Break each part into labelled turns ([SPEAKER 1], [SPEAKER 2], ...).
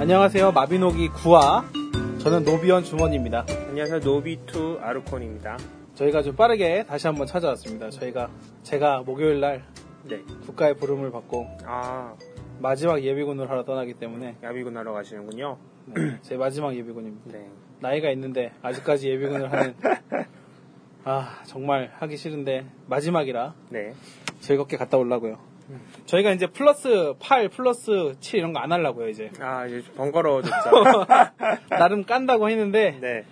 [SPEAKER 1] 안녕하세요. 마비노기 구화 저는 노비현 주원입니다.
[SPEAKER 2] 안녕하세요. 노비투 아르콘입니다.
[SPEAKER 1] 저희가 좀 빠르게 다시 한번 찾아왔습니다. 저희가 제가 목요일 날
[SPEAKER 2] 네.
[SPEAKER 1] 국가의 부름을 받고
[SPEAKER 2] 아,
[SPEAKER 1] 마지막 예비군을 하러 떠나기 때문에
[SPEAKER 2] 야비군 하러 가시는군요.
[SPEAKER 1] 네, 제 마지막 예비군입니다.
[SPEAKER 2] 네.
[SPEAKER 1] 나이가 있는데 아직까지 예비군을 하는 아 정말 하기 싫은데 마지막이라
[SPEAKER 2] 네.
[SPEAKER 1] 즐겁게 갔다 오려고요.
[SPEAKER 2] 음.
[SPEAKER 1] 저희가 이제 플러스 8, 플러스 7 이런 거 안 하려고요 이제
[SPEAKER 2] 아, 이제 좀 번거로워졌죠.
[SPEAKER 1] 나름 깐다고 했는데
[SPEAKER 2] 네.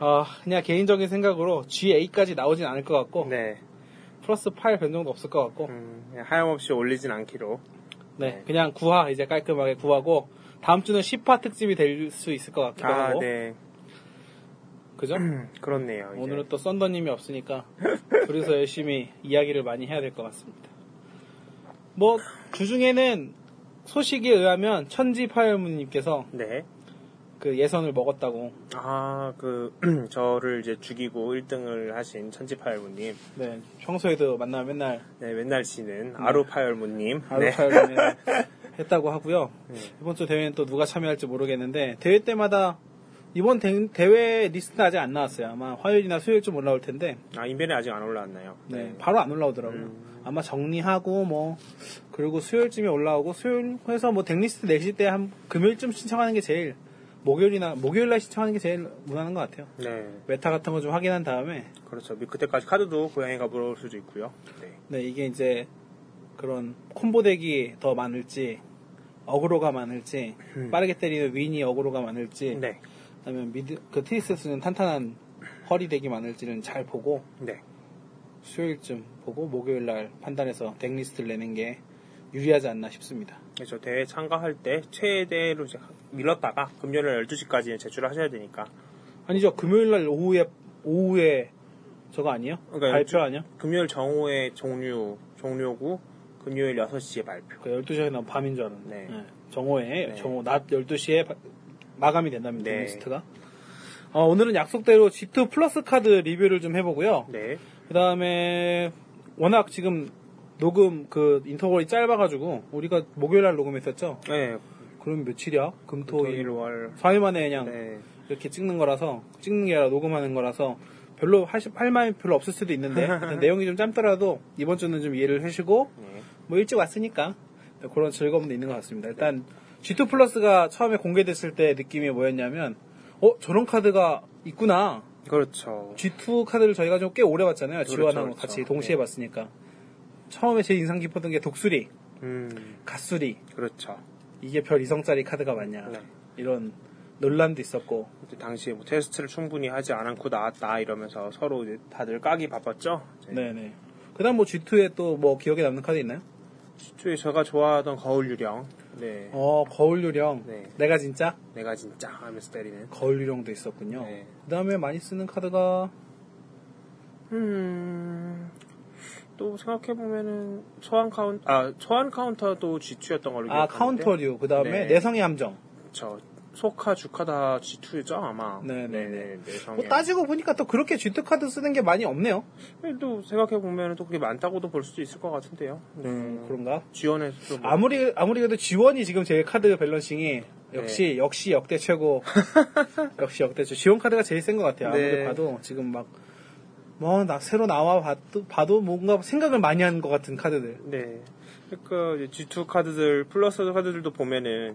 [SPEAKER 1] 어, 그냥 개인적인 생각으로 GA까지 나오진 않을 것 같고
[SPEAKER 2] 네.
[SPEAKER 1] 플러스 8 변동도 없을 것 같고
[SPEAKER 2] 음, 그냥 하염없이 올리진 않기로. 아,
[SPEAKER 1] 네 그냥 구하 이제 깔끔하게 구하고 다음 주는 10화 특집이 될 수 있을 것 같기도
[SPEAKER 2] 아,
[SPEAKER 1] 하고
[SPEAKER 2] 네.
[SPEAKER 1] 그죠?
[SPEAKER 2] 음, 그렇네요. 이제.
[SPEAKER 1] 오늘은 또 썬더님이 없으니까 둘이서 열심히 이야기를 많이 해야 될 것 같습니다. 뭐 주중에는 소식에 의하면 천지파열무님께서
[SPEAKER 2] 네.
[SPEAKER 1] 그 예선을 먹었다고
[SPEAKER 2] 아, 그, 저를 이제 죽이고 1등을 하신 천지파열무님.
[SPEAKER 1] 네 평소에도 만나면 맨날
[SPEAKER 2] 네, 맨날 지는 아루파열무님. 네.
[SPEAKER 1] 아르파열무님 했다고 하고요. 이번 주 대회는 또 누가 참여할지 모르겠는데 대회 때마다 이번 대, 회 리스트 아직 안 나왔어요. 아마 화요일이나 수요일쯤 올라올 텐데
[SPEAKER 2] 네. 아, 인벤이 아직 안 올라왔나요?
[SPEAKER 1] 네, 바로 안 올라오더라고요. 아마 정리하고 뭐 그리고 수요일쯤에 올라오고 수요일 해서 뭐 덱리스트 내실 때 한 금요일쯤 신청하는 게 제일 목요일이나 목요일 날 신청하는 게 제일 무난한 것 같아요.
[SPEAKER 2] 네.
[SPEAKER 1] 메타 같은 거 좀 확인한 다음에
[SPEAKER 2] 그렇죠. 그때까지 카드도 고양이가 물어올 수도 있고요. 네.
[SPEAKER 1] 네 이게 이제 그런 콤보 덱이 더 많을지 어그로가 많을지 빠르게 때리는 윈이 어그로가 많을지
[SPEAKER 2] 음. 네.
[SPEAKER 1] 그다음에 미드 그 트리스 쓰는 탄탄한 허리 덱이 많을지는 잘 보고
[SPEAKER 2] 네.
[SPEAKER 1] 수요일쯤 보고 목요일 날 판단해서 덱 리스트를 내는 게 유리하지 않나 싶습니다.
[SPEAKER 2] 그래서 대회 참가할 때 최대로 이제 밀렀다가 금요일 12시까지 제출하셔야 되니까
[SPEAKER 1] 아니죠 금요일 날 오후에 오후에 저거 아니에요?
[SPEAKER 2] 그러니까
[SPEAKER 1] 발표 아니요?
[SPEAKER 2] 금요일 정오에 종류 종료고 금요일 6시에 발표
[SPEAKER 1] 그 12시에 나 밤인 줄 알았는데.
[SPEAKER 2] 네.
[SPEAKER 1] 정오에,
[SPEAKER 2] 네.
[SPEAKER 1] 정오, 낮 12시에 바- 마감이 된답니다,
[SPEAKER 2] 네.
[SPEAKER 1] 리스트가. 어, 오늘은 약속대로 G2 플러스 카드 리뷰를 좀 해보고요.
[SPEAKER 2] 네
[SPEAKER 1] 그 다음에, 워낙 지금 녹음 그 인터벌이 짧아가지고, 우리가 목요일 날 녹음했었죠?
[SPEAKER 2] 네,
[SPEAKER 1] 그럼 며칠이야? 금, 토, 일.
[SPEAKER 2] 토일 월
[SPEAKER 1] 4일 만에 그냥
[SPEAKER 2] 네.
[SPEAKER 1] 이렇게 찍는 거라서, 찍는 게 아니라 녹음하는 거라서, 별로 하실, 할 말이 별로 없을 수도 있는데, 일단 내용이 좀 짧더라도, 이번 주는 좀 이해를 해주시고,
[SPEAKER 2] 네.
[SPEAKER 1] 뭐 일찍 왔으니까 그런 즐거움도 있는 것 같습니다. 일단 G2 플러스가 처음에 공개됐을 때 느낌이 뭐였냐면 어 저런 카드가 있구나.
[SPEAKER 2] 그렇죠
[SPEAKER 1] G2 카드를 저희가 좀 꽤 오래 봤잖아요.
[SPEAKER 2] 그렇죠,
[SPEAKER 1] G1하고
[SPEAKER 2] 그렇죠.
[SPEAKER 1] 같이 동시에
[SPEAKER 2] 네.
[SPEAKER 1] 봤으니까 처음에 제일 인상 깊었던 게 독수리,
[SPEAKER 2] 음
[SPEAKER 1] 갓수리
[SPEAKER 2] 그렇죠
[SPEAKER 1] 이게 별 이성짜리 카드가 맞냐
[SPEAKER 2] 네.
[SPEAKER 1] 이런 논란도 있었고
[SPEAKER 2] 이제 당시에 뭐 테스트를 충분히 하지 않고 나왔다 이러면서 서로 이제 다들 까기 바빴죠 이제
[SPEAKER 1] 네네. 그다음 뭐 G2에 또 뭐 기억에 남는 카드 있나요?
[SPEAKER 2] G2에 제가 좋아하던 거울 유령 네
[SPEAKER 1] 어 거울 유령.
[SPEAKER 2] 네.
[SPEAKER 1] 내가 진짜
[SPEAKER 2] 내가 진짜 하면서 때리는
[SPEAKER 1] 거울 유령도 있었군요.
[SPEAKER 2] 네.
[SPEAKER 1] 그다음에 많이 쓰는 카드가
[SPEAKER 2] 음, 또 생각해보면은, 초안 카운, 아, 초안 카운터도 G2였던 걸로
[SPEAKER 1] 아
[SPEAKER 2] 기억하는데.
[SPEAKER 1] 카운터류 그 다음에
[SPEAKER 2] 네.
[SPEAKER 1] 내성의 함정
[SPEAKER 2] 저, 소카, 주카다 G2죠, 아마.
[SPEAKER 1] 네네네.
[SPEAKER 2] 네네.
[SPEAKER 1] 뭐 따지고 보니까 또 그렇게 G2 카드 쓰는 게 많이 없네요
[SPEAKER 2] 또 생각해보면은 또 그게 많다고도 볼 수도 있을 것 같은데요. 네.
[SPEAKER 1] 그런가
[SPEAKER 2] G1에서도. 뭐,
[SPEAKER 1] 아무리 아무리 그래도 지원이 지금 제일 카드
[SPEAKER 2] 네.
[SPEAKER 1] 밸런싱이 역시 역시 역대 최고 역시 역대 최고 지원 카드가 제일 센 것 같아요 아무리
[SPEAKER 2] 네.
[SPEAKER 1] 봐도 지금 막 뭐 나 새로 나와 봐도, 봐도 뭔가 생각을 많이 한 것 같은 카드들
[SPEAKER 2] 네. 그러니까 이제 G2 카드들, 플러스 카드들도 보면은,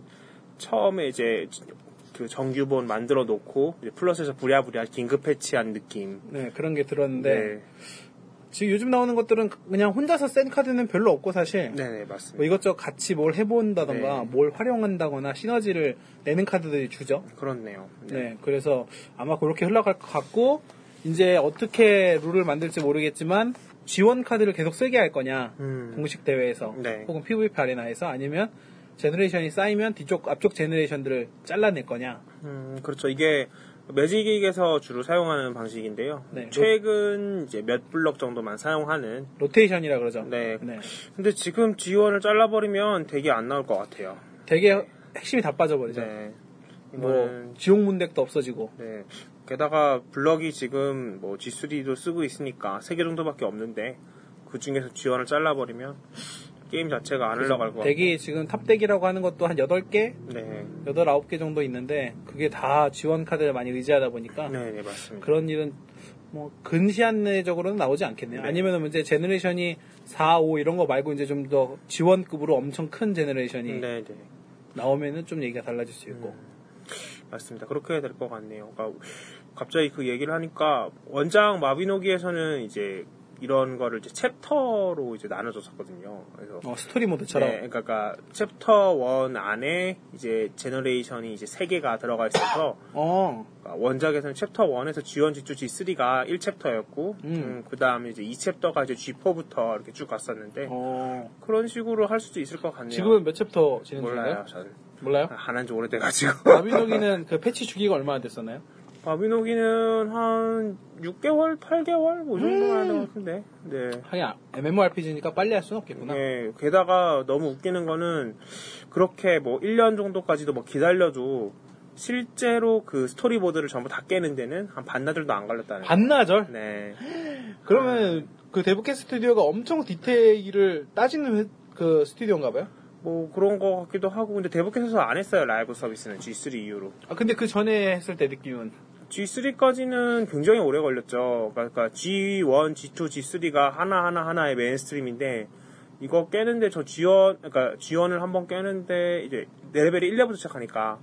[SPEAKER 2] 처음에 이제, 그 정규본 만들어 놓고, 이제 플러스에서 부랴부랴 긴급 패치한 느낌. 네,
[SPEAKER 1] 네 그런 게 들었는데 지금 요즘 나오는 것들은 그냥 혼자서 센 카드는 별로 없고 사실
[SPEAKER 2] 네. 네네, 맞습니다.
[SPEAKER 1] 뭐 이것저것 같이 뭘 해본다던가
[SPEAKER 2] 네.
[SPEAKER 1] 뭘 활용한다거나 시너지를 내는 카드들이 주죠.
[SPEAKER 2] 그렇네요.
[SPEAKER 1] 네. 그래서 아마 그렇게 흘러갈 것 같고 이제 어떻게 룰을 만들지 모르겠지만 지원 카드를 계속 쓰게 할 거냐
[SPEAKER 2] 음.
[SPEAKER 1] 공식 대회에서
[SPEAKER 2] 네.
[SPEAKER 1] 혹은 PVP 아레나에서 아니면 제너레이션이 쌓이면 뒤쪽 앞쪽 제너레이션들을 잘라낼 거냐
[SPEAKER 2] 음, 그렇죠. 이게 매직에서 주로 사용하는 방식인데요.
[SPEAKER 1] 네.
[SPEAKER 2] 최근 이제 몇 블럭 정도만 사용하는.
[SPEAKER 1] 로테이션이라 그러죠.
[SPEAKER 2] 네. 근데 지금 G1을 잘라버리면 되게 안 나올 것 같아요.
[SPEAKER 1] 되게 핵심이 다 빠져버리죠.
[SPEAKER 2] 네.
[SPEAKER 1] 뭐
[SPEAKER 2] 이거는
[SPEAKER 1] 지옥 문덱도 없어지고
[SPEAKER 2] 네. 게다가 블럭이 지금 뭐 G3도 쓰고 있으니까 3개 정도밖에 없는데 그 중에서 G1을 잘라버리면 게임 자체가 안 흘러갈 것 같고.
[SPEAKER 1] 덱이 지금 탑덱이라고 하는 것도 한 8개?
[SPEAKER 2] 네.
[SPEAKER 1] 8, 9개 정도 있는데 그게 다 지원 카드를 많이 의지하다 보니까
[SPEAKER 2] 네, 네, 맞습니다.
[SPEAKER 1] 그런 일은 뭐 근시한 내적으로는 나오지 않겠네요.
[SPEAKER 2] 네.
[SPEAKER 1] 아니면 이제 제너레이션이 4, 5 이런 거 말고 이제 좀 더 지원급으로 엄청 큰 제너레이션이
[SPEAKER 2] 네, 음. 네.
[SPEAKER 1] 나오면은 좀 얘기가 달라질 수 있고.
[SPEAKER 2] 맞습니다. 그렇게 해야 될 것 같네요. 그러니까 갑자기 그 얘기를 하니까 원작 마비노기에서는 이제 이런 거를 이제 챕터로 이제 나눠줬었거든요. 그래서
[SPEAKER 1] 어, 스토리 모드처럼.
[SPEAKER 2] 네, 그러니까, 그러니까 챕터 1 안에 이제 제너레이션이 이제 세 개가 들어가 있어서
[SPEAKER 1] 어,
[SPEAKER 2] 그러니까 원작에서는 챕터 1에서 G1, G2, G3가 1챕터였고
[SPEAKER 1] 음.
[SPEAKER 2] 그 다음에 이제 2챕터가 이제 G4부터 이렇게 쭉 갔었는데
[SPEAKER 1] 어.
[SPEAKER 2] 그런 식으로 할 수도 있을 것 같네요.
[SPEAKER 1] 지금은 몇 챕터 진행
[SPEAKER 2] 몰라요.
[SPEAKER 1] 중인가요?
[SPEAKER 2] 아. 저는
[SPEAKER 1] 몰라요?
[SPEAKER 2] 안 한 지 오래돼가지고.
[SPEAKER 1] 마비노기는 그 패치 주기가 얼마나 됐었나요?
[SPEAKER 2] 바비노기는 아, 한 6개월, 8개월 뭐이 정도만 하는 것 같은데. 네.
[SPEAKER 1] 하긴 아, MMORPG니까 빨리 할 수는 없겠구나.
[SPEAKER 2] 네. 게다가 너무 웃기는 거는 그렇게 뭐 1년 정도까지도 뭐 기다려도 실제로 그 스토리보드를 전부 다 깨는 데는 한 반나절도 안 걸렸다는 거.
[SPEAKER 1] 반나절?
[SPEAKER 2] 네.
[SPEAKER 1] 그러면 그 데브캐 스튜디오가 엄청 디테일을 따지는 회- 그 스튜디오인가 봐요?
[SPEAKER 2] 뭐 그런 거 같기도 하고 근데 대북해서 안 했어요. 라이브 서비스는 G3 이후로.
[SPEAKER 1] 아 근데 그 전에 했을 때 느낌은
[SPEAKER 2] G3까지는 굉장히 오래 걸렸죠. 그러니까 G1, G2, G3가 하나하나 하나의 메인스트림인데 이거 깨는데 저 G1, 그러니까 G1을 한번 깨는데 이제 레벨이 1레부터 시작하니까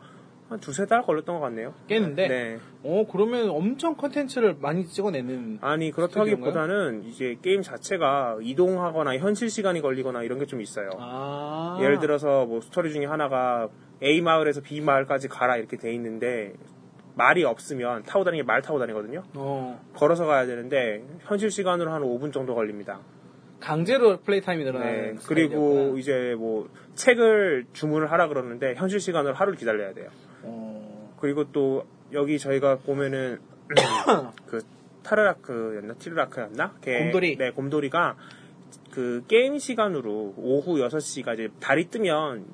[SPEAKER 2] 한 두세 달 걸렸던 것 같네요.
[SPEAKER 1] 깨는데
[SPEAKER 2] 네.
[SPEAKER 1] 어 그러면 엄청 컨텐츠를 많이 찍어내는
[SPEAKER 2] 아니 그렇다기보다는 이제 게임 자체가 이동하거나 현실 시간이 걸리거나 이런 게 좀 있어요.
[SPEAKER 1] 아
[SPEAKER 2] 예를 들어서 뭐 스토리 중에 하나가 A 마을에서 B 마을까지 가라 이렇게 돼 있는데 말이 없으면 타고 다니는 게 말 타고 다니거든요.
[SPEAKER 1] 어
[SPEAKER 2] 걸어서 가야 되는데 현실 시간으로 한 5분 정도 걸립니다.
[SPEAKER 1] 강제로 플레이 타임이 늘어나는
[SPEAKER 2] 네, 그리고 이제 뭐 책을 주문을 하라 그러는데 현실 시간으로 하루를 기다려야 돼요.
[SPEAKER 1] 어...
[SPEAKER 2] 그리고 또 여기 저희가 보면은 그 타르라크였나 티르라크였나? 걔-
[SPEAKER 1] 곰돌이.
[SPEAKER 2] 네, 곰돌이가 그 게임 시간으로 오후 6시가 이제 달이 뜨면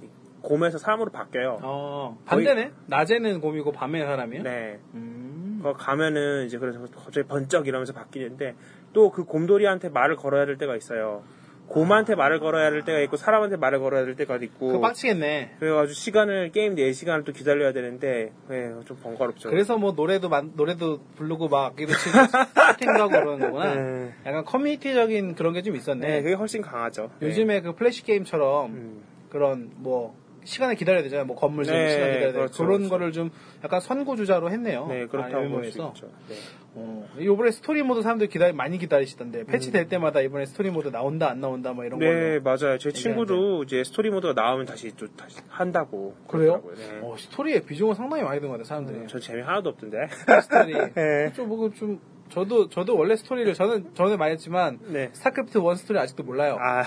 [SPEAKER 2] 곰에서 사람으로 바뀌어요.
[SPEAKER 1] 어 반대네 낮에는 곰이고 밤에 사람이야
[SPEAKER 2] 네.
[SPEAKER 1] 음...
[SPEAKER 2] 거 가면은 이제 그래서 갑자기 번쩍 이러면서 바뀌는데 또 그 곰돌이한테 말을 걸어야 될 때가 있어요. 곰한테 말을 걸어야 될 때가 있고 사람한테 말을 걸어야 될 때가
[SPEAKER 1] 그거
[SPEAKER 2] 있고
[SPEAKER 1] 빡치겠네
[SPEAKER 2] 그래가지고 시간을 게임 4시간을 또 기다려야 되는데 예, 좀 번거롭죠.
[SPEAKER 1] 그래서 뭐 노래도 만- 노래도 부르고 막 이렇게 채팅도 하고 그러는 거구나
[SPEAKER 2] 네.
[SPEAKER 1] 약간 커뮤니티적인 그런 게 좀 있었네
[SPEAKER 2] 네, 그게 훨씬 강하죠. 네.
[SPEAKER 1] 요즘에 그 플래시 게임처럼
[SPEAKER 2] 음.
[SPEAKER 1] 그런 뭐 시간을 기다려야 되잖아요. 뭐 건물 지으면
[SPEAKER 2] 네,
[SPEAKER 1] 시간 기다려야 되고
[SPEAKER 2] 그렇죠,
[SPEAKER 1] 그런
[SPEAKER 2] 그렇죠.
[SPEAKER 1] 거를 좀 약간 선구주자로 아, 했네요.
[SPEAKER 2] 네, 그렇다고 볼 수
[SPEAKER 1] MMO에서.
[SPEAKER 2] 있죠. 네.
[SPEAKER 1] 어, 이번에 스토리 모드 사람들 기다 많이 기다리시던데 패치 될 때마다 이번에 스토리 모드 나온다 안 나온다 뭐 이런
[SPEAKER 2] 음. 네,
[SPEAKER 1] 걸로.
[SPEAKER 2] 맞아요. 제 친구도 이제 스토리 모드가 나오면 다시 또 다시 한다고
[SPEAKER 1] 그래요? 네.
[SPEAKER 2] 그러더라고요. 네.
[SPEAKER 1] 어, 스토리에 비중을 상당히 많이 둔 것 같아요, 사람들이.
[SPEAKER 2] 전 재미 하나도 없던데.
[SPEAKER 1] 스토리.
[SPEAKER 2] 네.
[SPEAKER 1] 좀, 뭐, 좀, 저도, 저도 원래 스토리를, 저는, 전에 많이 했지만,
[SPEAKER 2] 네.
[SPEAKER 1] 스타크래프트 1 스토리 아직도 몰라요.
[SPEAKER 2] 아,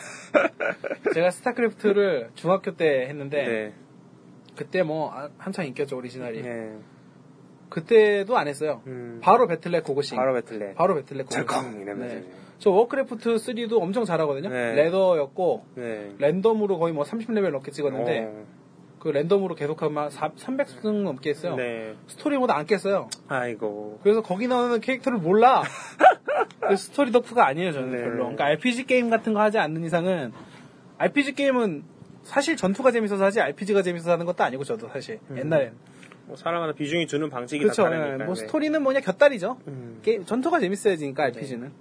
[SPEAKER 1] 제가 스타크래프트를 중학교 때 했는데,
[SPEAKER 2] 네.
[SPEAKER 1] 그때 뭐, 아, 한창 인기였죠, 오리지널이.
[SPEAKER 2] 네.
[SPEAKER 1] 그때도 안 했어요.
[SPEAKER 2] 음.
[SPEAKER 1] 바로 배틀넷 고고싱.
[SPEAKER 2] 바로 배틀넷.
[SPEAKER 1] 바로 배틀넷 고고싱.
[SPEAKER 2] 잠깐 이러면서.
[SPEAKER 1] 네. 저 워크래프트 3도 엄청 잘하거든요.
[SPEAKER 2] 네.
[SPEAKER 1] 레더였고
[SPEAKER 2] 네.
[SPEAKER 1] 랜덤으로 거의 뭐 30레벨 넘게 찍었는데
[SPEAKER 2] 어,
[SPEAKER 1] 그 랜덤으로 계속하면 300승 넘게 했어요.
[SPEAKER 2] 네.
[SPEAKER 1] 스토리보다 안 깼어요.
[SPEAKER 2] 아이고.
[SPEAKER 1] 그래서 거기 나오는 캐릭터를 몰라. 그래서 스토리 덕후가 아니에요 저는
[SPEAKER 2] 네.
[SPEAKER 1] 별로. 그러니까 RPG 게임 같은 거 하지 않는 이상은 RPG 게임은 사실 전투가 재밌어서 하지 RPG가 재밌어서 하는 것도 아니고 저도 사실 옛날엔
[SPEAKER 2] 뭐 사람마다 비중이 주는 방식이
[SPEAKER 1] 그렇죠.
[SPEAKER 2] 다 다르니까.
[SPEAKER 1] 뭐
[SPEAKER 2] 네.
[SPEAKER 1] 스토리는 뭐냐 곁다리죠.
[SPEAKER 2] 음. 네.
[SPEAKER 1] 게임 전투가 재밌어야지 그러니까 RPG는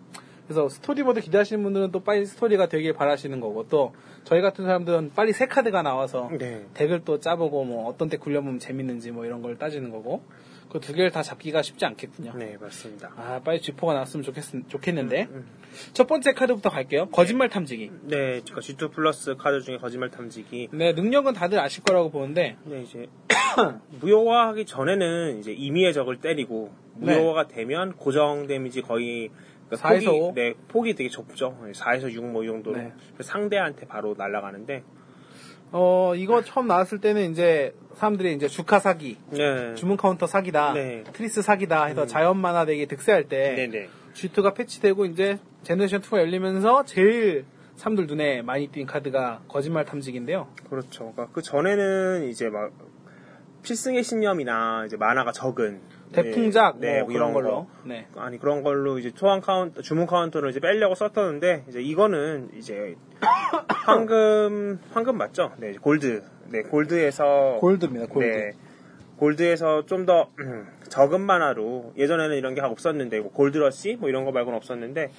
[SPEAKER 1] 그래서 스토리보드 기대하시는 분들은 또 빨리 스토리가 되길 바라시는 거고 또 저희 같은 사람들은 빨리 새 카드가 나와서
[SPEAKER 2] 네.
[SPEAKER 1] 덱을 또 짜보고 뭐 어떤 덱 굴려보면 재밌는지 뭐 이런 걸 따지는 거고 그 두 개를 다 잡기가 쉽지 않겠군요
[SPEAKER 2] 네, 맞습니다.
[SPEAKER 1] 아 빨리 G4가 나왔으면 좋겠, 좋겠는데
[SPEAKER 2] 음,
[SPEAKER 1] 첫 번째 카드부터 갈게요 거짓말 탐지기
[SPEAKER 2] 네, 제가 G2 플러스 카드 중에 거짓말 탐지기.
[SPEAKER 1] 네 능력은 다들 아실 거라고 보는데
[SPEAKER 2] 네, 이제 무효화하기 전에는 이제 임의의 적을 때리고
[SPEAKER 1] 네.
[SPEAKER 2] 무효화가 되면 고정 데미지 거의 그러니까
[SPEAKER 1] 4에서
[SPEAKER 2] 폭이-
[SPEAKER 1] 5?
[SPEAKER 2] 네, 폭이 되게 좁죠. 4에서 6 뭐 이 정도로
[SPEAKER 1] 네.
[SPEAKER 2] 그래서 상대한테 바로 날아가는데
[SPEAKER 1] 어 이거 처음 나왔을 때는 이제 사람들이 이제 주카 사기
[SPEAKER 2] 네.
[SPEAKER 1] 주문 카운터 사기다
[SPEAKER 2] 네.
[SPEAKER 1] 트리스 사기다 해서 자연 만화 덱이 득세할 때
[SPEAKER 2] 네, 네.
[SPEAKER 1] G2가 패치되고 이제 제너레이션 2가 열리면서 제일 사람들 눈에 많이 띈 카드가 거짓말 탐지기인데요.
[SPEAKER 2] 그렇죠. 그러니까 그 전에는 이제 막 필승의 신념이나 이제 만화가 적은
[SPEAKER 1] 대풍작
[SPEAKER 2] 네, 네,
[SPEAKER 1] 뭐 그런
[SPEAKER 2] 이런
[SPEAKER 1] 걸로.
[SPEAKER 2] 걸로
[SPEAKER 1] 네.
[SPEAKER 2] 아니 그런 걸로 이제 소환 카운터 주문 카운터를 이제 빼려고 썼었는데 이제 이거는 이제 황금 황금 맞죠? 네 골드 네 골드에서
[SPEAKER 1] 골드입니다. 골드.
[SPEAKER 2] 네. 골드에서 좀 더 적은 만화로 예전에는 이런 게 없었는데 뭐 골드러시 뭐 이런 거 말고는 없었는데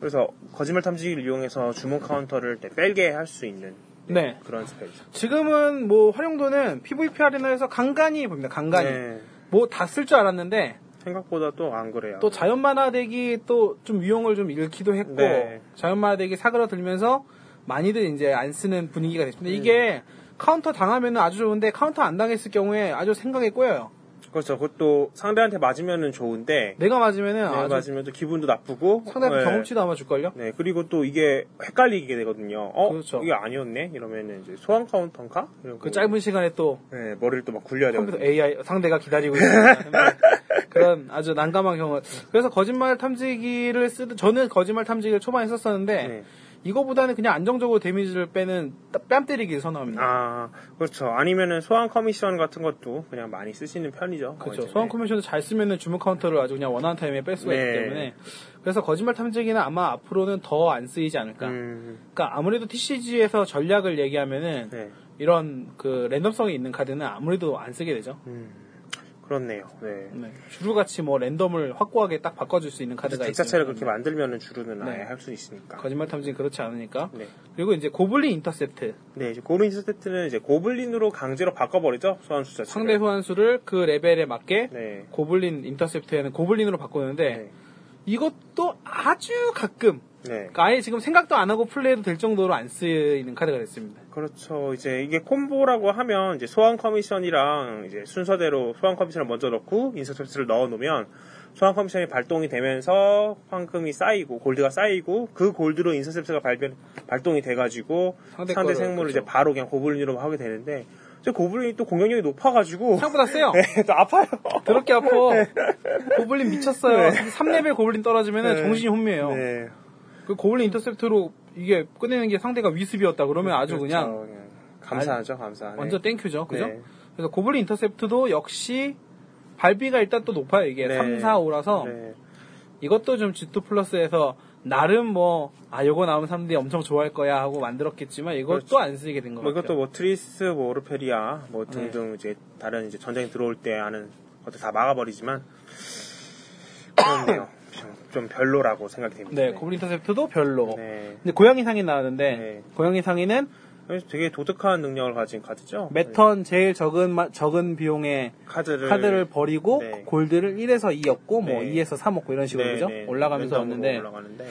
[SPEAKER 2] 그래서 거짓말 탐지기를 이용해서 주문 카운터를 네, 빨게 할 수 있는
[SPEAKER 1] 네.
[SPEAKER 2] 그런 스펠이죠.
[SPEAKER 1] 지금은 뭐 활용도는 PVP 아레나에서 간간히 봅니다. 간간히.
[SPEAKER 2] 네.
[SPEAKER 1] 뭐 다 쓸 줄 알았는데
[SPEAKER 2] 생각보다 또 안 그래요.
[SPEAKER 1] 또 자연 만화덱이 또 좀 유형을 좀 잃기도 했고
[SPEAKER 2] 네.
[SPEAKER 1] 자연 만화덱이 사그라들면서 많이들 이제 안 쓰는 분위기가 됐습니다. 이게
[SPEAKER 2] 음.
[SPEAKER 1] 카운터 당하면 아주 좋은데 카운터 안 당했을 경우에 아주 생각에 꼬여요.
[SPEAKER 2] 그렇죠. 그것도 상대한테 맞으면은 좋은데
[SPEAKER 1] 내가 맞으면은
[SPEAKER 2] 내가
[SPEAKER 1] 네, 아주
[SPEAKER 2] 네, 맞으면 또 기분도 나쁘고
[SPEAKER 1] 상당히
[SPEAKER 2] 네.
[SPEAKER 1] 경험치도 아마 줄걸요?
[SPEAKER 2] 네 그리고 또 이게 헷갈리게 되거든요. 어
[SPEAKER 1] 그렇죠.
[SPEAKER 2] 이게 아니었네 이러면은 이제 소환 카운터인가? 이러고
[SPEAKER 1] 그 짧은 시간에 또
[SPEAKER 2] 네, 머리를 또 막 굴려야
[SPEAKER 1] 컴퓨터
[SPEAKER 2] 되거든요.
[SPEAKER 1] AI 상대가 기다리고 있습니다. 그런 아주 난감한 경험. 그래서 거짓말 탐지기를 쓰 저는 거짓말 탐지기를 초반에 썼었는데
[SPEAKER 2] 네.
[SPEAKER 1] 이거보다는 그냥 안정적으로 데미지를 빼는 따- 뺨 때리기를 선호합니다.
[SPEAKER 2] 아, 그렇죠. 아니면은 소환 커미션 같은 것도 그냥 많이 쓰시는 편이죠.
[SPEAKER 1] 그렇죠.
[SPEAKER 2] 거의
[SPEAKER 1] 소환
[SPEAKER 2] 이제.
[SPEAKER 1] 커미션을 잘 쓰면은 주문 카운터를 아주 그냥 원하는 타임에 뺄 수가
[SPEAKER 2] 네.
[SPEAKER 1] 있기 때문에 그래서 거짓말 탐지기는 아마 앞으로는 더 안 쓰이지 않을까.
[SPEAKER 2] 음,
[SPEAKER 1] 그러니까 아무래도 TCG에서 전략을 얘기하면은
[SPEAKER 2] 네.
[SPEAKER 1] 이런 그 랜덤성이 있는 카드는 아무래도 안 쓰게 되죠.
[SPEAKER 2] 음, 그렇네요. 네.
[SPEAKER 1] 네. 주루같이 뭐 랜덤을 확고하게 딱 바꿔줄 수 있는 카드가
[SPEAKER 2] 덱
[SPEAKER 1] 있어요.
[SPEAKER 2] 자체를 그렇게 만들면은 주루는 아예
[SPEAKER 1] 네.
[SPEAKER 2] 할 수 있으니까.
[SPEAKER 1] 거짓말 탐지는 그렇지 않으니까.
[SPEAKER 2] 네.
[SPEAKER 1] 그리고 이제 고블린 인터셉트.
[SPEAKER 2] 네, 이제 고블린 스태트는 이제 고블린으로 강제로 바꿔버리죠. 소환 숫자.
[SPEAKER 1] 상대 소환수를 그 레벨에 맞게
[SPEAKER 2] 네.
[SPEAKER 1] 고블린 인터셉트에는 고블린으로 바꾸는데
[SPEAKER 2] 네.
[SPEAKER 1] 이것도 아주 가끔
[SPEAKER 2] 네.
[SPEAKER 1] 그러니까 아예 지금 생각도 안 하고 플레이도 될 정도로 안 쓰이는 카드가 됐습니다.
[SPEAKER 2] 그렇죠. 이제 이게 콤보라고 하면 이제 소환 커미션이랑 이제 순서대로 소환 커미션을 먼저 넣고 인서트를 넣어 놓으면 소환 커미션이 발동이 되면서 황금이 쌓이고 골드가 쌓이고 그 골드로 인서셉트가 발변, 발동이 돼가지고 상대,
[SPEAKER 1] 상대 거를,
[SPEAKER 2] 생물을
[SPEAKER 1] 그렇죠.
[SPEAKER 2] 이제 바로 그냥 고블린으로 하게 되는데 이제 고블린이 또 공격력이 높아가지고
[SPEAKER 1] 생각보다 세요.
[SPEAKER 2] 네, 또 아파요.
[SPEAKER 1] 더럽게 아파. 고블린 미쳤어요. 3레벨 고블린 떨어지면
[SPEAKER 2] 네.
[SPEAKER 1] 정신이 혼미해요.
[SPEAKER 2] 네.
[SPEAKER 1] 그 고블린 인터셉트로 이게 끝내는 게 상대가 위습이었다 그러면 아주
[SPEAKER 2] 그렇죠.
[SPEAKER 1] 그냥
[SPEAKER 2] 감사하죠, 감사하네.
[SPEAKER 1] 완전 땡큐죠. 그죠?
[SPEAKER 2] 네.
[SPEAKER 1] 그래서 고블린 인터셉트도 역시 발비가 일단 또 높아요. 이게
[SPEAKER 2] 네.
[SPEAKER 1] 3, 4, 5라서
[SPEAKER 2] 네.
[SPEAKER 1] 이것도 좀 G2 플러스에서 나름 뭐, 아, 요거 나오면 사람들이 엄청 좋아할 거야 하고 만들었겠지만 이것도
[SPEAKER 2] 그렇죠.
[SPEAKER 1] 안 쓰이게 된 것
[SPEAKER 2] 뭐
[SPEAKER 1] 같아요.
[SPEAKER 2] 이것도 뭐 트리스, 뭐 오르페리아, 뭐 등등 이제 다른 이제 전쟁이 들어올 때 하는 것도 다 막아버리지만 그렇네요. 좀, 좀 별로라고 생각이 됩니다.
[SPEAKER 1] 네, 고블린 인터셉트도 별로.
[SPEAKER 2] 네.
[SPEAKER 1] 근데 고양이 상이 나왔는데,
[SPEAKER 2] 네.
[SPEAKER 1] 고양이 상이는
[SPEAKER 2] 그래서 되게 도덕한 능력을 가진 카드죠.
[SPEAKER 1] 매턴 제일 적은, 마- 적은 비용에
[SPEAKER 2] 네. 카드를
[SPEAKER 1] 카드를 버리고,
[SPEAKER 2] 네.
[SPEAKER 1] 골드를 1에서 2였고, 뭐
[SPEAKER 2] 네.
[SPEAKER 1] 2에서 3 먹고 이런 식으로
[SPEAKER 2] 네,
[SPEAKER 1] 그죠?
[SPEAKER 2] 네.
[SPEAKER 1] 올라가면서
[SPEAKER 2] 랜덤으로
[SPEAKER 1] 왔는데,
[SPEAKER 2] 올라가는데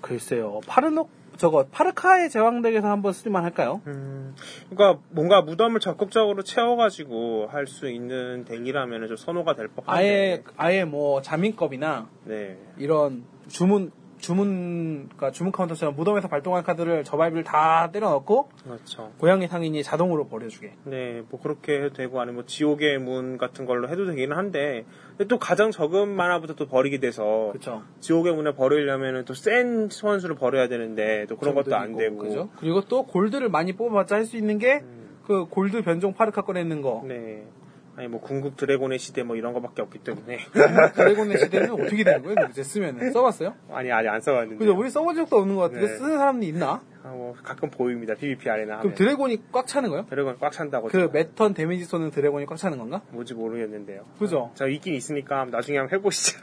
[SPEAKER 1] 글쎄요. 파르노, 저거, 파르카의 제왕덱에서 한번 쓸만 할까요?
[SPEAKER 2] 음, 그러니까 뭔가 무덤을 적극적으로 채워가지고 할 수 있는 덱이라면 좀 선호가 될 법한데
[SPEAKER 1] 아예, 아예 뭐, 자민급이나,
[SPEAKER 2] 네.
[SPEAKER 1] 이런 주문 주문 그러니까 주문 카운터처럼 무덤에서 발동한 카드를 저발비를 다 때려 넣고
[SPEAKER 2] 그렇죠.
[SPEAKER 1] 고양이 상인이 자동으로 버려주게.
[SPEAKER 2] 네, 뭐 그렇게 해도 되고 아니면 뭐 지옥의 문 같은 걸로 해도 되기는 한데 근데 또 가장 적은 만화부터 또 버리게 돼서
[SPEAKER 1] 그렇죠.
[SPEAKER 2] 지옥의 문을 버리려면은 또 센 선수를 버려야 되는데 또 그런 것도 안 되고
[SPEAKER 1] 그죠? 그리고 또 골드를 많이 뽑아봤자 할 수 있는 게 그
[SPEAKER 2] 음.
[SPEAKER 1] 골드 변종 파르카 꺼내는 거.
[SPEAKER 2] 네. 아니 뭐 궁극 드래곤의 시대 뭐 이런 거밖에 없기 때문에
[SPEAKER 1] 음, 드래곤의 시대는 어떻게 되는 거예요? 이제 쓰면 써봤어요?
[SPEAKER 2] 아니 아직 안 써봤는데
[SPEAKER 1] 근데 우리 써본 적도 없는 것 같은데
[SPEAKER 2] 네.
[SPEAKER 1] 쓰는 사람이 있나?
[SPEAKER 2] 아, 뭐 가끔 보입니다 PVP 아레나 하면
[SPEAKER 1] 그럼 드래곤이 꽉 차는 거예요?
[SPEAKER 2] 드래곤 꽉 찬다고
[SPEAKER 1] 그 매턴 데미지 쏘는 드래곤이 꽉 차는 건가?
[SPEAKER 2] 뭔지 모르겠는데요.
[SPEAKER 1] 그죠?
[SPEAKER 2] 자 있긴 있으니까 나중에 한번 해보시죠.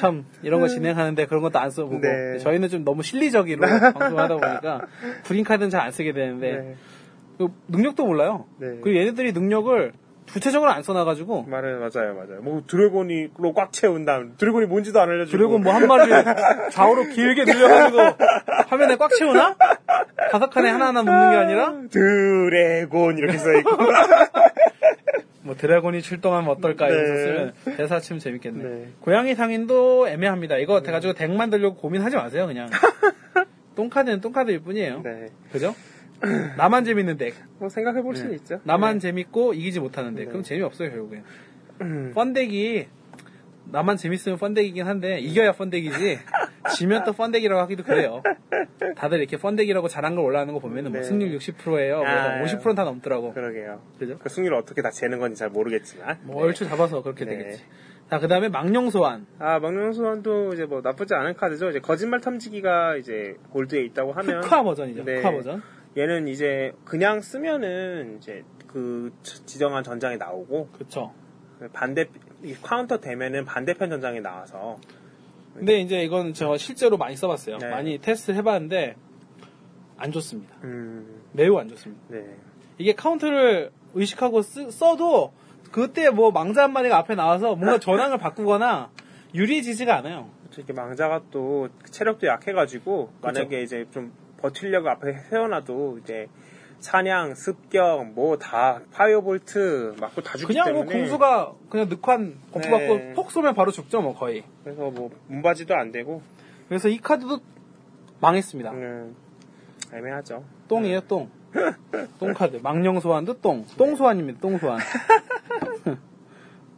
[SPEAKER 1] 참 이런 거 진행하는데 그런 것도 안 써보고
[SPEAKER 2] 음. 네.
[SPEAKER 1] 저희는 좀 너무 실리적으로 방송하다 보니까 불인 카드는 잘 안 쓰게 되는데 그 능력도 몰라요.
[SPEAKER 2] 네.
[SPEAKER 1] 그리고 얘네들이 능력을 구체적으로 안 써놔가지고
[SPEAKER 2] 그 말은 맞아요, 맞아요. 뭐 드래곤이로 꽉 채운 다음 드래곤이 뭔지도 안 알려주고
[SPEAKER 1] 드래곤 뭐 한 마리 좌우로 길게 늘려가지고 화면에 꽉 채우나? 다섯 칸에 하나하나 묶는 게 아니라
[SPEAKER 2] 드래곤 이렇게 써 있고.
[SPEAKER 1] 뭐 드래곤이 출동하면 어떨까
[SPEAKER 2] 네.
[SPEAKER 1] 이러면서 쓰면 대사 치면 재밌겠네.
[SPEAKER 2] 네.
[SPEAKER 1] 고양이 상인도 애매합니다. 이거 돼가지고 덱 만들려고 고민하지 마세요 그냥. 똥카드는 똥카드일 뿐이에요.
[SPEAKER 2] 네.
[SPEAKER 1] 그죠? 나만 재밌는 덱.
[SPEAKER 2] 뭐 생각해 볼 수는 있죠.
[SPEAKER 1] 나만 재밌고 이기지 못하는데 그럼 재미없어요 결국엔 펀덱이 나만 재밌으면 펀덱이긴 한데 이겨야 펀덱이지 지면 또 펀덱이라고 하기도 그래요 다들 이렇게 펀덱이라고 잘한 걸 올라가는 거 보면은 뭐
[SPEAKER 2] 네.
[SPEAKER 1] 승률 60%예요 뭐
[SPEAKER 2] 아,
[SPEAKER 1] 50%는 다 넘더라고
[SPEAKER 2] 그러게요.
[SPEAKER 1] 그죠?
[SPEAKER 2] 그 승률을 어떻게 다 재는 건지 잘 모르겠지만.
[SPEAKER 1] 뭐 얼추 잡아서 그렇게
[SPEAKER 2] 네.
[SPEAKER 1] 되겠지 자, 그 다음에 망령 소환.
[SPEAKER 2] 아, 망령소환도 이제 뭐 나쁘지 않은 카드죠. 이제 거짓말 탐지기가 이제 골드에 있다고 하면
[SPEAKER 1] 특화 버전이죠.
[SPEAKER 2] 네.
[SPEAKER 1] 특화 버전.
[SPEAKER 2] 얘는 이제 그냥 쓰면은 이제 그 지- 지정한 전장에 나오고
[SPEAKER 1] 그쵸.
[SPEAKER 2] 네. 반대 이 카운터 되면은 반대편 전장에 나와서
[SPEAKER 1] 근데 이제 이건 저 실제로 많이 써봤어요.
[SPEAKER 2] 네.
[SPEAKER 1] 많이 테스트를 해봤는데, 안 좋습니다.
[SPEAKER 2] 음,
[SPEAKER 1] 매우 안 좋습니다.
[SPEAKER 2] 네.
[SPEAKER 1] 이게 카운트를 의식하고 쓰- 써도, 그때 뭐 망자 한 마리가 앞에 나와서 뭔가 전황을 바꾸거나 유리해지지가 않아요.
[SPEAKER 2] 이렇게 망자가 또 체력도 약해가지고 만약에 이제 좀 버틸려고 앞에 세워놔도 이제 사냥, 습격, 뭐 다 파이어볼트 맞고 다 죽기
[SPEAKER 1] 그냥 뭐
[SPEAKER 2] 때문에
[SPEAKER 1] 공수가 그냥 늑한 공수 받고
[SPEAKER 2] 네.
[SPEAKER 1] 폭 쏘면 바로 죽죠, 뭐 거의.
[SPEAKER 2] 그래서 뭐 문바지도 안 되고
[SPEAKER 1] 그래서 이 카드도 망했습니다.
[SPEAKER 2] 음, 네. 애매하죠.
[SPEAKER 1] 똥이에요, 똥. 똥카드. 망령 소환도 똥.
[SPEAKER 2] 네.
[SPEAKER 1] 똥 소환입니다, 똥 소환.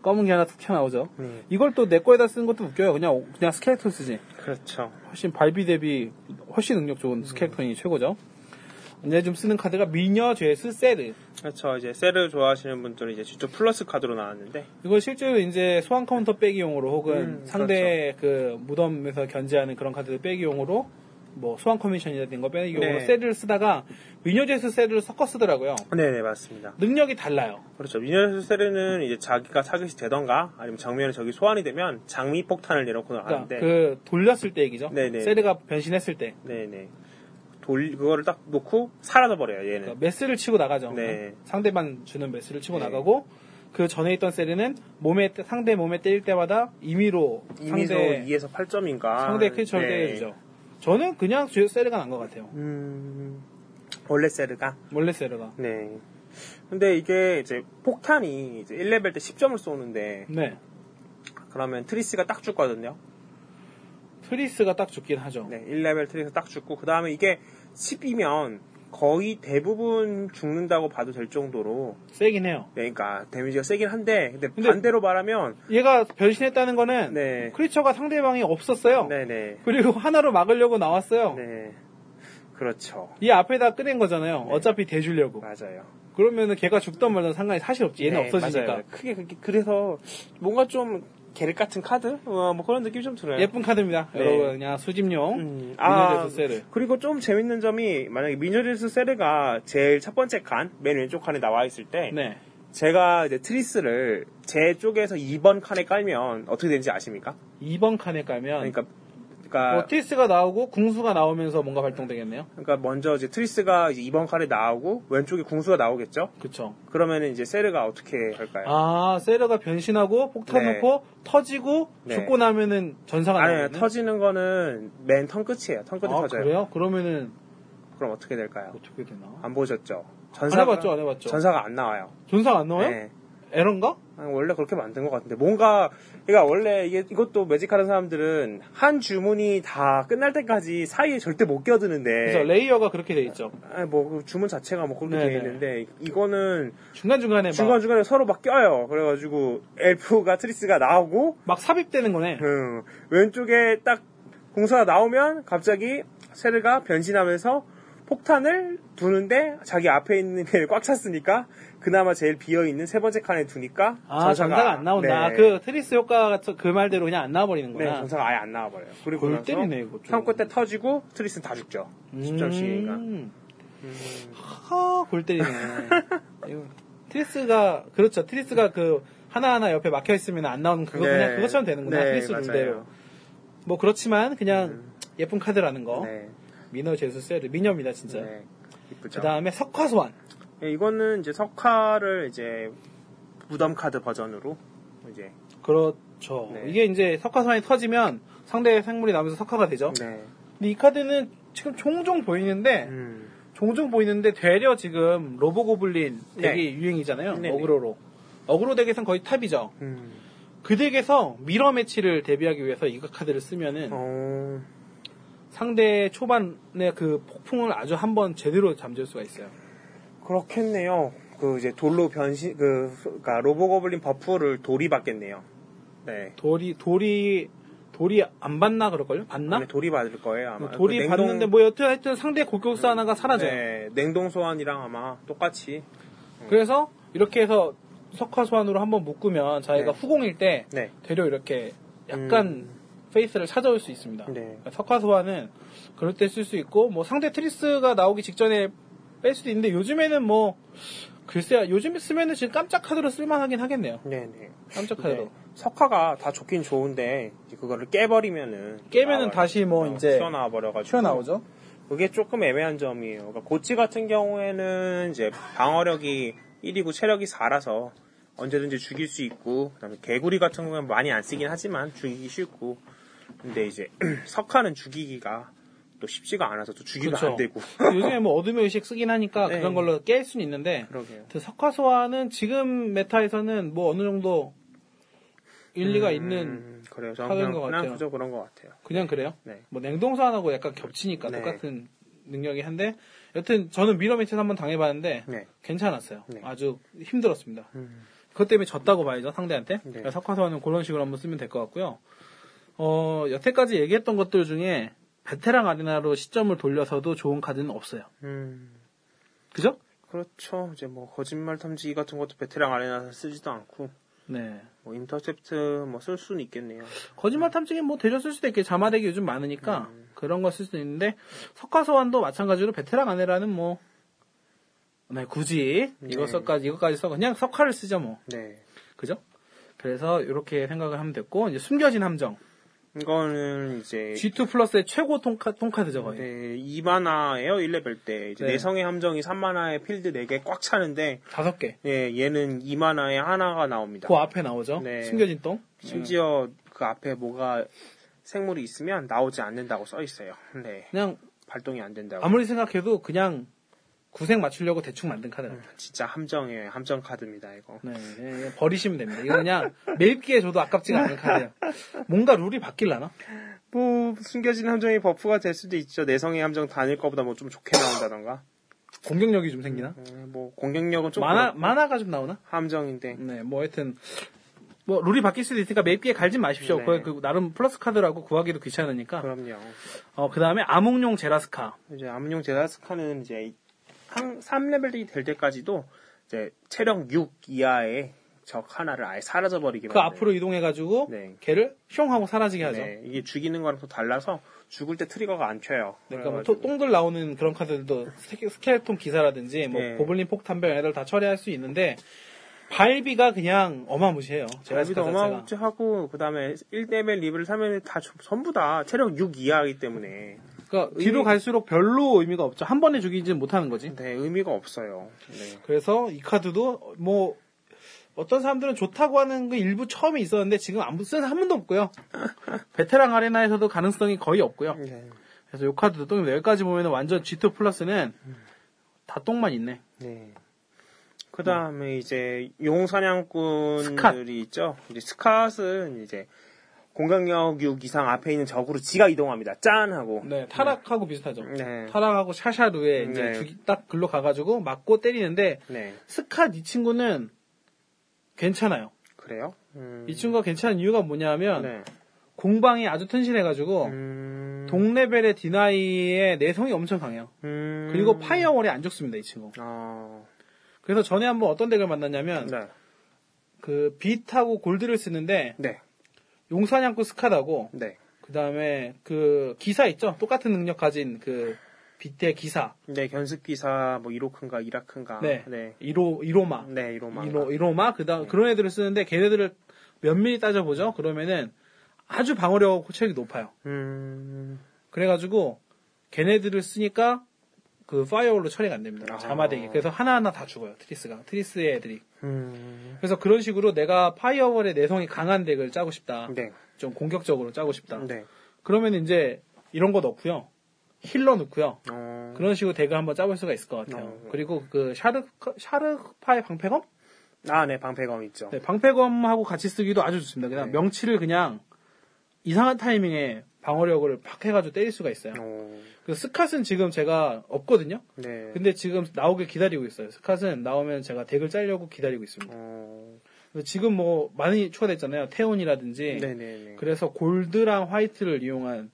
[SPEAKER 1] 검은 게 하나 툭 튀어나오죠.
[SPEAKER 2] 네.
[SPEAKER 1] 이걸 또 내 거에다 쓰는 것도 웃겨요. 그냥, 그냥 스켈레톤 쓰지.
[SPEAKER 2] 그렇죠.
[SPEAKER 1] 훨씬 발비 대비 훨씬 능력
[SPEAKER 2] 음.
[SPEAKER 1] 좋은 스켈레톤이 최고죠. 이제 좀 쓰는 카드가 미녀 죄수 세드.
[SPEAKER 2] 그렇죠. 이제 셀을 좋아하시는 분들은 이제 직접 플러스 카드로 나왔는데
[SPEAKER 1] 이걸 실제로 이제 소환 카운터 빼기용으로 혹은
[SPEAKER 2] 음, 그렇죠.
[SPEAKER 1] 상대 그 무덤에서 견제하는 그런 카드를 빼기용으로 뭐 소환 커미션이라든가 이런 거 빼기용으로
[SPEAKER 2] 네.
[SPEAKER 1] 세드를 쓰다가 미녀죄수 세드를 섞어 쓰더라고요.
[SPEAKER 2] 네네 맞습니다.
[SPEAKER 1] 능력이 달라요.
[SPEAKER 2] 그렇죠. 미녀수 세르는 이제 자기가 사격이 되던가 아니면 정면에 적이 소환이 되면 장미 폭탄을 내놓고
[SPEAKER 1] 그러니까
[SPEAKER 2] 나가는데
[SPEAKER 1] 그 돌렸을 때 얘기죠.
[SPEAKER 2] 아, 네. 네네.
[SPEAKER 1] 세드가 변신했을 때
[SPEAKER 2] 네네 돌 그거를 딱 놓고 사라져 버려요 얘는.
[SPEAKER 1] 그러니까 메스를 치고 나가죠.
[SPEAKER 2] 네.
[SPEAKER 1] 상대만 주는 메스를 치고
[SPEAKER 2] 네.
[SPEAKER 1] 나가고 그 전에 있던 세드는 몸에 때- 상대 몸에 때릴 때마다 임의로
[SPEAKER 2] 이미소
[SPEAKER 1] 상대
[SPEAKER 2] 2에서 8점인가. 네.
[SPEAKER 1] 상대 크리처를 때려주죠. 저는 그냥 주- 세드가 난 것 같아요.
[SPEAKER 2] 음, 원래 세르가.
[SPEAKER 1] 원래 세드가.
[SPEAKER 2] 네. 근데 이게 이제 폭탄이 이제 1레벨 때 10점을 쏘는데
[SPEAKER 1] 네.
[SPEAKER 2] 그러면 트리스가 딱 죽거든요.
[SPEAKER 1] 프리스가 딱 죽긴 하죠.
[SPEAKER 2] 네, 1레벨 트리스 딱 죽고 그 다음에 이게 10이면 거의 대부분 죽는다고 봐도 될 정도로
[SPEAKER 1] 세긴 해요.
[SPEAKER 2] 네, 그러니까 데미지가 세긴 한데 근데,
[SPEAKER 1] 근데-
[SPEAKER 2] 반대로 말하면
[SPEAKER 1] 얘가 변신했다는 거는
[SPEAKER 2] 네,
[SPEAKER 1] 크리처가 상대방이 없었어요.
[SPEAKER 2] 네네,
[SPEAKER 1] 그리고 하나로 막으려고 나왔어요.
[SPEAKER 2] 네, 그렇죠,
[SPEAKER 1] 이 앞에다 끄낸 거잖아요. 어차피 대주려고.
[SPEAKER 2] 네. 맞아요.
[SPEAKER 1] 그러면은 걔가 죽던 말던 상관이 사실 없지. 얘는
[SPEAKER 2] 네,
[SPEAKER 1] 없어지니까.
[SPEAKER 2] 맞아요. 크게 그렇게 그래서 뭔가 좀 계륵 같은 카드 어, 뭐 그런 느낌이 좀 들어요.
[SPEAKER 1] 예쁜 카드입니다.
[SPEAKER 2] 네.
[SPEAKER 1] 여러분 그냥 수집용
[SPEAKER 2] 음,
[SPEAKER 1] 아,
[SPEAKER 2] 아,
[SPEAKER 1] 세를.
[SPEAKER 2] 그리고 좀 재밌는 점이 만약에 미녀리스 세르가 제일 첫 번째 칸, 맨 왼쪽 칸에 나와 있을 때
[SPEAKER 1] 네.
[SPEAKER 2] 제가 이제 트리스를 제 쪽에서 2번 칸에 깔면 어떻게 되는지 아십니까?
[SPEAKER 1] 2번 칸에 깔면
[SPEAKER 2] 그러니까 그러니까,
[SPEAKER 1] 오티스가 나오고 궁수가 나오면서 뭔가 발동되겠네요.
[SPEAKER 2] 그러니까 먼저 이제 트리스가 이제 2번 칸에 나오고 왼쪽에 궁수가 나오겠죠?
[SPEAKER 1] 그쵸.
[SPEAKER 2] 그러면 이제 세르가 어떻게 할까요?
[SPEAKER 1] 아, 세러가 변신하고 폭탄
[SPEAKER 2] 네.
[SPEAKER 1] 놓고 터지고
[SPEAKER 2] 네.
[SPEAKER 1] 죽고 나면은 전사가
[SPEAKER 2] 아니,
[SPEAKER 1] 나오는
[SPEAKER 2] 터지는 거는 맨 턴 끝이에요. 턴 끝에
[SPEAKER 1] 네. 아,
[SPEAKER 2] 터져요.
[SPEAKER 1] 그래요? 그러면은
[SPEAKER 2] 그럼 어떻게 될까요?
[SPEAKER 1] 어떻게 되나?
[SPEAKER 2] 안 보셨죠?
[SPEAKER 1] 안 해봤죠, 안 해봤죠. 어?
[SPEAKER 2] 전사가 안 나와요.
[SPEAKER 1] 전사가 안 나와요?
[SPEAKER 2] 네.
[SPEAKER 1] 에런가?
[SPEAKER 2] 아, 원래 그렇게 만든 것 같은데 뭔가 그러니까 원래 이게 이것도 매직하는 사람들은 한 주문이 다 끝날 때까지 사이에 절대 못
[SPEAKER 1] 그래서
[SPEAKER 2] 끼어드는데
[SPEAKER 1] 레이어가 그렇게 돼 있죠.
[SPEAKER 2] 아, 뭐그 주문 자체가 뭐 그렇게
[SPEAKER 1] 네네.
[SPEAKER 2] 돼 있는데 이거는
[SPEAKER 1] 중간 중간에
[SPEAKER 2] 중간
[SPEAKER 1] 막,
[SPEAKER 2] 중간에 서로 막 껴요. 그래가지고 엘프가 트리스가 나오고
[SPEAKER 1] 막 삽입되는 거네.
[SPEAKER 2] 음, 왼쪽에 딱 공사가 나오면 갑자기 세르가 변신하면서 폭탄을 두는데 자기 앞에 있는 애를 꽉 찼으니까 그나마 제일 비어 있는 세 번째 칸에 두니까
[SPEAKER 1] 아, 전사가 안 나온다.
[SPEAKER 2] 네.
[SPEAKER 1] 그 트리스 효과 같은 그 말대로 그냥 안
[SPEAKER 2] 네,
[SPEAKER 1] 나와버리는구나.
[SPEAKER 2] 전사가 아예 안 나와버려요. 그리고
[SPEAKER 1] 골
[SPEAKER 2] 나서
[SPEAKER 1] 때리네, 이거 좀.
[SPEAKER 2] 선거 때 터지고 트리스는 다 죽죠. 10점씩이니까.
[SPEAKER 1] 음. 하, 골 때리네. 이거 트리스가, 그렇죠. 트리스가 그, 하나하나 옆에 막혀있으면 안 나오는 그거 그냥 그것처럼 되는구나.
[SPEAKER 2] 네,
[SPEAKER 1] 트리스 룰대로. 뭐 그렇지만 그냥 예쁜 카드라는 거.
[SPEAKER 2] 네,
[SPEAKER 1] 미너 제수 세드. 미녀입니다, 어? 진짜.
[SPEAKER 2] 네. 이쁘죠.
[SPEAKER 1] 그 다음에 석화소환.
[SPEAKER 2] 네, 이거는 이제 석화를 이제 무덤 카드 버전으로 이제
[SPEAKER 1] 그렇죠.
[SPEAKER 2] 네.
[SPEAKER 1] 이게 이제 석화소환이 터지면 상대의 생물이 나면서 석화가 되죠.
[SPEAKER 2] 네.
[SPEAKER 1] 근데 이 카드는 지금 종종 보이는데
[SPEAKER 2] 음.
[SPEAKER 1] 종종 보이는데 되려 지금 로보고블린
[SPEAKER 2] 네.
[SPEAKER 1] 덱이 유행이잖아요.
[SPEAKER 2] 네네.
[SPEAKER 1] 어그로로. 어그로 덱에선 거의 탑이죠.
[SPEAKER 2] 음.
[SPEAKER 1] 그 덱에서 미러 매치를 대비하기 위해서 이 카드를 쓰면은
[SPEAKER 2] 어,
[SPEAKER 1] 상대 초반에 그 폭풍을 아주 한번 제대로 잠재울 수가 있어요.
[SPEAKER 2] 그렇겠네요. 그 이제 돌로 변신 그 그러니까 로보고블린 버프를 돌이 받겠네요. 네.
[SPEAKER 1] 돌이 돌이 돌이 안 받나 그럴걸요? 받나?
[SPEAKER 2] 아마 돌이 받을 거예요 아마.
[SPEAKER 1] 돌이
[SPEAKER 2] 그 냉동-
[SPEAKER 1] 받는데 뭐 여튼 하여튼 상대 고격사 하나가 사라져요.
[SPEAKER 2] 네, 냉동 소환이랑 아마 똑같이
[SPEAKER 1] 그래서 이렇게 해서 석화 소환으로 한번 묶으면 자기가
[SPEAKER 2] 네.
[SPEAKER 1] 후공일 때
[SPEAKER 2] 네.
[SPEAKER 1] 되려 이렇게 약간 페이스를 찾아올 수 있습니다.
[SPEAKER 2] 음.
[SPEAKER 1] 그러니까
[SPEAKER 2] 네.
[SPEAKER 1] 석화 소환은 그럴 때 쓸 수 있고 뭐 상대 트리스가 나오기 직전에 뺄 수도 있는데 요즘에는 뭐 글쎄요 요즘 쓰면은 지금 깜짝 카드로 쓸만하긴 하겠네요.
[SPEAKER 2] 네, 네.
[SPEAKER 1] 깜짝 카드로
[SPEAKER 2] 네. 석화가 다 좋긴 좋은데 이제 그거를 깨버리면은
[SPEAKER 1] 깨면은
[SPEAKER 2] 나와요.
[SPEAKER 1] 다시 뭐
[SPEAKER 2] 어,
[SPEAKER 1] 이제
[SPEAKER 2] 튀어나와 버려가지고
[SPEAKER 1] 튀어나오죠.
[SPEAKER 2] 그게 조금 애매한 점이에요. 그러니까 고치 같은 경우에는 이제 방어력이 1이고 체력이 4라서 언제든지 죽일 수 있고 그다음에 개구리 같은 경우는 많이 안 쓰긴 하지만 죽이기 쉽고 근데 이제 석화는 죽이기가 또 쉽지가 않아서 또 죽이도
[SPEAKER 1] 그쵸.
[SPEAKER 2] 안 되고
[SPEAKER 1] 요즘에 뭐 어둠의 의식 쓰긴 하니까
[SPEAKER 2] 네.
[SPEAKER 1] 그런 걸로 깰 수는 있는데
[SPEAKER 2] 그러게요.
[SPEAKER 1] 그 석화 소환은 지금 메타에서는 뭐 어느 정도 일리가 있는
[SPEAKER 2] 음, 그래요. 저는
[SPEAKER 1] 카드인
[SPEAKER 2] 그냥,
[SPEAKER 1] 것
[SPEAKER 2] 그냥
[SPEAKER 1] 같아요.
[SPEAKER 2] 그저 그런 것 같아요.
[SPEAKER 1] 그냥 그래요.
[SPEAKER 2] 네.
[SPEAKER 1] 뭐 냉동 소환하고 약간 겹치니까
[SPEAKER 2] 네.
[SPEAKER 1] 똑같은 능력이 한데 여튼 저는 미러매치에서 한번 당해봤는데
[SPEAKER 2] 네.
[SPEAKER 1] 괜찮았어요.
[SPEAKER 2] 네.
[SPEAKER 1] 아주 힘들었습니다.
[SPEAKER 2] 음.
[SPEAKER 1] 그것 때문에 졌다고 봐야죠 상대한테.
[SPEAKER 2] 네.
[SPEAKER 1] 그러니까 석화 소환은 그런 식으로 한번 쓰면 될 것 같고요. 어 여태까지 얘기했던 것들 중에 베테랑 아리나로 시점을 돌려서도 좋은 카드는 없어요.
[SPEAKER 2] 음,
[SPEAKER 1] 그죠?
[SPEAKER 2] 그렇죠. 이제 뭐 거짓말 탐지기 같은 것도 베테랑 아레나에서 쓰지도 않고
[SPEAKER 1] 네.
[SPEAKER 2] 뭐 인터셉트 뭐 쓸 수는 있겠네요.
[SPEAKER 1] 거짓말 탐지기 뭐 대려 쓸 수도 있고 자마덱이 요즘 많으니까
[SPEAKER 2] 음.
[SPEAKER 1] 그런 거 쓸 수도 있는데 석화소환도 마찬가지로 베테랑 아내라는 뭐 네, 굳이
[SPEAKER 2] 네.
[SPEAKER 1] 이것까지 이것까지 써 그냥 석화를 쓰죠 뭐
[SPEAKER 2] 네.
[SPEAKER 1] 그죠? 그래서 이렇게 생각을 하면 됐고 이제 숨겨진 함정
[SPEAKER 2] 이거는 이제
[SPEAKER 1] G2 플러스의 최고 통카, 통카드죠 거의
[SPEAKER 2] 네, 2만화예요 1레벨 때 이제
[SPEAKER 1] 네.
[SPEAKER 2] 내성의 함정이 3만화에 필드 4개 꽉 차는데
[SPEAKER 1] 다섯 개 그
[SPEAKER 2] 예, 얘는 2만화에 하나가 나옵니다.
[SPEAKER 1] 앞에 나오죠
[SPEAKER 2] 네.
[SPEAKER 1] 숨겨진 똥
[SPEAKER 2] 심지어 그 앞에 뭐가 생물이 있으면 나오지 않는다고 써 있어요. 네,
[SPEAKER 1] 그냥
[SPEAKER 2] 발동이 안 된다고.
[SPEAKER 1] 아무리 생각해도 그냥 구색 맞추려고 대충 만든 카드 같아요
[SPEAKER 2] 진짜 함정이에요. 함정 카드입니다 이거.
[SPEAKER 1] 네, 네, 네, 버리시면 됩니다 이거 그냥 매입기에 줘도 아깝지가 않은 카드예요 뭔가 룰이 바뀔라나?
[SPEAKER 2] 뭐 숨겨진 함정이 버프가 될 수도 있죠. 네 내성의 함정 다닐 거보다 뭐 좀 좋게 나온다던가.
[SPEAKER 1] 공격력이 좀 생기나?
[SPEAKER 2] 음, 뭐 공격력은 좀
[SPEAKER 1] 만화,
[SPEAKER 2] 그렇고
[SPEAKER 1] 만화가 좀 나오나?
[SPEAKER 2] 함정인데.
[SPEAKER 1] 네, 뭐 하여튼 뭐 룰이 바뀔 수도 있으니까 맵기에 갈진 마십시오.
[SPEAKER 2] 네. 음.
[SPEAKER 1] 거의 그 나름 플러스 카드라고 구하기도 귀찮으니까.
[SPEAKER 2] 그럼요.
[SPEAKER 1] 어, 그다음에 암흑용 제라스카.
[SPEAKER 2] 이제 암용 제다스카는 이제 한 3레벨이 될 때까지도 이제 체력 6 이하의 적 하나를 아예 사라져 버리기만
[SPEAKER 1] 그 앞으로 이동해 가지고
[SPEAKER 2] 네.
[SPEAKER 1] 걔를 슝 하고 사라지게 하죠.
[SPEAKER 2] 네, 이게 죽이는 거랑 또 달라서 죽을 때 트리거가 안 켜요.
[SPEAKER 1] 그러니까 뭐
[SPEAKER 2] 그래가지고.
[SPEAKER 1] 또- 똥들 나오는 그런 카드들도 스케- 스켈레톤 기사라든지 뭐
[SPEAKER 2] 네.
[SPEAKER 1] 고블린 폭탄병 애들 다 처리할 수 있는데 발비가 그냥 어마무시해요. 제라스카
[SPEAKER 2] 제비도
[SPEAKER 1] 자체가.
[SPEAKER 2] 어마무치하고 그다음에 1레벨 리벨 3레벨 다 전- 전부 다 체력 6 이하이기 때문에
[SPEAKER 1] 그러니까 뒤로 갈수록 별로 의미가 없죠. 한 번에 죽이지는 못하는 거지.
[SPEAKER 2] 네, 의미가 없어요. 네.
[SPEAKER 1] 그래서 이 카드도 뭐 어떤 사람들은 좋다고 하는 게 일부 처음에 있었는데 지금 안 쓰는 한 번도 없고요. 베테랑 아레나에서도 가능성이 거의 없고요.
[SPEAKER 2] 네.
[SPEAKER 1] 그래서 이 카드도 똥 여기까지 보면 완전 G2 플러스는 다 똥만 있네.
[SPEAKER 2] 네. 그 다음에 이제 용사냥꾼들이
[SPEAKER 1] 스캇.
[SPEAKER 2] 있죠. 이제 스캇은 이제 공격력 6 이상 앞에 있는 적으로 지가 이동합니다. 짠! 하고.
[SPEAKER 1] 네, 타락하고 비슷하죠.
[SPEAKER 2] 네.
[SPEAKER 1] 타락하고 샤샤루에 이제
[SPEAKER 2] 네.
[SPEAKER 1] 죽이- 딱 글로 가가지고 맞고 때리는데
[SPEAKER 2] 네.
[SPEAKER 1] 스캇 이 친구는 괜찮아요.
[SPEAKER 2] 그래요? 음.
[SPEAKER 1] 이 친구가 괜찮은 이유가 뭐냐면
[SPEAKER 2] 네.
[SPEAKER 1] 공방이 아주 튼실해가지고
[SPEAKER 2] 음.
[SPEAKER 1] 어. 동레벨의 디나이의 내성이 엄청 강해요.
[SPEAKER 2] 음.
[SPEAKER 1] 그리고 파이어월이 안 죽습니다 이 친구.
[SPEAKER 2] 아.
[SPEAKER 1] 그래서 전에 한번 어떤 덱을 만났냐면
[SPEAKER 2] 네.
[SPEAKER 1] 그 빛하고 골드를 쓰는데
[SPEAKER 2] 네.
[SPEAKER 1] 용사냥꾼 스카다고
[SPEAKER 2] 네.
[SPEAKER 1] 그 다음에 그 기사 있죠 똑같은 능력 가진 그 빛의 기사
[SPEAKER 2] 네. 견습기사, 뭐, 이로큰가, 이라큰가.
[SPEAKER 1] 네.
[SPEAKER 2] 네.
[SPEAKER 1] 이로 이로마
[SPEAKER 2] 네, 이로마.
[SPEAKER 1] 이로 이로마
[SPEAKER 2] 네.
[SPEAKER 1] 그다음 그런 애들을 쓰는데 걔네들을 면밀히 따져 보죠 그러면은 아주 방어력 체력이 높아요.
[SPEAKER 2] 음.
[SPEAKER 1] 그래가지고 걔네들을 쓰니까 그 파이어홀로 처리가 안 됩니다.
[SPEAKER 2] 아.
[SPEAKER 1] 자마대기 그래서 하나하나 다 죽어요 트리스가 트리스의 애들이
[SPEAKER 2] 음.
[SPEAKER 1] 그래서 그런 식으로 내가 파이어월의 내성이 강한 덱을 짜고 싶다.
[SPEAKER 2] 네.
[SPEAKER 1] 좀 공격적으로 짜고 싶다.
[SPEAKER 2] 네.
[SPEAKER 1] 그러면 이제 이런 거 넣고요. 힐러 넣고요.
[SPEAKER 2] 어.
[SPEAKER 1] 그런 식으로 덱을 한번 짜볼 수가 있을 것 같아요.
[SPEAKER 2] 어.
[SPEAKER 1] 그리고 그 샤르, 샤르파의 방패검? 그-
[SPEAKER 2] 아, 네. 방패검 있죠.
[SPEAKER 1] 네, 방패검하고 같이 쓰기도 아주 좋습니다. 그냥
[SPEAKER 2] 네.
[SPEAKER 1] 명치를 그냥 이상한 타이밍에 방어력을 팍 해가지고 때릴 수가 있어요.
[SPEAKER 2] 어.
[SPEAKER 1] 그래서 스캇은 지금 제가 없거든요.
[SPEAKER 2] 네.
[SPEAKER 1] 근데 지금 나오길 기다리고 있어요. 스캇은 나오면 제가 덱을 짜려고 기다리고 있습니다.
[SPEAKER 2] 어.
[SPEAKER 1] 그래서 지금 뭐 많이 추가됐잖아요. 태온이라든지
[SPEAKER 2] 네네네.
[SPEAKER 1] 그래서 골드랑 화이트를 이용한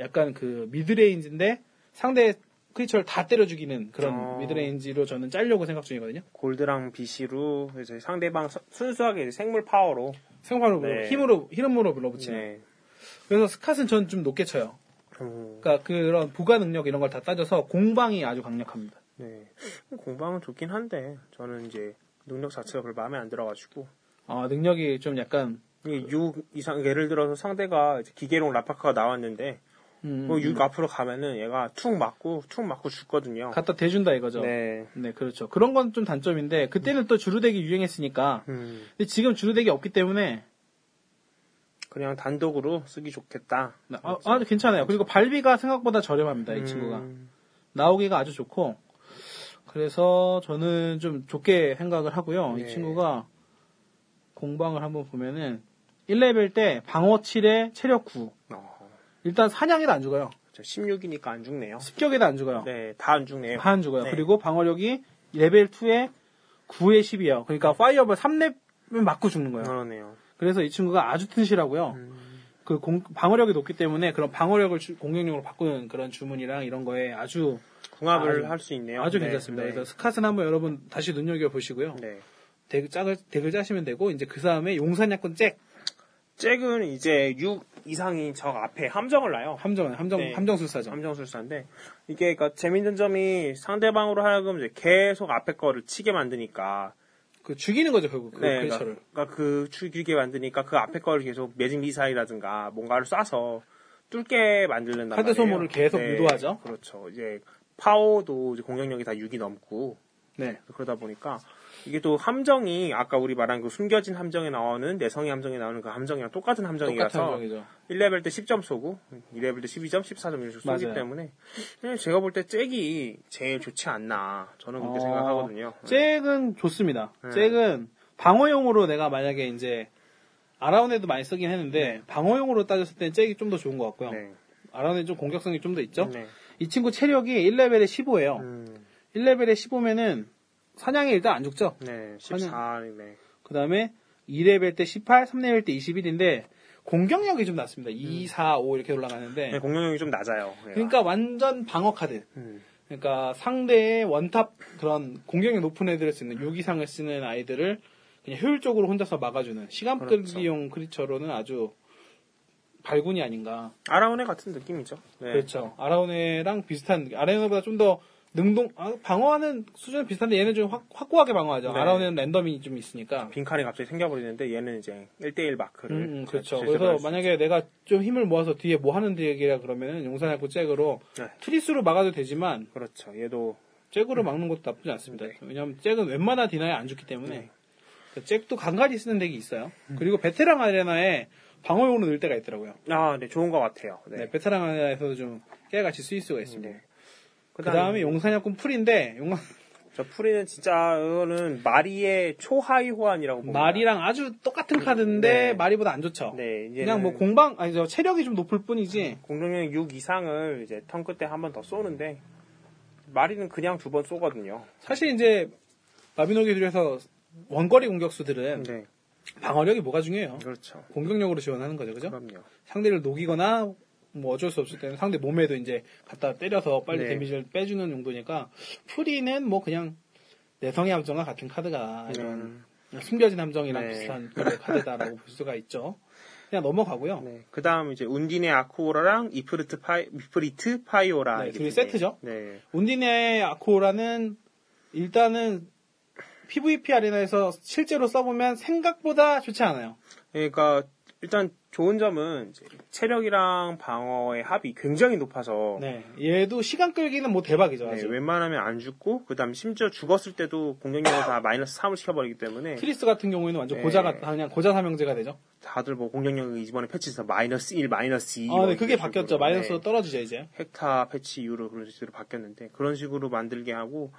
[SPEAKER 1] 약간 그 미드레인지인데 그 상대 크리처를 다 때려 죽이는 그런
[SPEAKER 2] 어.
[SPEAKER 1] 미드레인지로 저는 짜려고 생각 중이거든요.
[SPEAKER 2] 골드랑 BC로 이제 상대방 서- 순수하게 이제 생물 파워로
[SPEAKER 1] 생활로
[SPEAKER 2] 네.
[SPEAKER 1] 힘으로 힘으로 불러붙이는.
[SPEAKER 2] 네.
[SPEAKER 1] 그래서 스캇은 전 좀 높게 쳐요.
[SPEAKER 2] 어,
[SPEAKER 1] 그러니까 그런 부가 능력 이런 걸 다 따져서 공방이 아주 강력합니다.
[SPEAKER 2] 네. 공방은 좋긴 한데 저는 이제 능력 자체가 별로 마음에 안 들어가지고
[SPEAKER 1] 아 능력이 좀 약간
[SPEAKER 2] 이게 6 이상 예를 들어서 상대가 이제 기계룡 라파카가 나왔는데
[SPEAKER 1] 음,
[SPEAKER 2] 뭐 6 앞으로 가면은 얘가 툭 맞고 툭 맞고 죽거든요.
[SPEAKER 1] 갖다 대준다 이거죠. 네.
[SPEAKER 2] 네.
[SPEAKER 1] 그렇죠. 그런 건 좀 단점인데 그때는 또 주루덱이 유행했으니까.
[SPEAKER 2] 음,
[SPEAKER 1] 근데 지금 주루덱이 없기 때문에
[SPEAKER 2] 그냥 단독으로 쓰기 좋겠다.
[SPEAKER 1] 아, 아, 괜찮아요. 그리고 발비가 생각보다 저렴합니다. 네, 이 친구가
[SPEAKER 2] 그렇죠. 음,
[SPEAKER 1] 나오기가 아주 좋고 그래서 저는 좀 좋게 생각을 하고요. 이
[SPEAKER 2] 네.
[SPEAKER 1] 친구가 공방을 한번 보면은 1레벨 때 방어 7에 체력 9.
[SPEAKER 2] 어,
[SPEAKER 1] 일단 사냥에도 안 죽어요.
[SPEAKER 2] 16이니까 안 죽네요.
[SPEAKER 1] 습격에도 안 죽어요.
[SPEAKER 2] 네, 다 안 죽네요.
[SPEAKER 1] 다 안 죽어요.
[SPEAKER 2] 네.
[SPEAKER 1] 그리고 방어력이 레벨 2에 9에 10이에요. 그러니까 파이어볼 3렙을 맞고 죽는 거예요.
[SPEAKER 2] 그러네요.
[SPEAKER 1] 그래서 이 친구가 아주 튼실하고요.
[SPEAKER 2] 음.
[SPEAKER 1] 그 공- 방어력이 높기 때문에 그런 방어력을 주- 공격력으로 바꾸는 그런 주문이랑 이런 거에 아주
[SPEAKER 2] 궁합을
[SPEAKER 1] 아주-
[SPEAKER 2] 할 수 있네요.
[SPEAKER 1] 아주
[SPEAKER 2] 네,
[SPEAKER 1] 괜찮습니다.
[SPEAKER 2] 네.
[SPEAKER 1] 그래서 스캇은 한번 여러분 다시 눈여겨 보시고요.
[SPEAKER 2] 네.
[SPEAKER 1] 덱을 짝을 덱을 짜시면 되고 이제 그 다음에 용산약권 잭
[SPEAKER 2] 잭은 이제 6 이상이 저 앞에 함정을 놔요.
[SPEAKER 1] 함정 함정
[SPEAKER 2] 네.
[SPEAKER 1] 함정술사죠.
[SPEAKER 2] 함정술사인데 이게 그러니까 재밌는 점이 상대방으로 하여금 이제 계속 앞에 거를 치게 만드니까
[SPEAKER 1] 그 죽이는 거죠 결국 그
[SPEAKER 2] 네,
[SPEAKER 1] 크리처를.
[SPEAKER 2] 그러니까 그 죽이게 만드니까 그 앞에 거를 계속 매직 미사일이라든가 뭔가를 쏴서 뚫게 만들는단
[SPEAKER 1] 카드
[SPEAKER 2] 말이에요.
[SPEAKER 1] 소모를 계속 유도하죠.
[SPEAKER 2] 그렇죠. 이제 파워도 이제 공격력이 다 6이 넘고
[SPEAKER 1] 네.
[SPEAKER 2] 그러다 보니까 이게 또 함정이 아까 우리 말한 그 숨겨진 함정에 나오는 내성의 함정에 나오는 그 함정이랑 똑같은 함정이라서
[SPEAKER 1] 똑같은 함정이죠.
[SPEAKER 2] 1레벨 때 10점 쏘고 2레벨 때 12점, 14점 이렇게 쏘기
[SPEAKER 1] 맞아요.
[SPEAKER 2] 때문에 그냥 제가 볼 때 잭이 제일 좋지 않나 저는 그렇게
[SPEAKER 1] 어,
[SPEAKER 2] 생각하거든요.
[SPEAKER 1] 잭은 좋습니다.
[SPEAKER 2] 네.
[SPEAKER 1] 잭은 방어용으로 내가 만약에 이제 아라운에도 많이 쓰긴 했는데 방어용으로 따졌을 때는 잭이 좀 더 좋은 것 같고요.
[SPEAKER 2] 네.
[SPEAKER 1] 아라운에 좀 공격성이 좀 더 있죠.
[SPEAKER 2] 네.
[SPEAKER 1] 이 친구 체력이 1레벨에 15예요.
[SPEAKER 2] 음,
[SPEAKER 1] 1레벨에 15면은 사냥에 일단 안 죽죠.
[SPEAKER 2] 네. 14이네.
[SPEAKER 1] 그 다음에 2레벨 때 18, 3레벨 때 21인데 공격력이 좀 낮습니다.
[SPEAKER 2] 음.
[SPEAKER 1] 2, 4, 5 이렇게 올라가는데
[SPEAKER 2] 네, 공격력이 좀 낮아요. 얘가.
[SPEAKER 1] 그러니까 완전 방어 카드.
[SPEAKER 2] 음,
[SPEAKER 1] 그러니까 상대의 원탑 그런 공격력 높은 애들을 쓰는 6 이상을 쓰는 아이들을 그냥 효율적으로 혼자서 막아주는 시간
[SPEAKER 2] 그렇죠.
[SPEAKER 1] 끌기용 크리처로는 아주 발군이 아닌가.
[SPEAKER 2] 아라온의 같은 느낌이죠. 네.
[SPEAKER 1] 그렇죠. 아라오네랑 비슷한 아라오네보다 좀 더 능동 아, 방어하는 수준은 비슷한데 얘는 좀 확, 확고하게 방어하죠.
[SPEAKER 2] 네.
[SPEAKER 1] 아라오네는 랜덤이 좀 있으니까.
[SPEAKER 2] 빈칸이 갑자기 생겨버리는데 얘는 이제 1대1 마크를
[SPEAKER 1] 음, 음, 그렇죠.
[SPEAKER 2] 제시를
[SPEAKER 1] 그래서
[SPEAKER 2] 할수
[SPEAKER 1] 만약에 내가 좀 힘을 모아서 뒤에 뭐 하는 얘기라 그러면은 용산하고 잭으로
[SPEAKER 2] 네.
[SPEAKER 1] 트리스로 막아도 되지만
[SPEAKER 2] 그렇죠. 얘도
[SPEAKER 1] 잭으로 막는 것도 나쁘지 않습니다. 왜냐하면 잭은 웬만한 디나에 안 죽기 때문에 그러니까 잭도 간간히 쓰는 덱이 있어요. 그리고 베테랑 아레나에 방어용으로 넣을 때가 있더라고요.
[SPEAKER 2] 아, 네, 좋은 것 같아요.
[SPEAKER 1] 네,
[SPEAKER 2] 네.
[SPEAKER 1] 베테랑 아레나에서도 좀 깨같이 쓰일 수가 있습니다.
[SPEAKER 2] 네.
[SPEAKER 1] 그 다음에 용산약군 풀인데 용
[SPEAKER 2] 저 프리는 진짜 이거는 마리의 초하위 호환이라고 봅니다.
[SPEAKER 1] 말이랑 아주 똑같은 카드인데
[SPEAKER 2] 네.
[SPEAKER 1] 말이보다 안 좋죠.
[SPEAKER 2] 네, 음. 이제
[SPEAKER 1] 그냥 뭐 공방 아니 저 체력이 좀 높을 뿐이지
[SPEAKER 2] 공동력 6 이상을 이제 턴 끝에 한 번 더 쏘는데 마리는 그냥 두 번 쏘거든요.
[SPEAKER 1] 사실 이제 마비노기 들에서 원거리 공격수들은
[SPEAKER 2] 네,
[SPEAKER 1] 방어력이 뭐가 중요해요?
[SPEAKER 2] 그렇죠.
[SPEAKER 1] 공격력으로 지원하는 거죠, 그죠?
[SPEAKER 2] 그럼요.
[SPEAKER 1] 상대를 녹이거나 뭐 어쩔 수 없을 때는 상대 몸에도 이제 갖다 때려서 빨리
[SPEAKER 2] 네.
[SPEAKER 1] 데미지를 빼주는 용도니까 프리는 뭐 그냥 내성의 함정과 같은 카드가 이런 숨겨진 함정이랑
[SPEAKER 2] 음. 네.
[SPEAKER 1] 비슷한 그런 카드다라고 볼 수가 있죠. 그냥 넘어가고요.
[SPEAKER 2] 네, 그다음 이제 운딘의 아쿠오라랑 이프리트 파이 이프리트 파이오라
[SPEAKER 1] 네,
[SPEAKER 2] 이게
[SPEAKER 1] 둘이
[SPEAKER 2] 두 개.
[SPEAKER 1] 세트죠?
[SPEAKER 2] 네,
[SPEAKER 1] 온디네 아코라는 일단은 PVP 아레나에서 실제로 써보면 생각보다 좋지 않아요.
[SPEAKER 2] 그러니까 일단 좋은 점은 이제 체력이랑 방어의 합이 굉장히 높아서
[SPEAKER 1] 네. 얘도 시간 끌기는 뭐 대박이죠.
[SPEAKER 2] 네,
[SPEAKER 1] 아주.
[SPEAKER 2] 웬만하면 안 죽고 그다음 심지어 죽었을 때도 공격력을 다 마이너스 3을 시켜버리기 때문에
[SPEAKER 1] 트리스 같은 경우에는 완전
[SPEAKER 2] 네.
[SPEAKER 1] 고자가 그냥 고자 삼형제가 되죠.
[SPEAKER 2] 다들 뭐 공격력 이번에 패치에서 마이너스 1, 마이너스 2.
[SPEAKER 1] 아, 네, 그게 바뀌었죠. 마이너스로 떨어지죠 이제.
[SPEAKER 2] 헥타 패치 이후로 그런 식으로 바뀌었는데 그런 식으로 만들게 하고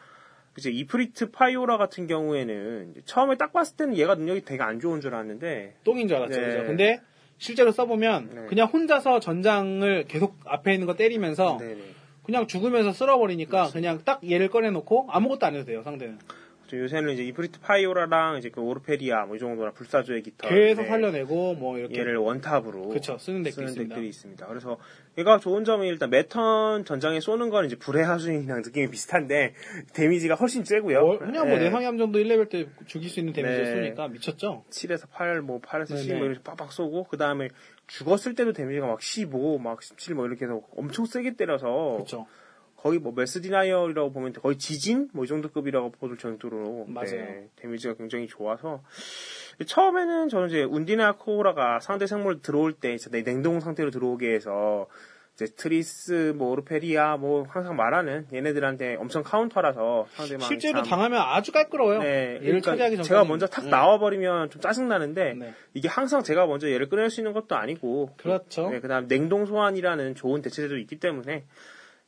[SPEAKER 2] 이제 이프리트 파이오라 같은 경우에는 이제 처음에 딱 봤을 때는 얘가 능력이 되게 안 좋은 줄 알았는데
[SPEAKER 1] 똥인 줄 알았죠.
[SPEAKER 2] 네.
[SPEAKER 1] 그죠? 근데 실제로 써보면
[SPEAKER 2] 네.
[SPEAKER 1] 그냥 혼자서 전장을 계속 앞에 있는 거 때리면서
[SPEAKER 2] 네네. 그렇죠.
[SPEAKER 1] 그냥 죽으면서 쓸어버리니까 그냥 딱 얘를 꺼내놓고 아무것도 안 해도 돼요 상대는.
[SPEAKER 2] 그래서 요새는 이제 이프리트 파이오라랑 이제 그 오르페리아 뭐 이 정도나 불사조의 깃털
[SPEAKER 1] 계속
[SPEAKER 2] 네.
[SPEAKER 1] 살려내고 뭐 이렇게
[SPEAKER 2] 얘를 원탑으로
[SPEAKER 1] 그쵸, 쓰는 덱도 있습니다.
[SPEAKER 2] 덱들이 있습니다. 그래서 얘가 좋은 점이 일단 매턴 전장에 쏘는 건 이제 불의 하수인이랑 느낌이 비슷한데 데미지가 훨씬 세고요.
[SPEAKER 1] 월- 그냥 뭐
[SPEAKER 2] 네.
[SPEAKER 1] 내상의 함정도 1레벨 때 죽일 수 있는 데미지를
[SPEAKER 2] 네.
[SPEAKER 1] 쏘니까 미쳤죠.
[SPEAKER 2] 7에서 8, 뭐 8에서 10,
[SPEAKER 1] 네네.
[SPEAKER 2] 뭐 이렇게 빡빡 쏘고, 그 다음에 죽었을 때도 데미지가 막 15, 막 17, 뭐 이렇게 해서 엄청 세게 때려서,
[SPEAKER 1] 그렇죠.
[SPEAKER 2] 거의 뭐 메스 디나이얼이라고 보면 돼. 거의 지진? 뭐 이 정도급이라고 보들 정도로.
[SPEAKER 1] 맞아요.
[SPEAKER 2] 네, 데미지가 굉장히 좋아서. 처음에는 저는 이제 운디나 코오라가 상대 생물 들어올 때, 이제 내 냉동 상태로 들어오게 해서, 이제 트리스, 뭐 오르페리아, 뭐 항상 말하는 얘네들한테 엄청 카운터라서 상대방
[SPEAKER 1] 실제로 당하면 아주 깔끄러워요.
[SPEAKER 2] 네,
[SPEAKER 1] 얘를
[SPEAKER 2] 그러니까
[SPEAKER 1] 차지하기 전까지.
[SPEAKER 2] 제가 먼저 탁
[SPEAKER 1] 네.
[SPEAKER 2] 나와버리면 좀 짜증나는데
[SPEAKER 1] 네.
[SPEAKER 2] 이게 항상 제가 먼저 얘를 끊을 수 있는 것도 아니고
[SPEAKER 1] 그렇죠.
[SPEAKER 2] 네, 그다음 냉동 소환이라는 좋은 대체제도 있기 때문에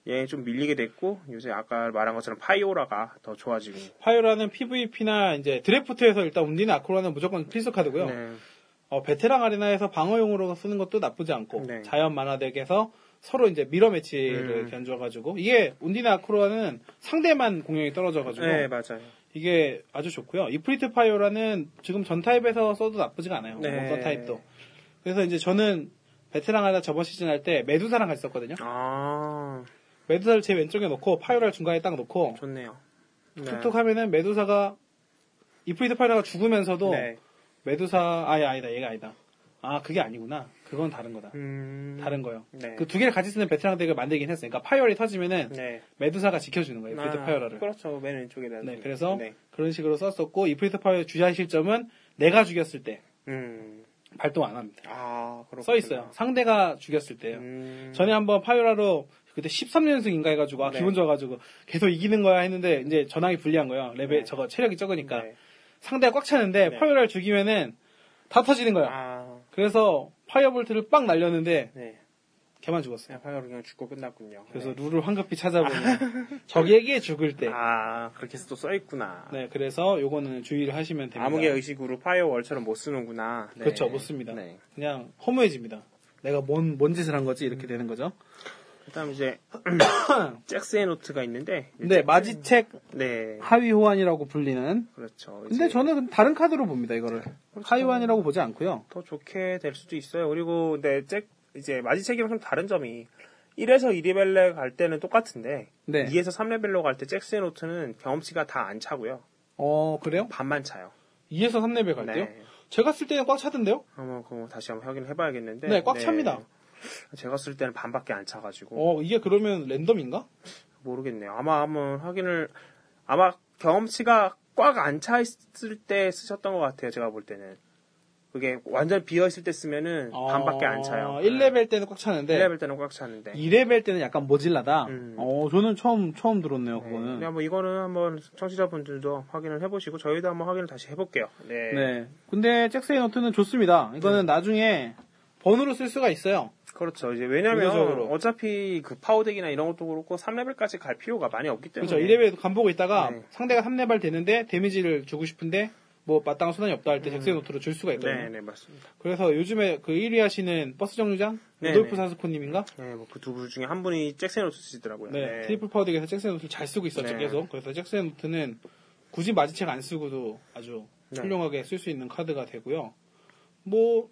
[SPEAKER 2] 얘 좀 밀리게 됐고 요새 아까 말한 것처럼 파이오라가 더 좋아지고
[SPEAKER 1] 파이오라는 PVP나 이제 드래프트에서 일단 운디나 아크로라는 무조건 필수 카드고요.
[SPEAKER 2] 네,
[SPEAKER 1] 어, 베테랑 아레나에서 방어용으로 쓰는 것도 나쁘지 않고
[SPEAKER 2] 네.
[SPEAKER 1] 자연 만화덱에서 서로 이제 미러 매치를
[SPEAKER 2] 음.
[SPEAKER 1] 견줘가지고 이게 운디나 아크로라는 상대만 공격이 떨어져가지고
[SPEAKER 2] 네, 맞아요.
[SPEAKER 1] 이게 아주 좋고요. 이프리트 파이오라는 지금 전 타입에서 써도 나쁘지가 않아요.
[SPEAKER 2] 네.
[SPEAKER 1] 어떤 타입도. 그래서 이제 저는 베테랑 하다 저번 시즌 할 때 메두사랑 같이 썼거든요.
[SPEAKER 2] 아
[SPEAKER 1] 메두사를 제 왼쪽에 놓고 파이오라를 중간에 딱 놓고
[SPEAKER 2] 좋네요. 네.
[SPEAKER 1] 툭툭 하면은 메두사가 이프리트 파이오라가 죽으면서도
[SPEAKER 2] 네.
[SPEAKER 1] 메두사 아니 아니다 얘가 아니다. 아 그게 아니구나. 그건 다른 거다.
[SPEAKER 2] 음,
[SPEAKER 1] 다른 거요.
[SPEAKER 2] 네.
[SPEAKER 1] 그 두 개를 같이 쓰는 베테랑 덱을 만들긴 했어요. 그러니까 파이오리 터지면은
[SPEAKER 2] 네.
[SPEAKER 1] 메두사가 지켜주는 거예요. 이프리트
[SPEAKER 2] 아,
[SPEAKER 1] 파이오라를.
[SPEAKER 2] 그렇죠. 맨 왼쪽에 나.
[SPEAKER 1] 뭐 네, 그래서
[SPEAKER 2] 네.
[SPEAKER 1] 그런 식으로 썼었고 이프리트 파이오 주의할 실점은 내가 죽였을 때
[SPEAKER 2] 음.
[SPEAKER 1] 발동 안 합니다.
[SPEAKER 2] 아, 그렇구나.
[SPEAKER 1] 써 있어요. 상대가 죽였을 때요.
[SPEAKER 2] 음.
[SPEAKER 1] 전에 한번 파이오라로 그때 13연승인가 해가지고 아,
[SPEAKER 2] 네.
[SPEAKER 1] 기분 좋아가지고 계속 이기는 거야 했는데 이제 전황이 불리한 거예요. 레벨
[SPEAKER 2] 네.
[SPEAKER 1] 저거 체력이 적으니까
[SPEAKER 2] 네.
[SPEAKER 1] 상대가 꽉 차는데
[SPEAKER 2] 네.
[SPEAKER 1] 파이오라를 죽이면은 다 터지는 거야.
[SPEAKER 2] 아,
[SPEAKER 1] 그래서 파이어볼트를 빵 날렸는데
[SPEAKER 2] 네.
[SPEAKER 1] 걔만 죽었어요.
[SPEAKER 2] 그냥 파이어로 그냥 죽고 끝났군요.
[SPEAKER 1] 그래서
[SPEAKER 2] 네.
[SPEAKER 1] 룰을 황급히 찾아보면 적에게 죽을 때.
[SPEAKER 2] 아 그렇게 또 써있구나.
[SPEAKER 1] 네, 그래서 요거는 주의를 하시면 됩니다.
[SPEAKER 2] 암흑의 의식으로 파이어월처럼 못 쓰는구나. 네.
[SPEAKER 1] 그렇죠, 못 씁니다.
[SPEAKER 2] 네.
[SPEAKER 1] 그냥 허무해집니다. 내가 뭔, 뭔 짓을 한 거지? 이렇게 되는 거죠.
[SPEAKER 2] 그다음 이제 잭스의 노트가 있는데,
[SPEAKER 1] 근데 마지책
[SPEAKER 2] 네,
[SPEAKER 1] 하위 호환이라고 불리는
[SPEAKER 2] 그렇죠.
[SPEAKER 1] 근데
[SPEAKER 2] 이제
[SPEAKER 1] 저는 다른 카드로 봅니다 이거를
[SPEAKER 2] 그렇죠.
[SPEAKER 1] 하위 호환이라고 보지 않고요.
[SPEAKER 2] 더 좋게 될 수도 있어요. 그리고 근데 잭 이제 마지책이랑 좀 다른 점이 1에서 2레벨로 갈 때는 똑같은데
[SPEAKER 1] 네.
[SPEAKER 2] 2에서 3레벨로 갈 때 잭스의 노트는 경험치가 다 안 차고요.
[SPEAKER 1] 어 그래요?
[SPEAKER 2] 반만 차요.
[SPEAKER 1] 2에서 3레벨 갈 때요?
[SPEAKER 2] 네.
[SPEAKER 1] 제가 쓸 때는 꽉 차던데요?
[SPEAKER 2] 한번 그거 다시 한번 확인해 봐야겠는데. 네.
[SPEAKER 1] 네, 꽉 찹니다.
[SPEAKER 2] 제가 쓸 때는 반밖에 안 차가지고.
[SPEAKER 1] 어 이게 그러면 랜덤인가?
[SPEAKER 2] 모르겠네요. 아마 한번 확인을 아마 경험치가 꽉 안 차 있을 때 쓰셨던 것 같아요. 제가 볼 때는 그게 완전 비어 있을 때 쓰면은 음, 반밖에 안 차요.
[SPEAKER 1] 아, 1레벨 때는 꽉
[SPEAKER 2] 네.
[SPEAKER 1] 차는데
[SPEAKER 2] 1레벨 때는 꽉 차는데.
[SPEAKER 1] 2레벨 때는 약간 모질라다.
[SPEAKER 2] 음.
[SPEAKER 1] 어 저는 처음 처음 들었네요
[SPEAKER 2] 네.
[SPEAKER 1] 그거는.
[SPEAKER 2] 근데 한번 이거는 한번 청취자분들도 확인을 해보시고 저희도 한번 확인을 다시 해볼게요. 네.
[SPEAKER 1] 네. 근데 잭스의 노트는 좋습니다. 이거는 나중에 번호로 쓸 수가 있어요.
[SPEAKER 2] 그렇죠. 이제 왜냐면
[SPEAKER 1] 의도적으로.
[SPEAKER 2] 어차피 그 파워덱이나 이런 것도 그렇고 3레벨까지 갈 필요가 많이 없기 때문에.
[SPEAKER 1] 그렇죠. 1레벨에도 간보고 있다가
[SPEAKER 2] 네.
[SPEAKER 1] 상대가 3레벨 되는데 데미지를 주고 싶은데 뭐 마땅한 수단이 없다 할 때 잭스의 노트로 줄 수가 있거든요.
[SPEAKER 2] 음. 네, 네, 맞습니다.
[SPEAKER 1] 그래서 요즘에 그 1위 하시는 버스 정류장
[SPEAKER 2] 네,
[SPEAKER 1] 루돌프
[SPEAKER 2] 네.
[SPEAKER 1] 사스코님인가?
[SPEAKER 2] 네, 뭐그두 분 중에 한 분이 잭센으로 쓰시더라고요.
[SPEAKER 1] 네, 트리플 파워덱에서 잭슨 노트를 잘 쓰고 있었죠
[SPEAKER 2] 네.
[SPEAKER 1] 계속. 그래서 잭슨 노트는 굳이 마지책 안 쓰고도 아주
[SPEAKER 2] 네.
[SPEAKER 1] 훌륭하게 쓸 수 있는 카드가 되고요. 뭐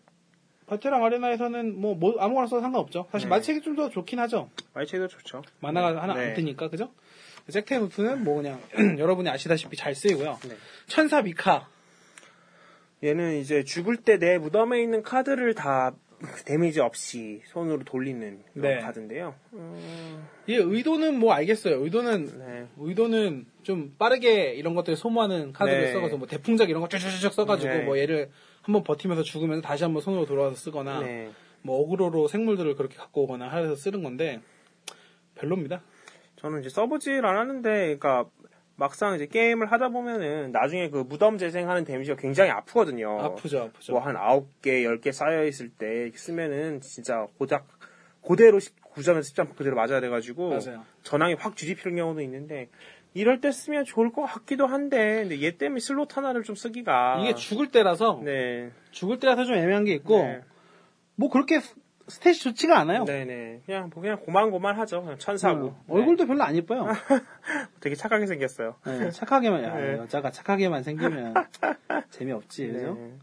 [SPEAKER 1] 베테랑 아레나에서는 뭐, 뭐 아무거나 써도 상관없죠. 사실
[SPEAKER 2] 네.
[SPEAKER 1] 마지책이 좀 더 좋긴 하죠.
[SPEAKER 2] 마이체도 좋죠.
[SPEAKER 1] 만화가 하나
[SPEAKER 2] 네.
[SPEAKER 1] 안 뜨니까 그죠? 잭텐 노트는 뭐 그냥 여러분이 아시다시피 잘 쓰이고요.
[SPEAKER 2] 네.
[SPEAKER 1] 천사 미카
[SPEAKER 2] 얘는 이제 죽을 때 내 무덤에 있는 카드를 다 데미지 없이 손으로 돌리는 그런
[SPEAKER 1] 네.
[SPEAKER 2] 카드인데요. 음,
[SPEAKER 1] 이 의도는 뭐 알겠어요. 의도는
[SPEAKER 2] 네.
[SPEAKER 1] 의도는 좀 빠르게 이런 것들을 소모하는 카드를
[SPEAKER 2] 네.
[SPEAKER 1] 써가지고 뭐 대풍작 이런 거 쫙쫙쫙 써가지고
[SPEAKER 2] 네.
[SPEAKER 1] 뭐 얘를 한번 버티면서 죽으면서 다시 한번 손으로 돌아와서 쓰거나
[SPEAKER 2] 네.
[SPEAKER 1] 뭐 어그로로 생물들을 그렇게 갖고 오거나 해서 쓰는 건데 별로입니다.
[SPEAKER 2] 저는 이제 써보질 않았는데, 그러니까 막상 이제 게임을 하다 보면은 나중에 그 무덤 재생하는 데미지가 굉장히 아프거든요.
[SPEAKER 1] 아프죠, 아프죠.
[SPEAKER 2] 뭐 한 9개, 10개 쌓여있을 때 쓰면은 진짜 고작 그대로 9점에서 10점 그대로 맞아야 돼가지고
[SPEAKER 1] 맞아요.
[SPEAKER 2] 전황이 확 뒤집히는 경우도 있는데 이럴 때 쓰면 좋을 것 같기도 한데 근데 얘 때문에 슬롯 하나를 좀 쓰기가
[SPEAKER 1] 이게 죽을 때라서
[SPEAKER 2] 네.
[SPEAKER 1] 어. 죽을 때라서 좀 애매한 게 있고
[SPEAKER 2] 네.
[SPEAKER 1] 뭐 그렇게 스탯이 좋지가 않아요.
[SPEAKER 2] 네네. 그냥 뭐 그냥 고만고만 하죠. 그냥 천사고.
[SPEAKER 1] 어, 얼굴도 별로 안 이뻐요.
[SPEAKER 2] 네. 되게 착하게 생겼어요.
[SPEAKER 1] 네, 착하게만 야,
[SPEAKER 2] 네.
[SPEAKER 1] 여자가 착하게만 생기면 재미없지 그죠?
[SPEAKER 2] 네.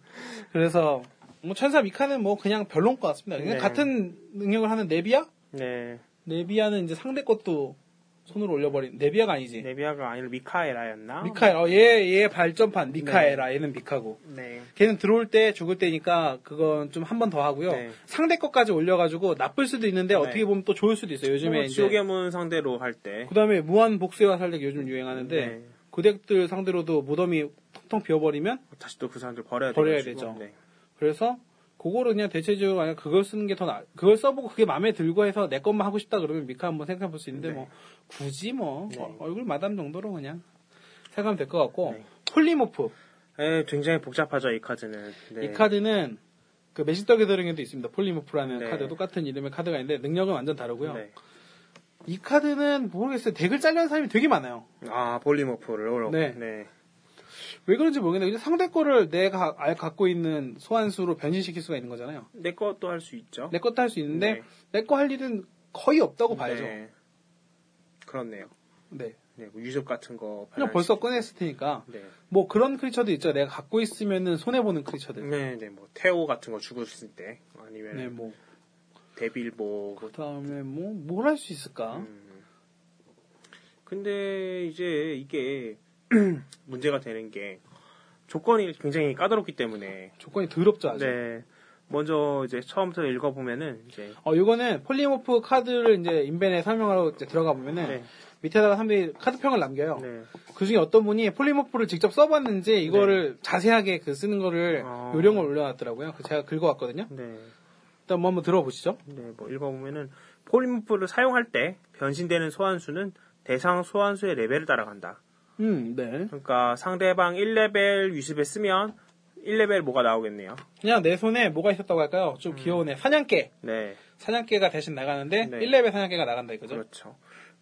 [SPEAKER 1] 그래서 뭐 천사 미카는 뭐 그냥 별론 것 같습니다. 그냥
[SPEAKER 2] 네.
[SPEAKER 1] 같은 능력을 하는 네비야?
[SPEAKER 2] 네.
[SPEAKER 1] 네비야는 이제 상대 것도 손으로 올려버린 네비야가 아니지.
[SPEAKER 2] 네비아가 아니라 미카에라였나?
[SPEAKER 1] 미카엘, 어, 얘, 얘 발전판 미카엘아, 얘는 미카고.
[SPEAKER 2] 네.
[SPEAKER 1] 걔는 들어올 때 죽을 때니까 그건 좀 한 번 더 하고요.
[SPEAKER 2] 네.
[SPEAKER 1] 상대 것까지 올려가지고 나쁠 수도 있는데 어떻게
[SPEAKER 2] 네.
[SPEAKER 1] 보면 또 좋을 수도 있어요. 요즘에
[SPEAKER 2] 뭐
[SPEAKER 1] 이제
[SPEAKER 2] 지옥의 문 상대로 할 때.
[SPEAKER 1] 그 다음에 무한 복수와 살력 요즘 유행하는데
[SPEAKER 2] 네.
[SPEAKER 1] 그 덱들 상대로도 무덤이 텅텅 비어버리면
[SPEAKER 2] 다시 또 그 사람들 버려야,
[SPEAKER 1] 버려야
[SPEAKER 2] 돼가지고.
[SPEAKER 1] 되죠.
[SPEAKER 2] 네.
[SPEAKER 1] 그래서 그거를 그냥 대체적으로 그냥 그걸 쓰는 게 더 나. 그걸 써보고 그게 마음에 들고 해서 내 것만 하고 싶다 그러면 미카 한번 생각해볼 수 있는데
[SPEAKER 2] 네.
[SPEAKER 1] 뭐 굳이 뭐
[SPEAKER 2] 네.
[SPEAKER 1] 어, 얼굴 마담 정도로 그냥 생각하면 될 것 같고
[SPEAKER 2] 네.
[SPEAKER 1] 폴리모프
[SPEAKER 2] 에, 네, 굉장히 복잡하죠 이 카드는. 네.
[SPEAKER 1] 이 카드는 그 매직더 게더링에도 있습니다. 폴리모프라는
[SPEAKER 2] 네.
[SPEAKER 1] 카드 똑같은 이름의 카드가 있는데 능력은 완전 다르고요.
[SPEAKER 2] 네.
[SPEAKER 1] 이 카드는 모르겠어요. 덱을 잘려는 사람이 되게 많아요.
[SPEAKER 2] 아 볼리모프를 오로.
[SPEAKER 1] 네.
[SPEAKER 2] 네.
[SPEAKER 1] 왜 그런지 모르겠는데 근데 상대 거를 내가 알- 갖고 있는 소환수로 변신시킬 수가 있는 거잖아요.
[SPEAKER 2] 내 것도 할 수 있죠.
[SPEAKER 1] 내 것도 할 수 있는데
[SPEAKER 2] 네.
[SPEAKER 1] 내 거 할 일은 거의 없다고 봐야죠.
[SPEAKER 2] 네. 그렇네요.
[SPEAKER 1] 네.
[SPEAKER 2] 네. 뭐 유적 같은 거.
[SPEAKER 1] 그냥
[SPEAKER 2] 발랄
[SPEAKER 1] 벌써 꺼냈을 테니까
[SPEAKER 2] 수- 네.
[SPEAKER 1] 뭐 그런 크리처도 있죠. 내가 갖고 있으면은 손해 보는 크리처들.
[SPEAKER 2] 네, 네, 뭐 태오 같은 거 죽었을 때 아니면
[SPEAKER 1] 네, 뭐
[SPEAKER 2] 데빌보.
[SPEAKER 1] 그다음에 뭐 뭘 할 수 있을까?
[SPEAKER 2] 음. 근데 이제 이게 문제가 되는 게 조건이 굉장히 까다롭기 때문에.
[SPEAKER 1] 조건이 더럽죠 아주.
[SPEAKER 2] 네. 먼저 이제 처음부터 읽어보면은 이제
[SPEAKER 1] 어 이거는 폴리모프 카드를 이제 인벤에 설명하러 이제 들어가 보면은
[SPEAKER 2] 네.
[SPEAKER 1] 밑에다가 사람들이 카드평을 남겨요.
[SPEAKER 2] 네.
[SPEAKER 1] 그 중에 어떤 분이 폴리모프를 직접 써봤는지
[SPEAKER 2] 네.
[SPEAKER 1] 이거를 자세하게 그 쓰는 거를
[SPEAKER 2] 어.
[SPEAKER 1] 요령을 올려놨더라고요. 그 제가 긁어왔거든요.
[SPEAKER 2] 네.
[SPEAKER 1] 일단 뭐 한번 들어보시죠.
[SPEAKER 2] 네, 뭐 읽어보면은 폴리모프를 사용할 때 변신되는 소환수는 대상 소환수의 레벨을 따라간다.
[SPEAKER 1] 음, 네.
[SPEAKER 2] 그러니까 상대방 1레벨 위습에 쓰면 1레벨 뭐가 나오겠네요.
[SPEAKER 1] 그냥 내 손에 뭐가 있었다고 할까요? 좀 귀여우네. 사냥개.
[SPEAKER 2] 네,
[SPEAKER 1] 사냥개가 대신 나가는데
[SPEAKER 2] 음. 네.
[SPEAKER 1] 1레벨 사냥개가 나간다 이거죠.
[SPEAKER 2] 그렇죠.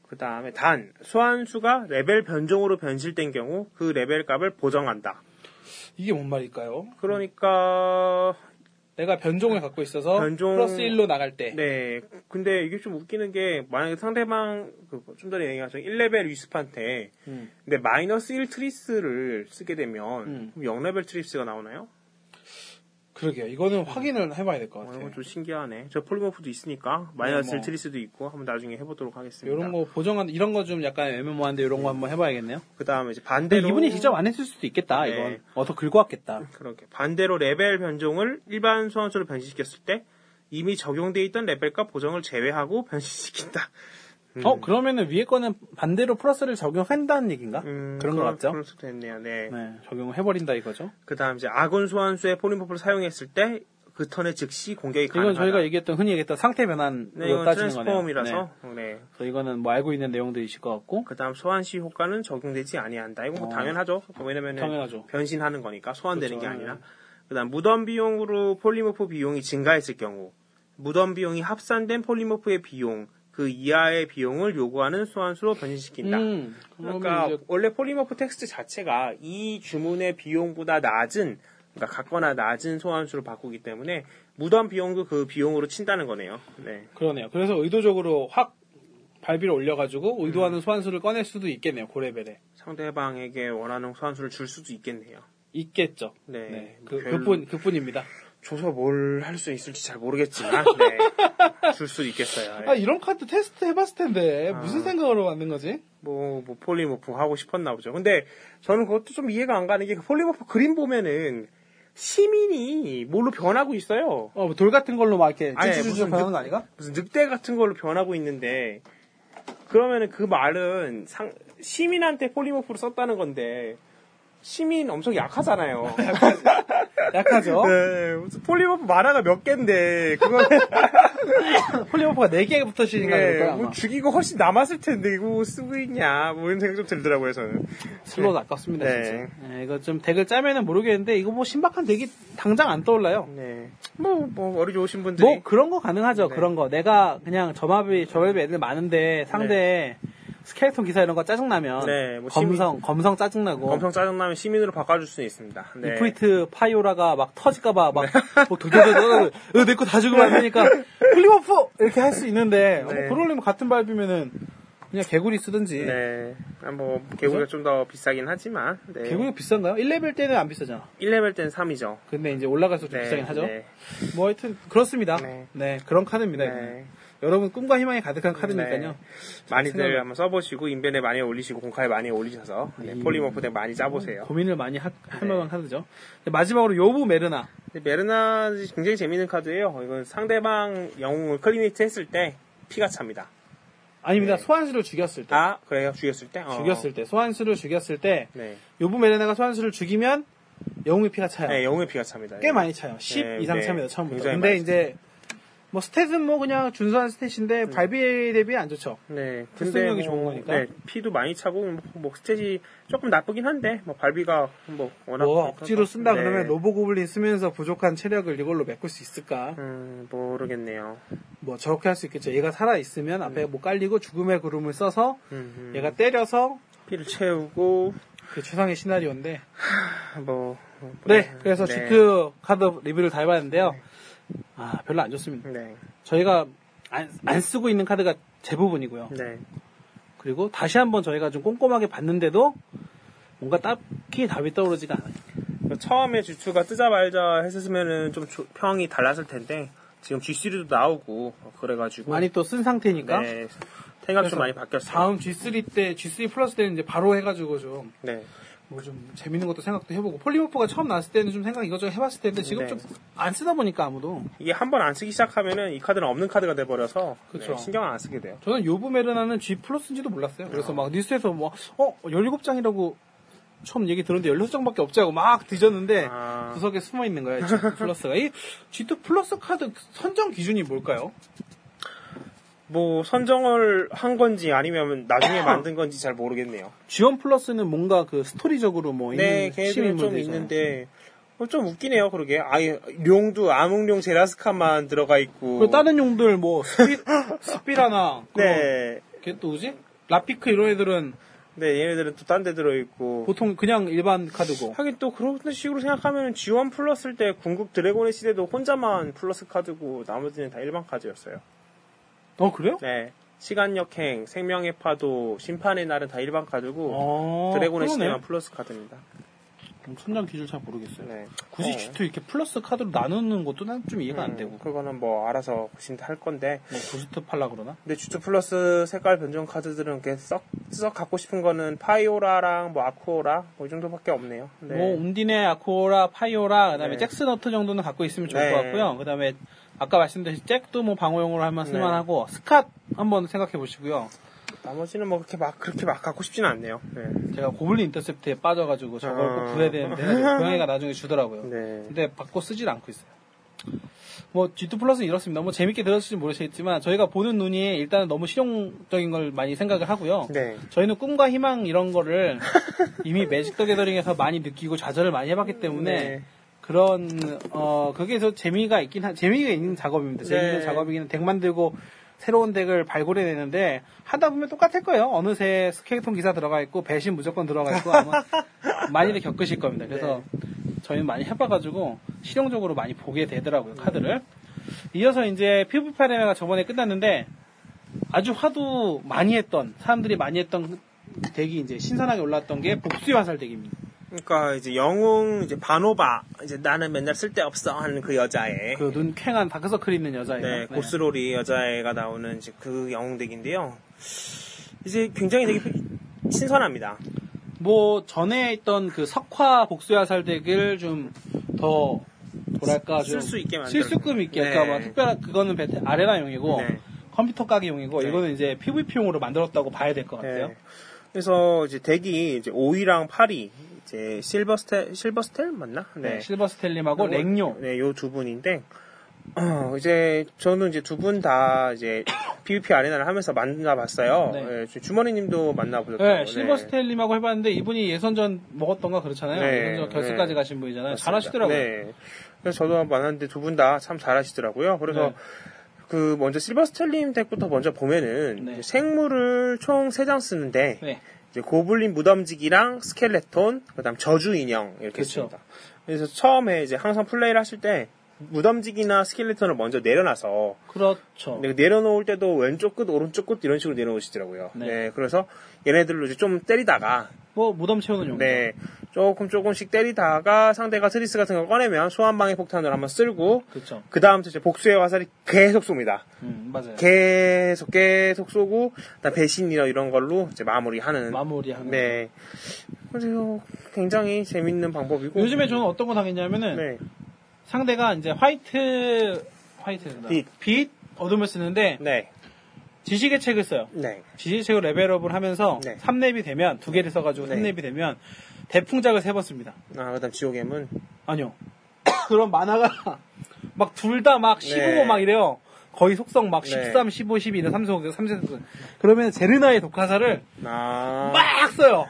[SPEAKER 2] 그 다음에 단 소환수가 레벨 변종으로 변실된 경우 그 레벨 값을 보정한다.
[SPEAKER 1] 이게 뭔 말일까요?
[SPEAKER 2] 그러니까
[SPEAKER 1] 내가 변종을 갖고 있어서
[SPEAKER 2] 변종-
[SPEAKER 1] 플러스 1로 나갈 때
[SPEAKER 2] 네, 근데 이게 좀 웃기는 게 만약에 상대방 그, 좀 전에 얘기하신 1레벨 위습한테
[SPEAKER 1] 음.
[SPEAKER 2] 근데 마이너스 1 트리스를 쓰게 되면
[SPEAKER 1] 음.
[SPEAKER 2] 그럼 0레벨 트리스가 나오나요?
[SPEAKER 1] 그러게요. 이거는 확인을 해봐야 될 것
[SPEAKER 2] 어,
[SPEAKER 1] 같아요.
[SPEAKER 2] 이건 좀 신기하네. 저 폴리모프도 있으니까 마이너스
[SPEAKER 1] 네, 뭐.
[SPEAKER 2] 트리스도 있고 한번 나중에 해보도록 하겠습니다.
[SPEAKER 1] 이런 거 보정한 이런 거 좀 약간 애매모호한데 이런 거 한번 해봐야겠네요.
[SPEAKER 2] 그 다음에 이제
[SPEAKER 1] 근데
[SPEAKER 2] 반대로
[SPEAKER 1] 이분이 직접 안 했을 수도 있겠다.
[SPEAKER 2] 네.
[SPEAKER 1] 이건 어서 긁어왔겠다.
[SPEAKER 2] 그렇게 반대로 레벨 변종을 일반 소환수로 변신시켰을 때 이미 적용돼 있던 레벨과 보정을 제외하고 변신시킨다. 음.
[SPEAKER 1] 어 그러면은 위에 거는 반대로 플러스를 적용한다는 얘긴가?
[SPEAKER 2] 음,
[SPEAKER 1] 그런 거
[SPEAKER 2] 그럴-
[SPEAKER 1] 같죠?
[SPEAKER 2] 그럴 수도 있네요. 네.
[SPEAKER 1] 네, 적용을 해버린다 이거죠.
[SPEAKER 2] 그 다음 이제 아군 소환수의 폴리모프를 사용했을 때 그 턴에 즉시 공격이
[SPEAKER 1] 이건
[SPEAKER 2] 가능하다.
[SPEAKER 1] 저희가 얘기했던 흔히 얘기했던 상태 변환으로
[SPEAKER 2] 네, 이건
[SPEAKER 1] 따지는 거네요.
[SPEAKER 2] 트랜스폼이라서 네.
[SPEAKER 1] 그래서 이거는 뭐 알고 있는 내용들이실 것 같고
[SPEAKER 2] 그 다음 소환 시 효과는 적용되지 아니한다. 이건 뭐
[SPEAKER 1] 어.
[SPEAKER 2] 당연하죠. 왜냐면
[SPEAKER 1] 당연하죠.
[SPEAKER 2] 변신하는 거니까 소환되는
[SPEAKER 1] 그렇죠.
[SPEAKER 2] 게 아니라. 그 다음 무덤 비용으로 폴리모프 비용이 증가했을 경우 무덤 비용이 합산된 폴리모프의 비용 그 이하의 비용을 요구하는 소환수로 변신시킨다.
[SPEAKER 1] 음, 그러면
[SPEAKER 2] 그러니까
[SPEAKER 1] 이제
[SPEAKER 2] 원래 폴리모프 텍스트 자체가 이 주문의 비용보다 낮은 그러니까 같거나 낮은 소환수로 바꾸기 때문에 무덤 비용도 그 비용으로 친다는 거네요. 네.
[SPEAKER 1] 그러네요. 그래서 의도적으로 확 발비를 올려가지고 의도하는
[SPEAKER 2] 음.
[SPEAKER 1] 소환수를 꺼낼 수도 있겠네요. 고레벨에
[SPEAKER 2] 상대방에게 원하는 소환수를 줄 수도 있겠네요.
[SPEAKER 1] 있겠죠.
[SPEAKER 2] 네.
[SPEAKER 1] 그,
[SPEAKER 2] 별로-
[SPEAKER 1] 그뿐 그뿐입니다.
[SPEAKER 2] 줘서 뭘 할 수 있을지 잘 모르겠지만 네. 아. 줄 수도 있겠어요.
[SPEAKER 1] 아 이런 카드 테스트 해봤을 텐데 무슨 생각으로 만든 거지?
[SPEAKER 2] 뭐, 뭐 폴리모프 하고 싶었나 보죠. 근데 저는 그것도 좀 이해가 안 가는 게그 폴리모프 그림 보면은 시민이 뭘로 변하고 있어요.
[SPEAKER 1] 어, 뭐돌 같은 걸로 막 이렇게
[SPEAKER 2] 아니,
[SPEAKER 1] 찌질찌질
[SPEAKER 2] 무슨 그
[SPEAKER 1] 변하는
[SPEAKER 2] 늑-
[SPEAKER 1] 거 아닌가?
[SPEAKER 2] 무슨 늑대 같은 걸로 변하고 있는데 그러면은 그 말은 상- 시민한테 폴리모프를 썼다는 건데 시민 엄청 약하잖아요.
[SPEAKER 1] 약하죠.
[SPEAKER 2] 네, 무슨 폴리모프 만화가 몇 개인데 그거
[SPEAKER 1] 폴리모프가 4개부터 시작인 거야.
[SPEAKER 2] 네,
[SPEAKER 1] 아마.
[SPEAKER 2] 뭐 죽이고 훨씬 남았을 텐데 이거 쓰고 있냐 뭐 이런 생각 좀 들더라고요 저는.
[SPEAKER 1] 슬롯 아깝습니다
[SPEAKER 2] 네.
[SPEAKER 1] 진짜. 네, 이거 좀 덱을 짜면은 모르겠는데 이거 뭐 신박한 덱이 당장 안 떠올라요.
[SPEAKER 2] 네, 뭐, 뭐 어리 좋으신 분들이 네.
[SPEAKER 1] 뭐 그런 거 가능하죠. 그런 거 내가 그냥 점합이 점합이 애들 많은데 상대 에 스켈레톤 기사 이런 거 짜증나면
[SPEAKER 2] 네, 뭐 시민-
[SPEAKER 1] 검성 검성 짜증나고
[SPEAKER 2] 뭐 엄청 짜증나면 시민으로 바꿔줄 수는 있습니다. 네.
[SPEAKER 1] 이프리트 파이오라가 막 터질까봐 막뭐 도도도도 내거 다 죽으면 안 되니까 클리버프 이렇게 할 수 있는데 뭐 그러려면 같은 발비면은 그냥 개구리 쓰든지
[SPEAKER 2] 네. 아, 뭐 개구리가 좀 더 비싸긴 하지만 네.
[SPEAKER 1] 개구리가 비싼가요? 1레벨 때는 안 비싸잖아
[SPEAKER 2] 1레벨 때는 3이죠.
[SPEAKER 1] 근데 이제 올라갈수록 좀 비싸긴 하죠 뭐 하여튼 그렇습니다
[SPEAKER 2] 네.
[SPEAKER 1] 네, 그런 카드입니다 이거는. 여러분 꿈과 희망이 가득한
[SPEAKER 2] 네.
[SPEAKER 1] 카드니까요
[SPEAKER 2] 많이들
[SPEAKER 1] 생각을-
[SPEAKER 2] 한번 써보시고 인벤에 많이 올리시고 공카에 많이 올리셔서 네,
[SPEAKER 1] 음.
[SPEAKER 2] 폴리머프 덱 많이 짜보세요. 네.
[SPEAKER 1] 고민을 많이 하- 할 만한 카드죠 근데 마지막으로 요부 메르나
[SPEAKER 2] 근데 메르나 굉장히 재밌는 카드예요. 이건 상대방 영웅을 클리닉트 했을 때 피가 찹니다.
[SPEAKER 1] 네. 아닙니다
[SPEAKER 2] 네.
[SPEAKER 1] 소환수를 죽였을 때
[SPEAKER 2] 아 그래요? 죽였을 때? 어.
[SPEAKER 1] 죽였을 때 소환수를 죽였을 때
[SPEAKER 2] 네.
[SPEAKER 1] 요부 메르나가 소환수를 죽이면 영웅의 피가 차요
[SPEAKER 2] 네, 영웅의 피가 찹니다.
[SPEAKER 1] 꽤 많이 차요. 10
[SPEAKER 2] 네,
[SPEAKER 1] 이상
[SPEAKER 2] 네.
[SPEAKER 1] 차입니다, 처음부터.
[SPEAKER 2] 굉장히
[SPEAKER 1] 근데
[SPEAKER 2] 많이
[SPEAKER 1] 이제, 뭐, 스탯은 뭐, 그냥 준수한
[SPEAKER 2] 음.
[SPEAKER 1] 스탯인데, 발비 대비 안 좋죠.
[SPEAKER 2] 네, 근데
[SPEAKER 1] 특성력이
[SPEAKER 2] 뭐,
[SPEAKER 1] 좋은 거니까.
[SPEAKER 2] 네, 피도 많이 차고 뭐, 뭐 스탯이 조금 나쁘긴 한데 뭐 발비가 뭐 워낙
[SPEAKER 1] 뭐, 억지로 쓴다
[SPEAKER 2] 네.
[SPEAKER 1] 그러면 로보고블린 쓰면서 부족한 체력을 이걸로 메꿀 수 있을까?
[SPEAKER 2] 음, 모르겠네요. 음,
[SPEAKER 1] 뭐, 저렇게 할 수 있겠죠. 얘가 살아있으면 앞에 뭐 깔리고 죽음의 구름을 써서,
[SPEAKER 2] 음, 음.
[SPEAKER 1] 얘가 때려서,
[SPEAKER 2] 피를 채우고
[SPEAKER 1] 그 최상의 시나리오인데.
[SPEAKER 2] 뭐, 뭐
[SPEAKER 1] 네, 그래서
[SPEAKER 2] 네.
[SPEAKER 1] GQ 카드 리뷰를 다 해봤는데요. 아, 별로 안 좋습니다.
[SPEAKER 2] 네,
[SPEAKER 1] 저희가 안, 안 쓰고 있는 카드가 대부분이고요.
[SPEAKER 2] 네,
[SPEAKER 1] 그리고 다시 한번 저희가 좀 꼼꼼하게 봤는데도 뭔가 딱히 답이 떠오르지가 않아요.
[SPEAKER 2] 뭐, 처음에 주추가 뜨자마자 했었으면은 좀 조- 평이 달랐을 텐데 지금 G3도 나오고 그래가지고
[SPEAKER 1] 많이 또 쓴 상태니까
[SPEAKER 2] 네, 생각 좀 많이 바뀌었어요.
[SPEAKER 1] 다음 G3 때 G3 플러스 때는 이제 바로 해가지고 좀 뭐 좀
[SPEAKER 2] 네,
[SPEAKER 1] 재밌는 것도 생각도 해보고 폴리모프가 처음 나왔을 때는 좀 생각 이것저것 해봤을 텐데 지금
[SPEAKER 2] 네.
[SPEAKER 1] 좀 안 쓰다 보니까 아무도
[SPEAKER 2] 이게 한 번 안 쓰기 시작하면은 이 카드는 없는 카드가 돼버려서
[SPEAKER 1] 그쵸.
[SPEAKER 2] 네, 신경 안 쓰게 돼요.
[SPEAKER 1] 저는 요부메르나는 G 플러스인지도 몰랐어요. 그래서 막 뉴스에서 뭐어 17장이라고 처음 얘기 들었는데 16장밖에 없지 하고 막 뒤졌는데
[SPEAKER 2] 아.
[SPEAKER 1] 구석에 숨어 있는 거예요. G 플러스가 이 G2 플러스 카드 선정 기준이 뭘까요?
[SPEAKER 2] 뭐 선정을 한 건지 아니면 나중에 만든 건지 잘 모르겠네요.
[SPEAKER 1] 지원 플러스는 뭔가 그 스토리적으로 뭐
[SPEAKER 2] 네,
[SPEAKER 1] 있는
[SPEAKER 2] 걔들은 좀
[SPEAKER 1] 시민물들이잖아요.
[SPEAKER 2] 있는데
[SPEAKER 1] 음.
[SPEAKER 2] 어, 좀 웃기네요. 그러게 아예 룡도 암흑룡 제라스카만 들어가 있고
[SPEAKER 1] 그리고 다른 용들 뭐 스피, 스피라나
[SPEAKER 2] 네,
[SPEAKER 1] 걔또 뭐지? 라피크 이런 애들은
[SPEAKER 2] 네 얘네들은 또 딴 데 들어있고
[SPEAKER 1] 보통 그냥 일반 카드고
[SPEAKER 2] 하긴 또 그런 식으로 생각하면 G1 플러스일 때 궁극 드래곤의 시대도 혼자만 플러스 카드고 나머지는 다 일반 카드였어요.
[SPEAKER 1] 어 그래요?
[SPEAKER 2] 네. 시간 역행, 생명의 파도, 심판의 날은 다 일반 카드고
[SPEAKER 1] 어, 그러네.
[SPEAKER 2] 드래곤의 시대만 플러스 카드입니다.
[SPEAKER 1] 그럼 선정 기준 잘 모르겠어요
[SPEAKER 2] 네.
[SPEAKER 1] 굳이
[SPEAKER 2] 어.
[SPEAKER 1] G2 이렇게 플러스 카드로 나누는 것도 난 좀 이해가 안 되고
[SPEAKER 2] 음, 그거는 뭐 알아서 고심도 할 건데
[SPEAKER 1] 뭐 굳이 팔라 그러나?
[SPEAKER 2] 근데 주투 플러스 색깔 변경 카드들은 이렇게 썩, 썩 갖고 싶은 거는 파이오라랑 뭐 아쿠오라 뭐 이 정도밖에 없네요. 네.
[SPEAKER 1] 뭐 운디네, 아코라, 파이오라 그다음에
[SPEAKER 2] 네.
[SPEAKER 1] 잭스너트 정도는 갖고 있으면 좋을
[SPEAKER 2] 네.
[SPEAKER 1] 것 같고요 그다음에 아까 말씀드린 잭도 뭐 방어용으로 할만
[SPEAKER 2] 네.
[SPEAKER 1] 쓸만하고 스캇 한번 생각해 보시고요
[SPEAKER 2] 나머지는 뭐 그렇게 막 그렇게 막 갖고 싶지는 않네요. 네.
[SPEAKER 1] 제가 고블린 인터셉트에 빠져가지고 저걸
[SPEAKER 2] 아.
[SPEAKER 1] 꼭 구해야 되는데 고양이가 나중에 주더라고요.
[SPEAKER 2] 네.
[SPEAKER 1] 근데 받고 쓰질 않고 있어요. 뭐 G2 플러스는 이렇습니다. 뭐 재밌게 들었을지 모르시겠지만 저희가 보는 눈이 일단은 너무 실용적인 걸 많이 생각을 하고요.
[SPEAKER 2] 네.
[SPEAKER 1] 저희는 꿈과 희망 이런 거를 이미 매직 더 게더링에서 많이 느끼고 좌절을 많이 해봤기 때문에
[SPEAKER 2] 네.
[SPEAKER 1] 그런 어 거기에서 재미가 있긴 한 재미가 있는 작업입니다. 재미있는
[SPEAKER 2] 네.
[SPEAKER 1] 작업이기는 덱 만들고 새로운 덱을 발굴해내는데 하다 보면 똑같을 거예요. 어느새 스케이톤 기사 들어가 있고 배신 무조건 들어가 있고 아마 많이들 겪으실 겁니다. 그래서
[SPEAKER 2] 네.
[SPEAKER 1] 저희는 많이 해봐가지고 실용적으로 많이 보게 되더라고요 카드를. 이어서 이제 피부 파레메가 저번에 끝났는데 아주 화도 많이 했던 사람들이 많이 했던 덱이 이제 신선하게 올라왔던 게 복수의 화살 덱입니다.
[SPEAKER 2] 그러니까 이제 영웅 이제 반오바 이제 나는 맨날 쓸데 없어 하는 그 여자애.
[SPEAKER 1] 그 눈 쾌한 다크서클 있는 여자예요.
[SPEAKER 2] 네, 고스로리 여자애가 나오는 이제 그 영웅덱인데요. 이제 굉장히 되게 신선합니다.
[SPEAKER 1] 뭐 전에 있던 그 석화 복수야 살댁을 좀 더 뭐랄까 좀
[SPEAKER 2] 쓸수 있게 만들어요.
[SPEAKER 1] 실수급 있게
[SPEAKER 2] 네.
[SPEAKER 1] 그러니까 뭐 특별한 그거는 베테- 아레나용이고
[SPEAKER 2] 네.
[SPEAKER 1] 컴퓨터 가게용이고
[SPEAKER 2] 네.
[SPEAKER 1] 이거는 이제 PVP용으로 만들었다고 봐야 될 것 같아요.
[SPEAKER 2] 네. 그래서 이제 덱이 이제 5위랑 8위 이제 실버스텔 실버스텔 맞나?
[SPEAKER 1] 네, 실버 스텔림하고 랭요
[SPEAKER 2] 네, 요 두 분인데 어, 이제 저는 이제 두 분 다 이제 PVP 아레나를 하면서 만나봤어요.
[SPEAKER 1] 네.
[SPEAKER 2] 예, 주- 주머니님도 만나보셨죠?
[SPEAKER 1] 네, 실버 스텔림하고 해봤는데 이분이 예선전 먹었던가 그렇잖아요.
[SPEAKER 2] 네,
[SPEAKER 1] 예선전 결승까지
[SPEAKER 2] 네.
[SPEAKER 1] 가신 분이잖아요.
[SPEAKER 2] 맞습니다.
[SPEAKER 1] 잘하시더라고요.
[SPEAKER 2] 네. 그래서 저도 만났는데 두 분 다 참 잘하시더라고요. 그래서
[SPEAKER 1] 네.
[SPEAKER 2] 그 먼저 실버스텔림 덱부터 먼저 보면은
[SPEAKER 1] 네.
[SPEAKER 2] 이제 생물을 총 3장 쓰는데
[SPEAKER 1] 네.
[SPEAKER 2] 이제 고블린 무덤지기랑 스켈레톤 그다음 저주 인형
[SPEAKER 1] 그쵸.
[SPEAKER 2] 이렇게 있습니다. 그래서 처음에 이제 항상 플레이를 하실 때 무덤지기나 스켈레톤을 먼저 내려놔서
[SPEAKER 1] 그렇죠.
[SPEAKER 2] 근데 내려놓을 때도 왼쪽 끝 오른쪽 끝 이런 식으로 내려놓으시더라고요.
[SPEAKER 1] 네.
[SPEAKER 2] 네. 그래서 얘네들로 이제 좀 때리다가
[SPEAKER 1] 뭐 무덤 채우는 용도.
[SPEAKER 2] 네 조금 조금씩 때리다가 상대가 트리스 같은 걸 꺼내면 소환방해 폭탄을 한번 쓸고
[SPEAKER 1] 그렇죠.
[SPEAKER 2] 그 다음부터 이제 복수의 화살이 계속 쏩니다.
[SPEAKER 1] 음, 맞아요.
[SPEAKER 2] 계속 계속 쏘고 그다음 배신이나 이런 걸로 이제 마무리하는
[SPEAKER 1] 마무리하는.
[SPEAKER 2] 네 그래서 굉장히 재밌는 방법이고
[SPEAKER 1] 요즘에 저는 어떤 거 당했냐면은
[SPEAKER 2] 네
[SPEAKER 1] 상대가 이제 화이트 화이트
[SPEAKER 2] 빛.
[SPEAKER 1] 빛 어둠을 쓰는데
[SPEAKER 2] 네,
[SPEAKER 1] 지식의 책을 써요.
[SPEAKER 2] 네.
[SPEAKER 1] 지식책을 레벨업을 하면서
[SPEAKER 2] 네.
[SPEAKER 1] 3렙이 되면 두 개를 써가지고
[SPEAKER 2] 네.
[SPEAKER 1] 3렙이 되면 대풍작을 세 번 씁니다.
[SPEAKER 2] 아 그다음 지옥의 문
[SPEAKER 1] 아니요. 그런 만화가 막 둘 다 막 15막
[SPEAKER 2] 네.
[SPEAKER 1] 이래요. 거의 속성 막
[SPEAKER 2] 네.
[SPEAKER 1] 13, 15, 12 이런 삼성, 삼성. 그러면 제르나의 독화사를
[SPEAKER 2] 아
[SPEAKER 1] 막 써요.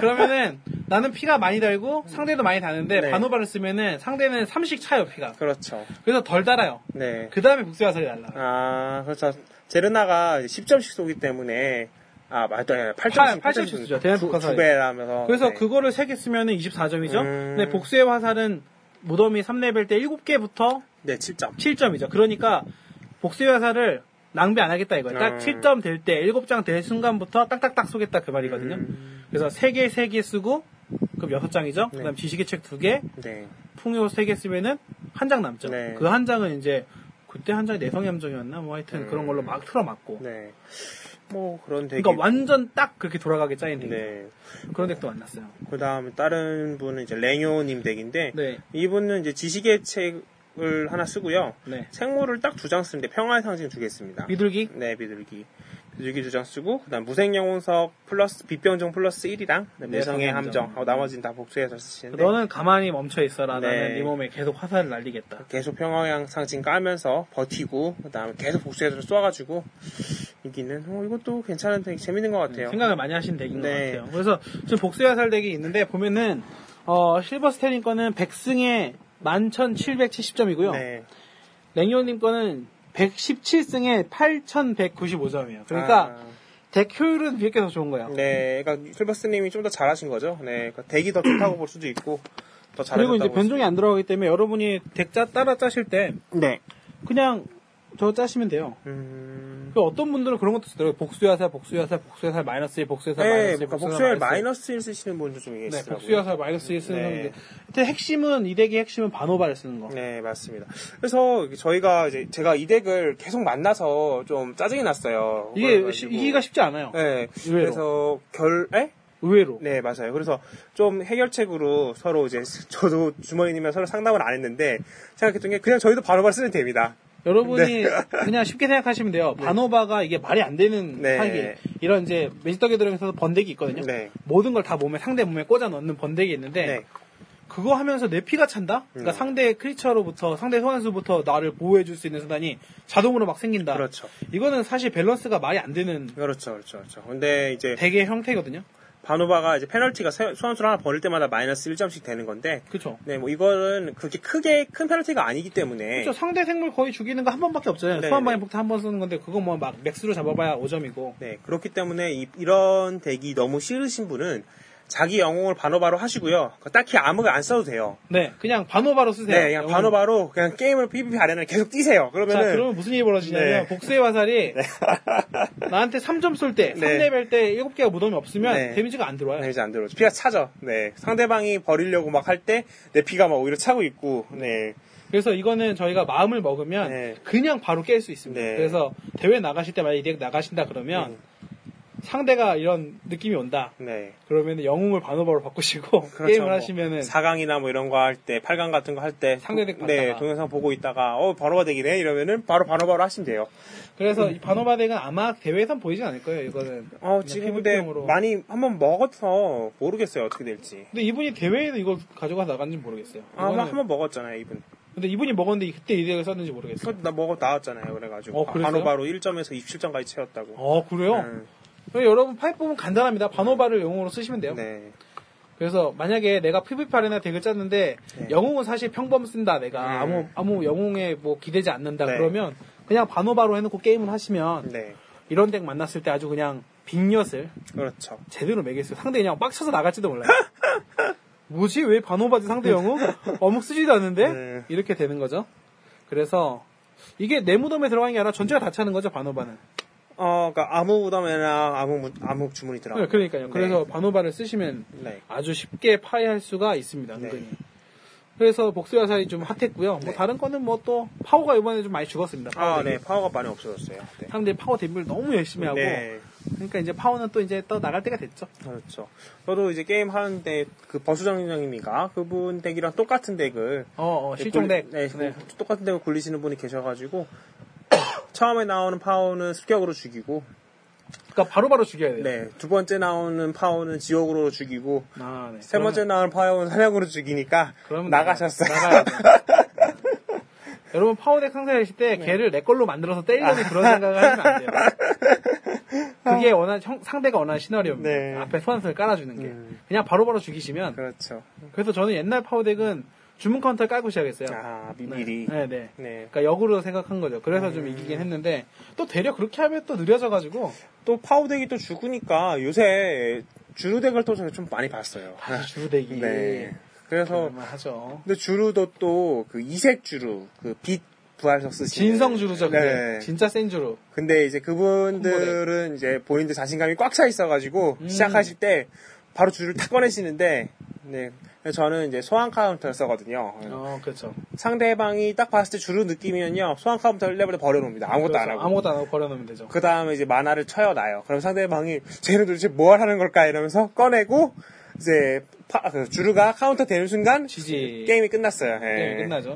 [SPEAKER 1] 그러면은 나는 피가 많이 달고 상대도 많이 다는데
[SPEAKER 2] 네.
[SPEAKER 1] 반호바를 쓰면은 상대는 3씩 차요, 피가.
[SPEAKER 2] 그렇죠
[SPEAKER 1] 그래서 덜 달아요.
[SPEAKER 2] 네
[SPEAKER 1] 그 다음에 복수화살이 날라.
[SPEAKER 2] 아, 그렇죠. 제르나가 10점씩 쏘기 때문에, 아, 맞다, 8점씩,
[SPEAKER 1] 8 점씩 쏘죠. 대한
[SPEAKER 2] 두,
[SPEAKER 1] 독학사에.
[SPEAKER 2] 두 배라면서.
[SPEAKER 1] 그래서
[SPEAKER 2] 네.
[SPEAKER 1] 그거를 3개 쓰면 24점이죠.
[SPEAKER 2] 음.
[SPEAKER 1] 근데 복수의 화살은 무덤이 3레벨 때 7개부터
[SPEAKER 2] 네, 7점.
[SPEAKER 1] 7점이죠. 그러니까 복수의 화살을 낭비 안 하겠다 이거예요. 딱
[SPEAKER 2] 음.
[SPEAKER 1] 7점 될 때, 7장 될 순간부터 딱딱딱 쏘겠다 그 말이거든요.
[SPEAKER 2] 음.
[SPEAKER 1] 그래서 3개, 3개 쓰고, 그럼 6장이죠.
[SPEAKER 2] 네.
[SPEAKER 1] 그 다음 지식의 책 2개,
[SPEAKER 2] 네.
[SPEAKER 1] 풍요 3개 쓰면은 한 장 남죠.
[SPEAKER 2] 네.
[SPEAKER 1] 그 한 장은 이제, 그때 한 장이 내성염정이었나? 뭐 하여튼 그런 걸로 막 틀어맞고.
[SPEAKER 2] 음. 네. 뭐, 그런 되게.
[SPEAKER 1] 그러니까 완전 딱 그렇게 돌아가게 짜인 덱.
[SPEAKER 2] 네.
[SPEAKER 1] 그런 덱도 만났어요.
[SPEAKER 2] 그 다음 다른 분은 이제 랭요님 덱인데,
[SPEAKER 1] 네.
[SPEAKER 2] 이분은 이제 지식의 책을 하나 쓰고요.
[SPEAKER 1] 네.
[SPEAKER 2] 생물을 딱 두 장 쓰는데 평화의 상징 두 개 씁니다.
[SPEAKER 1] 비둘기?
[SPEAKER 2] 네, 비둘기. 비둘기 두 장 쓰고, 그 다음 무생영혼석 플러스, 빛병종 플러스 1이랑,
[SPEAKER 1] 내성의
[SPEAKER 2] 내성의 함정.
[SPEAKER 1] 함정.
[SPEAKER 2] 하고 나머지는 다 복수해서 쓰시는데.
[SPEAKER 1] 너는 가만히 멈춰 있어라.
[SPEAKER 2] 네.
[SPEAKER 1] 나는 네 몸에 계속 화살을 날리겠다.
[SPEAKER 2] 계속 평화양 상징 까면서 버티고 그다음에 계속 복수해서 쏘아가지고 이기는 어, 이것도 괜찮은 되게 재밌는 것 같아요.
[SPEAKER 1] 네, 생각을 많이 하신 덱인
[SPEAKER 2] 네.
[SPEAKER 1] 것 같아요. 그래서 지금 복수의 화살 덱이 있는데 보면은 어, 실버 스테린 거는 100승에 11,770점이고요.
[SPEAKER 2] 네,
[SPEAKER 1] 랭요님 거는 117승에 8,195점이에요. 그러니까 덱 효율은 비교해서 좋은
[SPEAKER 2] 아,
[SPEAKER 1] 거예요.
[SPEAKER 2] 네, 그러니까 실버스님이 좀 더 잘하신 거죠. 네, 그러니까 덱이 더 좋다고 볼 수도 있고 더 잘하셨다고.
[SPEAKER 1] 그리고 이제 변종이 안 들어가기 때문에 여러분이 덱 짜, 따라 짜실 때
[SPEAKER 2] 네.
[SPEAKER 1] 그냥 저거 짜시면 돼요.
[SPEAKER 2] 음...
[SPEAKER 1] 그 어떤 분들은 그런 것도 쓰더라고요. 복수의 화살, 복수의 화살, 복수의 화살, 마이너스 1, 복수의 화살,
[SPEAKER 2] 네,
[SPEAKER 1] 마이너스 1,
[SPEAKER 2] 그러니까
[SPEAKER 1] 복수의
[SPEAKER 2] 복수열
[SPEAKER 1] 화살, 마이너스 1.
[SPEAKER 2] 마이너스 1 쓰시는 분도 좀
[SPEAKER 1] 네,
[SPEAKER 2] 계시더라고요.
[SPEAKER 1] 복수여서 마이너스 1 쓰는
[SPEAKER 2] 네.
[SPEAKER 1] 건데. 하여튼 핵심은, 이 덱의 핵심은 반오바를 쓰는 거.
[SPEAKER 2] 네, 맞습니다. 그래서 저희가 이제 제가 이 덱을 계속 만나서 좀 짜증이 났어요.
[SPEAKER 1] 이게 시-
[SPEAKER 2] 그래가지고.
[SPEAKER 1] 이기기가 쉽지 않아요.
[SPEAKER 2] 네,
[SPEAKER 1] 의외로.
[SPEAKER 2] 그래서 결, 에?
[SPEAKER 1] 의외로.
[SPEAKER 2] 네, 맞아요. 그래서 좀 해결책으로 서로 이제 저도 주머니님이랑 서로 상담을 안 했는데 생각했던 게 그냥 저희도 바로바로 쓰면 됩니다. 네.
[SPEAKER 1] 여러분이 그냥 쉽게 생각하시면 돼요. 반오바가 이게 말이 안 되는
[SPEAKER 2] 네.
[SPEAKER 1] 사기. 이런 이제 매직덕에 들어가서 번데기 있거든요.
[SPEAKER 2] 네.
[SPEAKER 1] 모든 걸 다 몸에, 상대 몸에 꽂아 넣는 번데기 있는데.
[SPEAKER 2] 네.
[SPEAKER 1] 그거 하면서 내 피가 찬다? 그러니까
[SPEAKER 2] 음.
[SPEAKER 1] 상대 크리처로부터, 상대 소환수부터 나를 보호해줄 수 있는 수단이 자동으로 막 생긴다.
[SPEAKER 2] 그렇죠.
[SPEAKER 1] 이거는 사실 밸런스가 말이 안 되는
[SPEAKER 2] 그렇죠, 그렇죠, 그렇죠. 근데 이제
[SPEAKER 1] 덱의 형태거든요.
[SPEAKER 2] 바노바가 이제 페널티가 세- 소환수를 하나 버릴 때마다 마이너스 1점씩 되는 건데
[SPEAKER 1] 그쵸.
[SPEAKER 2] 네, 뭐 이거는 그렇게 크게 큰 페널티가 아니기 때문에
[SPEAKER 1] 그렇죠. 상대 생물 거의 죽이는 거 한 번밖에 없잖아요.
[SPEAKER 2] 네.
[SPEAKER 1] 소환방해 폭탄 한 번 쓰는 건데 그거 뭐 막 맥스로 잡아봐야 5점이고.
[SPEAKER 2] 네, 그렇기 때문에 이, 런 덱이 너무 싫으신 분은 자기 영웅을 바노바로 하시고요. 그 딱히 아무가 안 써도 돼요.
[SPEAKER 1] 네, 그냥 반호바로 쓰세요.
[SPEAKER 2] 네, 그냥
[SPEAKER 1] 영웅.
[SPEAKER 2] 바노바로 그냥 게임을 PVP 아레나를 계속 뛰세요.
[SPEAKER 1] 자,
[SPEAKER 2] 그러면은
[SPEAKER 1] 그러면 무슨 일이 벌어지냐면
[SPEAKER 2] 네.
[SPEAKER 1] 복수의 화살이 나한테 3점 쏠 때,
[SPEAKER 2] 네.
[SPEAKER 1] 3레벨 때 7개가 무덤이 없으면
[SPEAKER 2] 네.
[SPEAKER 1] 데미지가 안 들어와요.
[SPEAKER 2] 데미지 안 들어오죠. 피가 차죠. 네. 상대방이 버리려고 막 할 때, 내 피가 막 오히려 차고 있고, 네.
[SPEAKER 1] 그래서 이거는 저희가 마음을 먹으면
[SPEAKER 2] 네.
[SPEAKER 1] 그냥 바로 깰 수 있습니다.
[SPEAKER 2] 네.
[SPEAKER 1] 그래서 대회 나가실 때 만약에 이덱 나가신다 그러면 상대가 이런 느낌이 온다.
[SPEAKER 2] 네.
[SPEAKER 1] 그러면 영웅을 반호바로 바꾸시고
[SPEAKER 2] 그렇죠,
[SPEAKER 1] 게임을 하시면은
[SPEAKER 2] 4강이나 뭐 이런 거 할 때, 8강 같은 거 할 때.
[SPEAKER 1] 상대 덱
[SPEAKER 2] 네.
[SPEAKER 1] 봤다가.
[SPEAKER 2] 동영상 보고 있다가, 어, 바로가 되기네? 이러면은 바로 바로바로 하시면 돼요.
[SPEAKER 1] 그래서 이 바노바덱은 아마 대회에선 보이진 않을 거예요. 이거는.
[SPEAKER 2] 어,
[SPEAKER 1] 그냥
[SPEAKER 2] 지금 근데
[SPEAKER 1] PVP용으로.
[SPEAKER 2] 많이 한번 먹어서 모르겠어요. 어떻게 될지.
[SPEAKER 1] 근데 이분이 대회에도 이걸 가져가서 나갔는지 모르겠어요.
[SPEAKER 2] 아마
[SPEAKER 1] 이거는-
[SPEAKER 2] 한번 먹었잖아요, 이분.
[SPEAKER 1] 근데 이분이 먹었는데 그때 이대가 썼는지 모르겠어요.
[SPEAKER 2] 그것도 나 먹어 나왔잖아요. 그래가지고.
[SPEAKER 1] 어, 그랬어요?
[SPEAKER 2] 바로바로 1점에서 27점까지 채웠다고.
[SPEAKER 1] 어 그래요?
[SPEAKER 2] 음,
[SPEAKER 1] 그럼 여러분 파이프는 간단합니다. 반호바를 용어로 쓰시면 돼요.
[SPEAKER 2] 네.
[SPEAKER 1] 그래서 만약에 내가 PVP 아레나 덱을 짰는데 영웅은 사실 평범 쓴다 내가
[SPEAKER 2] 음.
[SPEAKER 1] 아무 아무 영웅에 뭐 기대지 않는다
[SPEAKER 2] 네.
[SPEAKER 1] 그러면 그냥 바노바로 해놓고 게임을 하시면
[SPEAKER 2] 네.
[SPEAKER 1] 이런 덱 만났을 때 아주 그냥 빅엿을
[SPEAKER 2] 그렇죠. 쳐서
[SPEAKER 1] 제대로 매겠어요. 상대 그냥 빡쳐서 나갈지도 몰라요. 뭐지? 왜 반호바지 상대 영웅? 어묵 쓰지도 않는데?
[SPEAKER 2] 네.
[SPEAKER 1] 이렇게 되는 거죠. 그래서 이게 내 무덤에 들어간 게 아니라 전체가 다 차는 거죠, 반호바는.
[SPEAKER 2] 어, 그러니까 아무 부담이나 아무 무- 아무 주문이 들어.
[SPEAKER 1] 네, 그러니까요. 그래서 반호바를 쓰시면
[SPEAKER 2] 네.
[SPEAKER 1] 아주 쉽게 파해할 수가 있습니다.
[SPEAKER 2] 네.
[SPEAKER 1] 은근히. 그래서 복수야살이 좀 핫했고요. 뭐 다른 거는 뭐 또 파워가 이번에 좀 많이 죽었습니다. 파워
[SPEAKER 2] 아,
[SPEAKER 1] 데뷔.
[SPEAKER 2] 네. 파워가 많이 없어졌어요. 네.
[SPEAKER 1] 사람들이 파워 데뷔를 너무 열심히 하고
[SPEAKER 2] 네.
[SPEAKER 1] 그러니까 이제 파워는 또 이제 또 나갈 때가 됐죠.
[SPEAKER 2] 그렇죠. 저도 이제 게임 하는데 그 버수장님이가 그분 덱이랑 똑같은 덱을
[SPEAKER 1] 어, 어 실종덱.
[SPEAKER 2] 네, 그 똑같은 덱을 굴리시는 분이 계셔가지고 처음에 나오는 파워는 습격으로 죽이고
[SPEAKER 1] 그러니까 바로바로 죽여야 돼요.
[SPEAKER 2] 네, 두 번째 나오는 파워는 지옥으로 죽이고
[SPEAKER 1] 아, 네.
[SPEAKER 2] 세 번째 나오는 파워는 사냥으로 죽이니까
[SPEAKER 1] 그러면
[SPEAKER 2] 나가셨어요.
[SPEAKER 1] 나가야 돼. 여러분 파워덱 상상하실 때
[SPEAKER 2] 네.
[SPEAKER 1] 걔를 내 걸로 만들어서 때리려는 그런 생각을 하시면 안 돼요. 그게 원한 형- 상대가 원하는 시나리오입니다.
[SPEAKER 2] 네. 음.
[SPEAKER 1] 앞에 소환선을 깔아주는 게 그냥 바로바로 죽이시면
[SPEAKER 2] 그렇죠.
[SPEAKER 1] 그래서 저는 옛날 파워덱은 주문 카운터 깔고 시작했어요.
[SPEAKER 2] 아,
[SPEAKER 1] 네.
[SPEAKER 2] 미리.
[SPEAKER 1] 네, 네.
[SPEAKER 2] 네. 음.
[SPEAKER 1] 그러니까 역으로 생각한 거죠. 그래서 좀 이기긴 했는데 또 대려 그렇게 하면 또 느려져가지고
[SPEAKER 2] 또 파우덱이 또 죽으니까 요새 주루덱을 또 제가 좀 많이 봤어요.
[SPEAKER 1] 다시 아, 주대기
[SPEAKER 2] 아, 네. 그래서
[SPEAKER 1] 그만 하죠.
[SPEAKER 2] 근데 주루도 또 그 이색 주루, 그 빛 부활석 쓰시는
[SPEAKER 1] 진성 주루죠. 그게.
[SPEAKER 2] 네.
[SPEAKER 1] 진짜 센 주루.
[SPEAKER 2] 근데 이제 그분들은 이제 본인들 자신감이 꽉 차 있어가지고
[SPEAKER 1] 음.
[SPEAKER 2] 시작하실 때 바로 줄을 탁 꺼내시는데 네 근데 저는 이제 소환 카운터를 써거든요.
[SPEAKER 1] 어, 그렇죠.
[SPEAKER 2] 상대방이 딱 봤을 때 줄을 느끼면요 소환 카운터를 레벨에 버려놓습니다. 아무것도 안 하고.
[SPEAKER 1] 아무것도 안 하고 버려놓으면 되죠.
[SPEAKER 2] 그 다음에 이제 만화를 쳐요놔요. 그럼 상대방이 쟤는 도대체 뭘 하는 걸까 이러면서 꺼내고 이제 파- 그 주루가 카운터 되는 순간
[SPEAKER 1] 지지.
[SPEAKER 2] 게임이 끝났어요. 예.
[SPEAKER 1] 게임이 네, 끝나죠.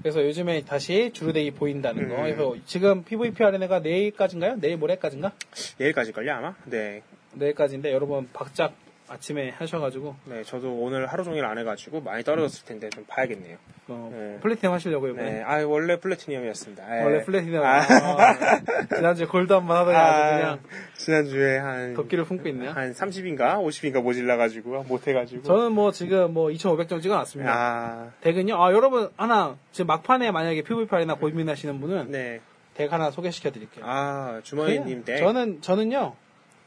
[SPEAKER 1] 그래서 요즘에 다시 주루덱이 보인다는
[SPEAKER 2] 음.
[SPEAKER 1] 거. 그래서 지금 PVP 아레나가 내일까지인가요? 내일 모레까지인가?
[SPEAKER 2] 내일까지걸요 아마. 네.
[SPEAKER 1] 내일까지인데 여러분 박작 아침에 하셔가지고
[SPEAKER 2] 네, 저도 오늘 하루 종일 안 해가지고 많이 떨어졌을 텐데 좀 봐야겠네요.
[SPEAKER 1] 어,
[SPEAKER 2] 네.
[SPEAKER 1] 플래티넘 하시려고 이번에.
[SPEAKER 2] 네, 아 원래 플래티넘이었습니다. 예.
[SPEAKER 1] 원래 플래티넘.
[SPEAKER 2] 아.
[SPEAKER 1] 아, 지난주에 골드 한번 하더니 아주
[SPEAKER 2] 아,
[SPEAKER 1] 그냥
[SPEAKER 2] 지난주에 한,
[SPEAKER 1] 덮기를 품고 있네요.
[SPEAKER 2] 한 30인가 50인가 모질라가지고, 못해가지고.
[SPEAKER 1] 저는 뭐 지금 뭐 2,500점 찍어놨습니다.
[SPEAKER 2] 아,
[SPEAKER 1] 덱은요. 아 여러분 하나 지금 막판에 만약에 PVP 아레나 고민하시는 분은
[SPEAKER 2] 네.
[SPEAKER 1] 덱 하나 소개시켜드릴게요.
[SPEAKER 2] 아,
[SPEAKER 1] 그냥
[SPEAKER 2] 주머니님 때.
[SPEAKER 1] 저는 저는요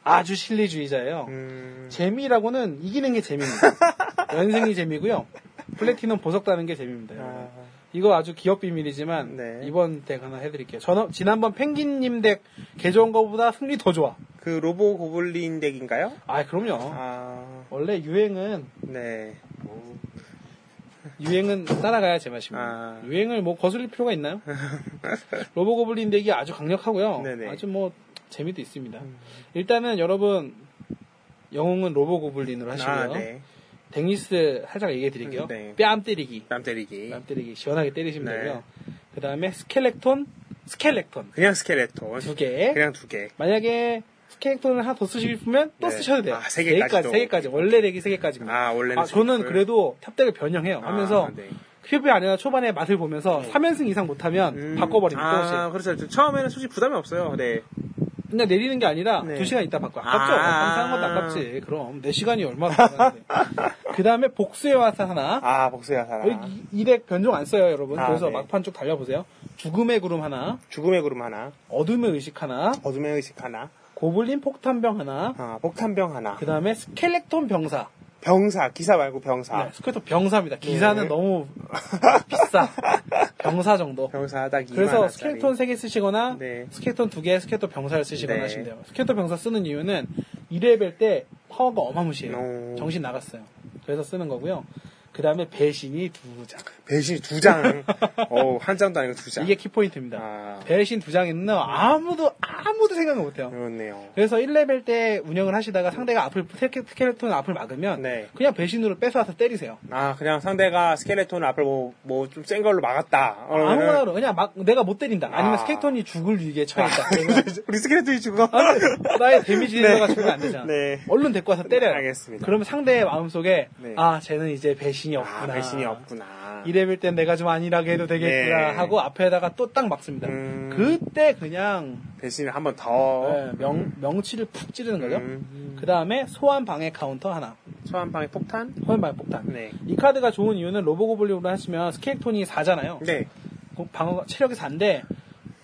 [SPEAKER 1] 아주 실리주의자예요.
[SPEAKER 2] 음,
[SPEAKER 1] 재미라고는 이기는 게 재미입니다. 연승이 재미고요. 플래티넘 보석 따는 게 재미입니다. 여러분.
[SPEAKER 2] 아,
[SPEAKER 1] 이거 아주 기업 비밀이지만
[SPEAKER 2] 네.
[SPEAKER 1] 이번 덱 하나 해드릴게요. 저는 지난번 펭귄님 덱 개조한 거보다 승리 더 좋아.
[SPEAKER 2] 그 로보 고블린 덱인가요?
[SPEAKER 1] 아 그럼요.
[SPEAKER 2] 아,
[SPEAKER 1] 원래 유행은
[SPEAKER 2] 네.
[SPEAKER 1] 유행은 따라가야 제맛입니다.
[SPEAKER 2] 아.
[SPEAKER 1] 유행을 뭐 거슬릴 필요가 있나요? 로보고블린 덱이 아주 강력하고요.
[SPEAKER 2] 네네. 음.
[SPEAKER 1] 아주 뭐 재미도 있습니다. 일단은 여러분 영웅은 로보고블린으로 하시고요.
[SPEAKER 2] 아, 네.
[SPEAKER 1] 덱리스트 살짝 얘기해 드릴게요.
[SPEAKER 2] 네.
[SPEAKER 1] 뺨 때리기.
[SPEAKER 2] 땀 때리기.
[SPEAKER 1] 뺨 때리기 시원하게 때리시면
[SPEAKER 2] 네.
[SPEAKER 1] 되고요. 그 다음에 스켈렉톤, 스켈렉톤
[SPEAKER 2] 그냥 스켈레톤.
[SPEAKER 1] 두 개.
[SPEAKER 2] 그냥 두 개.
[SPEAKER 1] 만약에 스켈렉톤을 하나 더 쓰시면 또
[SPEAKER 2] 네.
[SPEAKER 1] 쓰셔도 돼요. 네
[SPEAKER 2] 아, 세 개까지 또.
[SPEAKER 1] 세 개까지. 원래 렉이 세 개까지입니다.
[SPEAKER 2] 아, 원래는 세
[SPEAKER 1] 저는
[SPEAKER 2] 개를.
[SPEAKER 1] 그래도 탑덱을 변형해요. 하면서
[SPEAKER 2] 아, 네.
[SPEAKER 1] 큐브 아니라 초반에 맛을 보면서 3연승 이상 못하면
[SPEAKER 2] 음,
[SPEAKER 1] 바꿔버립니다. 조금씩.
[SPEAKER 2] 아, 그렇죠. 처음에는 솔직히 부담이 없어요. 네.
[SPEAKER 1] 그냥 내리는 게 아니라
[SPEAKER 2] 네.
[SPEAKER 1] 두시간 있다 바꿔. 아깝죠? 뭐
[SPEAKER 2] 아.
[SPEAKER 1] 항상 한 것도 아깝지. 그럼 내 시간이 얼마나 그 다음에 복수의 와서 하나.
[SPEAKER 2] 아, 복수야, 사람.
[SPEAKER 1] 이덱 변종 안 써요, 여러분.
[SPEAKER 2] 아,
[SPEAKER 1] 그래서
[SPEAKER 2] 네.
[SPEAKER 1] 막판 쭉 달려보세요. 죽음의 구름 하나,
[SPEAKER 2] 죽음의 구름 하나.
[SPEAKER 1] 어둠의 의식 하나,
[SPEAKER 2] 어둠의 의식 하나.
[SPEAKER 1] 고블린 폭탄병 하나,
[SPEAKER 2] 아, 폭탄병 하나.
[SPEAKER 1] 그 다음에 스켈렉톤 병사.
[SPEAKER 2] 병사, 기사 말고 병사.
[SPEAKER 1] 네, 스켈렉톤 병사입니다. 기사는
[SPEAKER 2] 아. 네.
[SPEAKER 1] 너무 비싸. 병사 정도.
[SPEAKER 2] 병사 딱 2만
[SPEAKER 1] 그래서
[SPEAKER 2] 원짜리.
[SPEAKER 1] 스켈레톤 3개 쓰시거나
[SPEAKER 2] 네.
[SPEAKER 1] 스켈레톤 2개, 스켈레톤 병사를 쓰시거나
[SPEAKER 2] 네.
[SPEAKER 1] 하시면 돼요. 스켈레톤 병사 쓰는 이유는 2레벨 때 파워가 어마무시해요.
[SPEAKER 2] 오.
[SPEAKER 1] 정신 나갔어요. 그래서 쓰는 거고요. 그 다음에 배신이 두 장.
[SPEAKER 2] 배신이 두 장. 어, 한 장도 아니고 두 장.
[SPEAKER 1] 이게 키포인트입니다.
[SPEAKER 2] 아.
[SPEAKER 1] 배신 두 장에는 아무도, 아무도 생각을 못해요.
[SPEAKER 2] 그렇네요.
[SPEAKER 1] 그래서 1레벨 때 운영을 하시다가 상대가 앞을, 스켈- 스켈레톤 앞을 막으면
[SPEAKER 2] 네.
[SPEAKER 1] 그냥 배신으로 뺏어와서 때리세요.
[SPEAKER 2] 아, 그냥 상대가 스켈레톤 앞을 뭐, 뭐 좀 센 걸로 막았다. 어,
[SPEAKER 1] 아무거나
[SPEAKER 2] 그러면은-
[SPEAKER 1] 그러 그냥 막 내가 못 때린다. 아니면
[SPEAKER 2] 아.
[SPEAKER 1] 스켈레톤이 죽을 위기에 처했다. 그러면
[SPEAKER 2] 우리 스켈레톤이 죽어.
[SPEAKER 1] 안 돼. 나의 데미지 딜러가 죽으면 안 되잖아.
[SPEAKER 2] 네.
[SPEAKER 1] 얼른 데리고 와서 때려요.
[SPEAKER 2] 알겠습니다.
[SPEAKER 1] 그러면 상대의 마음속에
[SPEAKER 2] 네.
[SPEAKER 1] 아 쟤는 이제 배신이 없구나.
[SPEAKER 2] 아, 배신이 없구나. 아.
[SPEAKER 1] 2레벨 땐 내가 좀 안일하게 해도 되겠구나
[SPEAKER 2] 네.
[SPEAKER 1] 하고 앞에다가 또 딱 막습니다.
[SPEAKER 2] 음.
[SPEAKER 1] 그때 그냥
[SPEAKER 2] 배신을 한번 더.
[SPEAKER 1] 네, 명, 명치를 푹 찌르는 거죠.
[SPEAKER 2] 음.
[SPEAKER 1] 그 다음에 소환 방해 카운터 하나.
[SPEAKER 2] 소환 방에 폭탄?
[SPEAKER 1] 소환 방해 폭탄.
[SPEAKER 2] 네.
[SPEAKER 1] 이 카드가 좋은 이유는 로보고블린으로 하시면 스케일톤이 4잖아요.
[SPEAKER 2] 네.
[SPEAKER 1] 방어, 체력이 4인데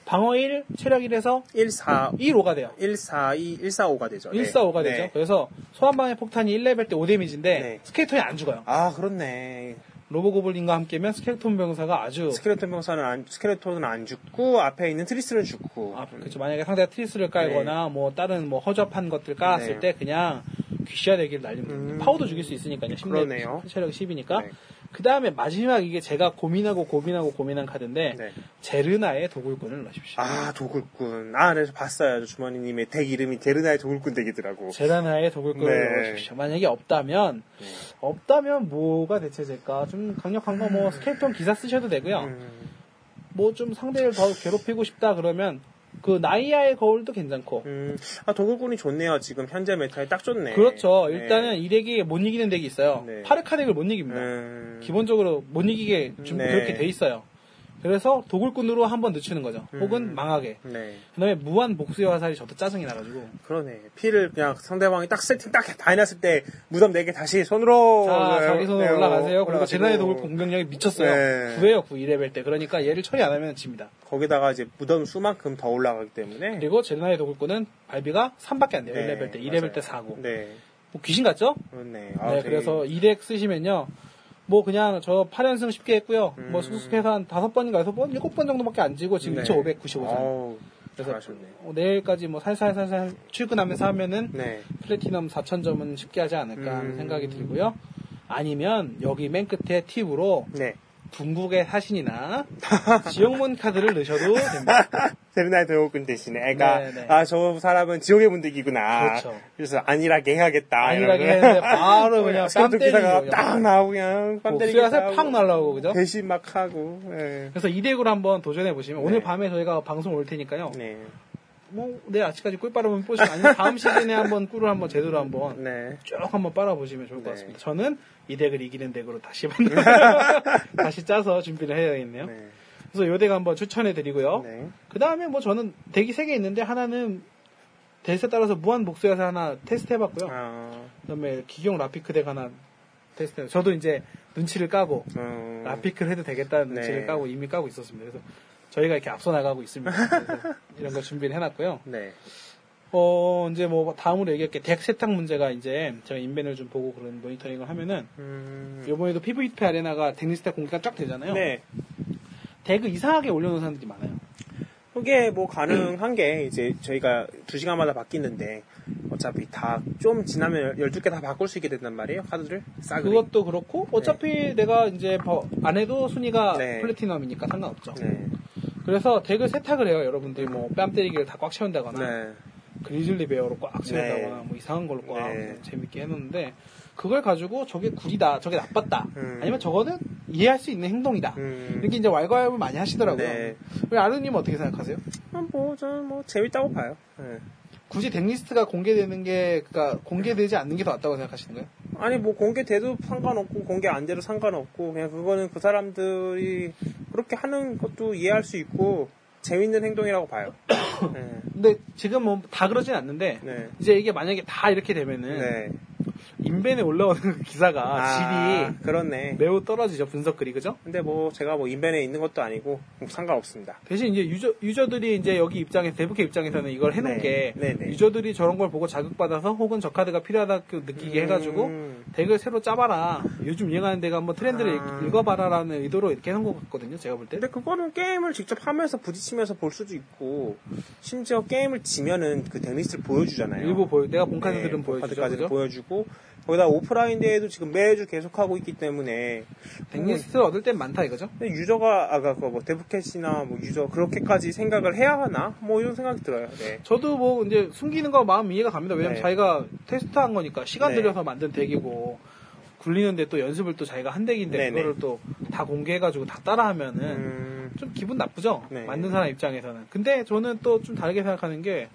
[SPEAKER 1] 방어 1, 체력 1에서
[SPEAKER 2] 1, 4,
[SPEAKER 1] 1, 5가 돼요.
[SPEAKER 2] 1, 4, 2, 1, 4, 5가 되죠.
[SPEAKER 1] 1,
[SPEAKER 2] 네.
[SPEAKER 1] 4, 5가
[SPEAKER 2] 네.
[SPEAKER 1] 되죠. 그래서 소환 방해 폭탄이 1레벨 때 5 데미지인데
[SPEAKER 2] 네.
[SPEAKER 1] 스케일톤이 안 죽어요.
[SPEAKER 2] 아, 그렇네.
[SPEAKER 1] 로보고블린과 함께면 스케일톤 병사가 아주
[SPEAKER 2] 스켈레톤 병사는 안, 스켈레톤은 안 죽고, 앞에 있는 트리스는 죽고.
[SPEAKER 1] 아, 그렇죠. 만약에 상대가 트리스를 깔거나 뭐 다른 뭐 허접한 것들 깔았을
[SPEAKER 2] 네.
[SPEAKER 1] 때 그냥 귀시야 되기를 날리면 됩니다.
[SPEAKER 2] 음. 파워도
[SPEAKER 1] 파워도 죽일 수 있으니까요. 10
[SPEAKER 2] 그러네요.
[SPEAKER 1] 체력 10이니까.
[SPEAKER 2] 네.
[SPEAKER 1] 그 다음에 마지막 이게 제가 고민하고 고민하고 고민한 카드인데
[SPEAKER 2] 네.
[SPEAKER 1] 제르나의 도굴꾼을 넣으십시오.
[SPEAKER 2] 아, 도굴꾼. 아, 그래서 봤어요. 저 주머니님의 덱 이름이 데르나의 도굴꾼 덱이더라고.
[SPEAKER 1] 제르나의 도굴꾼을
[SPEAKER 2] 뭐. 네.
[SPEAKER 1] 넣으십시오. 만약에 없다면
[SPEAKER 2] 네.
[SPEAKER 1] 없다면 뭐가 대체 될까? 좀 강력한 거 뭐 스케이톤 기사 쓰셔도 되고요.
[SPEAKER 2] 음,
[SPEAKER 1] 뭐 좀 상대를 더 괴롭히고 싶다 그러면 그 나이아의 거울도 괜찮고
[SPEAKER 2] 음. 아, 도굴꾼이 좋네요. 지금 현재 메타에 딱 좋네.
[SPEAKER 1] 그렇죠.
[SPEAKER 2] 네.
[SPEAKER 1] 일단은 이 덱이 못 이기는 덱이 있어요.
[SPEAKER 2] 네.
[SPEAKER 1] 파르카 덱을 못 이깁니다.
[SPEAKER 2] 음,
[SPEAKER 1] 기본적으로 못 이기게 좀
[SPEAKER 2] 네.
[SPEAKER 1] 그렇게 돼 있어요. 그래서 도굴꾼으로 한번 늦추는 거죠. 혹은
[SPEAKER 2] 음.
[SPEAKER 1] 망하게.
[SPEAKER 2] 네.
[SPEAKER 1] 그다음에 무한 복수의 화살이 저도 짜증이 나가지고.
[SPEAKER 2] 그러네. 피를 그냥 상대방이 딱 세팅 딱 다 해놨을 때 무덤 내게 다시 손으로.
[SPEAKER 1] 자,
[SPEAKER 2] 네,
[SPEAKER 1] 자기 손으로
[SPEAKER 2] 네,
[SPEAKER 1] 올라가세요. 그리고
[SPEAKER 2] 올라가시고.
[SPEAKER 1] 제나의 도굴 공격력이 미쳤어요.
[SPEAKER 2] 네.
[SPEAKER 1] 9회요, 9 1레벨 때. 그러니까 얘를 처리 안 하면 집니다.
[SPEAKER 2] 거기다가 이제 무덤 수만큼 더 올라가기 때문에.
[SPEAKER 1] 그리고 제나의 도굴꾼은 발비가 3밖에 안 돼요. 네, 1레벨 때, 2레벨 때
[SPEAKER 2] 네. 맞아요.
[SPEAKER 1] 4고. 뭐
[SPEAKER 2] 네.
[SPEAKER 1] 귀신 같죠?
[SPEAKER 2] 그렇네. 아,
[SPEAKER 1] 네,
[SPEAKER 2] 되게-
[SPEAKER 1] 그래서 2덱 쓰시면요. 뭐 그냥 저 8연승 쉽게 했고요.
[SPEAKER 2] 음.
[SPEAKER 1] 뭐 수습해서 한 5번인가 6번, 7번 정도밖에 안 지고 지금
[SPEAKER 2] 네.
[SPEAKER 1] 2595점.
[SPEAKER 2] 아우,
[SPEAKER 1] 그래서
[SPEAKER 2] 잘하셨네.
[SPEAKER 1] 어, 내일까지 뭐 살살살살 출근하면서 하면은
[SPEAKER 2] 네.
[SPEAKER 1] 플래티넘 4,000점은 쉽게 하지 않을까 하는
[SPEAKER 2] 음.
[SPEAKER 1] 생각이 들고요. 아니면 여기 맨 끝에 팁으로
[SPEAKER 2] 네.
[SPEAKER 1] 궁극의 사신이나 지옥문 카드를 넣으셔도 됩니다.
[SPEAKER 2] 세미나의 배우군 대신에 애가
[SPEAKER 1] 네, 네.
[SPEAKER 2] 아 저 사람은 지옥의 문득이구나.
[SPEAKER 1] 그렇죠.
[SPEAKER 2] 래서 안일하게 해야겠다.
[SPEAKER 1] 안일하게
[SPEAKER 2] 이러면서
[SPEAKER 1] 했는데 바로 그냥
[SPEAKER 2] 스케줄
[SPEAKER 1] 뺨 때리는
[SPEAKER 2] 기사가
[SPEAKER 1] 거예요.
[SPEAKER 2] 딱 나오고 그냥 뺨 때리기
[SPEAKER 1] 복수야세 뭐 팍 날라오고 그죠?
[SPEAKER 2] 대신 막 하고. 네.
[SPEAKER 1] 그래서 이 덱으로 한번 도전해 보시면 오늘
[SPEAKER 2] 네.
[SPEAKER 1] 밤에 저희가 방송 올 테니까요.
[SPEAKER 2] 네.
[SPEAKER 1] 뭐 내일 아침까지 꿀 빨아보면 뽀시 아니면 다음 시즌에 한번 꿀을 한번 제대로 한번
[SPEAKER 2] 네.
[SPEAKER 1] 쭉 한번 빨아보시면 좋을 것
[SPEAKER 2] 네.
[SPEAKER 1] 같습니다. 저는 이 덱을 이기는 덱으로 다시 만 다시 짜서 준비를 해야겠네요.
[SPEAKER 2] 네.
[SPEAKER 1] 그래서 요 덱 한번 추천해 드리고요.
[SPEAKER 2] 네.
[SPEAKER 1] 그 다음에 뭐 저는 덱이 세 개 있는데 하나는 대세 따라서 무한 복수에서 하나 테스트 해봤고요.
[SPEAKER 2] 아,
[SPEAKER 1] 그다음에 기경 라피크 덱 하나 테스트. 해봤 저도 이제 눈치를 까고
[SPEAKER 2] 음,
[SPEAKER 1] 라피크를 해도 되겠다는
[SPEAKER 2] 네.
[SPEAKER 1] 눈치를 까고 이미 까고 있었습니다. 그래서 저희가 이렇게 앞서 나가고 있습니다. 그래서 이런 걸 준비를 해놨고요.
[SPEAKER 2] 네.
[SPEAKER 1] 어, 이제 뭐 다음으로 얘기할게. 덱 세탁 문제가 이제 제가 인벤을 좀 보고 그런 모니터링을 하면은
[SPEAKER 2] 음,
[SPEAKER 1] 요번에도 PVP 아레나가 덱리스트 공개가 쫙 되잖아요.
[SPEAKER 2] 네.
[SPEAKER 1] 덱을 이상하게 올려놓은 사람들이 많아요.
[SPEAKER 2] 그게 뭐 가능한 게 이제 저희가 두 시간마다 바뀌는데 어차피 다 좀 지나면 12개 다 바꿀 수 있게 된단 말이에요. 카드를 아, 싸그리.
[SPEAKER 1] 그것도 그렇고 어차피 내가 이제 버- 안 해도 순위가
[SPEAKER 2] 네.
[SPEAKER 1] 플래티넘이니까 상관없죠.
[SPEAKER 2] 네.
[SPEAKER 1] 그래서 덱을 세탁을 해요. 여러분들이 뭐 뺨 때리기를 다 꽉 채운다거나
[SPEAKER 2] 네.
[SPEAKER 1] 그리즐리 베어로 꽉 채운다거나
[SPEAKER 2] 네.
[SPEAKER 1] 뭐 이상한 걸로 꽉
[SPEAKER 2] 네.
[SPEAKER 1] 뭐 재밌게 해놓는데 그걸 가지고 저게 구리다, 저게 나빴다,
[SPEAKER 2] 음.
[SPEAKER 1] 아니면 저거는 이해할 수 있는 행동이다.
[SPEAKER 2] 음.
[SPEAKER 1] 아, 이렇게 이제 왈가왈부 많이 하시더라고요.
[SPEAKER 2] 네.
[SPEAKER 1] 우리 아르님 어떻게 생각하세요?
[SPEAKER 2] 아, 뭐, 저는 뭐, 재밌다고 봐요. 예.
[SPEAKER 1] 굳이 덱리스트가 공개되는 게, 그러니까 공개되지 않는 게 더 낫다고 생각하시는 거예요?
[SPEAKER 2] 아니, 뭐, 공개돼도 상관없고, 공개 안 돼도 상관없고, 그냥 그거는 그 사람들이 그렇게 하는 것도 이해할 수 있고, 재밌는 행동이라고 봐요. 예.
[SPEAKER 1] 근데 지금 뭐 다 그러진 않는데
[SPEAKER 2] 네.
[SPEAKER 1] 이제 이게 만약에 다 이렇게 되면은
[SPEAKER 2] 네.
[SPEAKER 1] 인벤에 올라오는 그 기사가 질이
[SPEAKER 2] 아. 그렇네.
[SPEAKER 1] 매우 떨어지죠 분석글이 그죠?
[SPEAKER 2] 근데 뭐, 제가 뭐, 인벤에 있는 것도 아니고, 뭐 상관없습니다.
[SPEAKER 1] 대신 이제 유저 유저들이 이제 여기 입장에 대부캐 입장에서는 이걸 해놓은
[SPEAKER 2] 네.
[SPEAKER 1] 게
[SPEAKER 2] 네, 네.
[SPEAKER 1] 유저들이 저런 걸 보고 자극받아서 혹은 저 카드가 필요하다고 그 느끼게 해가지고
[SPEAKER 2] 음.
[SPEAKER 1] 덱을 새로 짜봐라 요즘 유행하는 데가 한번 트렌드를
[SPEAKER 2] 아. 네.
[SPEAKER 1] 읽어봐라라는 의도로 이렇게 해놓은 것 같거든요 제가 볼 때.
[SPEAKER 2] 근데 그거는 게임을 직접 하면서 부딪히면서 볼 수도 있고, 심지어 게임을 지면은 그 덱리스트를 보여주잖아요.
[SPEAKER 1] 일부 보여 내가 본카드들은
[SPEAKER 2] 네,
[SPEAKER 1] 보여주죠.
[SPEAKER 2] 카드까지는
[SPEAKER 1] 그죠?
[SPEAKER 2] 보여주고 거기다 오프라인 대회도 지금 매주 계속하고 있기 때문에 뭐
[SPEAKER 1] 덱리스트 얻을 땐 많다 이거죠?
[SPEAKER 2] 근데 유저가 아까 그뭐 데브캣이나 뭐 유저 그렇게까지 생각을 해야 하나 뭐 이런 생각이 들어요. 네.
[SPEAKER 1] 저도 뭐 이제 숨기는 거 마음 이해가 갑니다. 왜냐면
[SPEAKER 2] 네.
[SPEAKER 1] 자기가 테스트한 거니까 시간
[SPEAKER 2] 네.
[SPEAKER 1] 들여서 만든 덱이고 굴리는데 또 연습을 또 자기가 한 덱인데
[SPEAKER 2] 네,
[SPEAKER 1] 그거를 또 다 공개해가지고 다 따라하면은
[SPEAKER 2] 음,
[SPEAKER 1] 좀 기분 나쁘죠.
[SPEAKER 2] 네.
[SPEAKER 1] 만든 사람 입장에서는. 근데 저는 또 좀 다르게 생각하는 게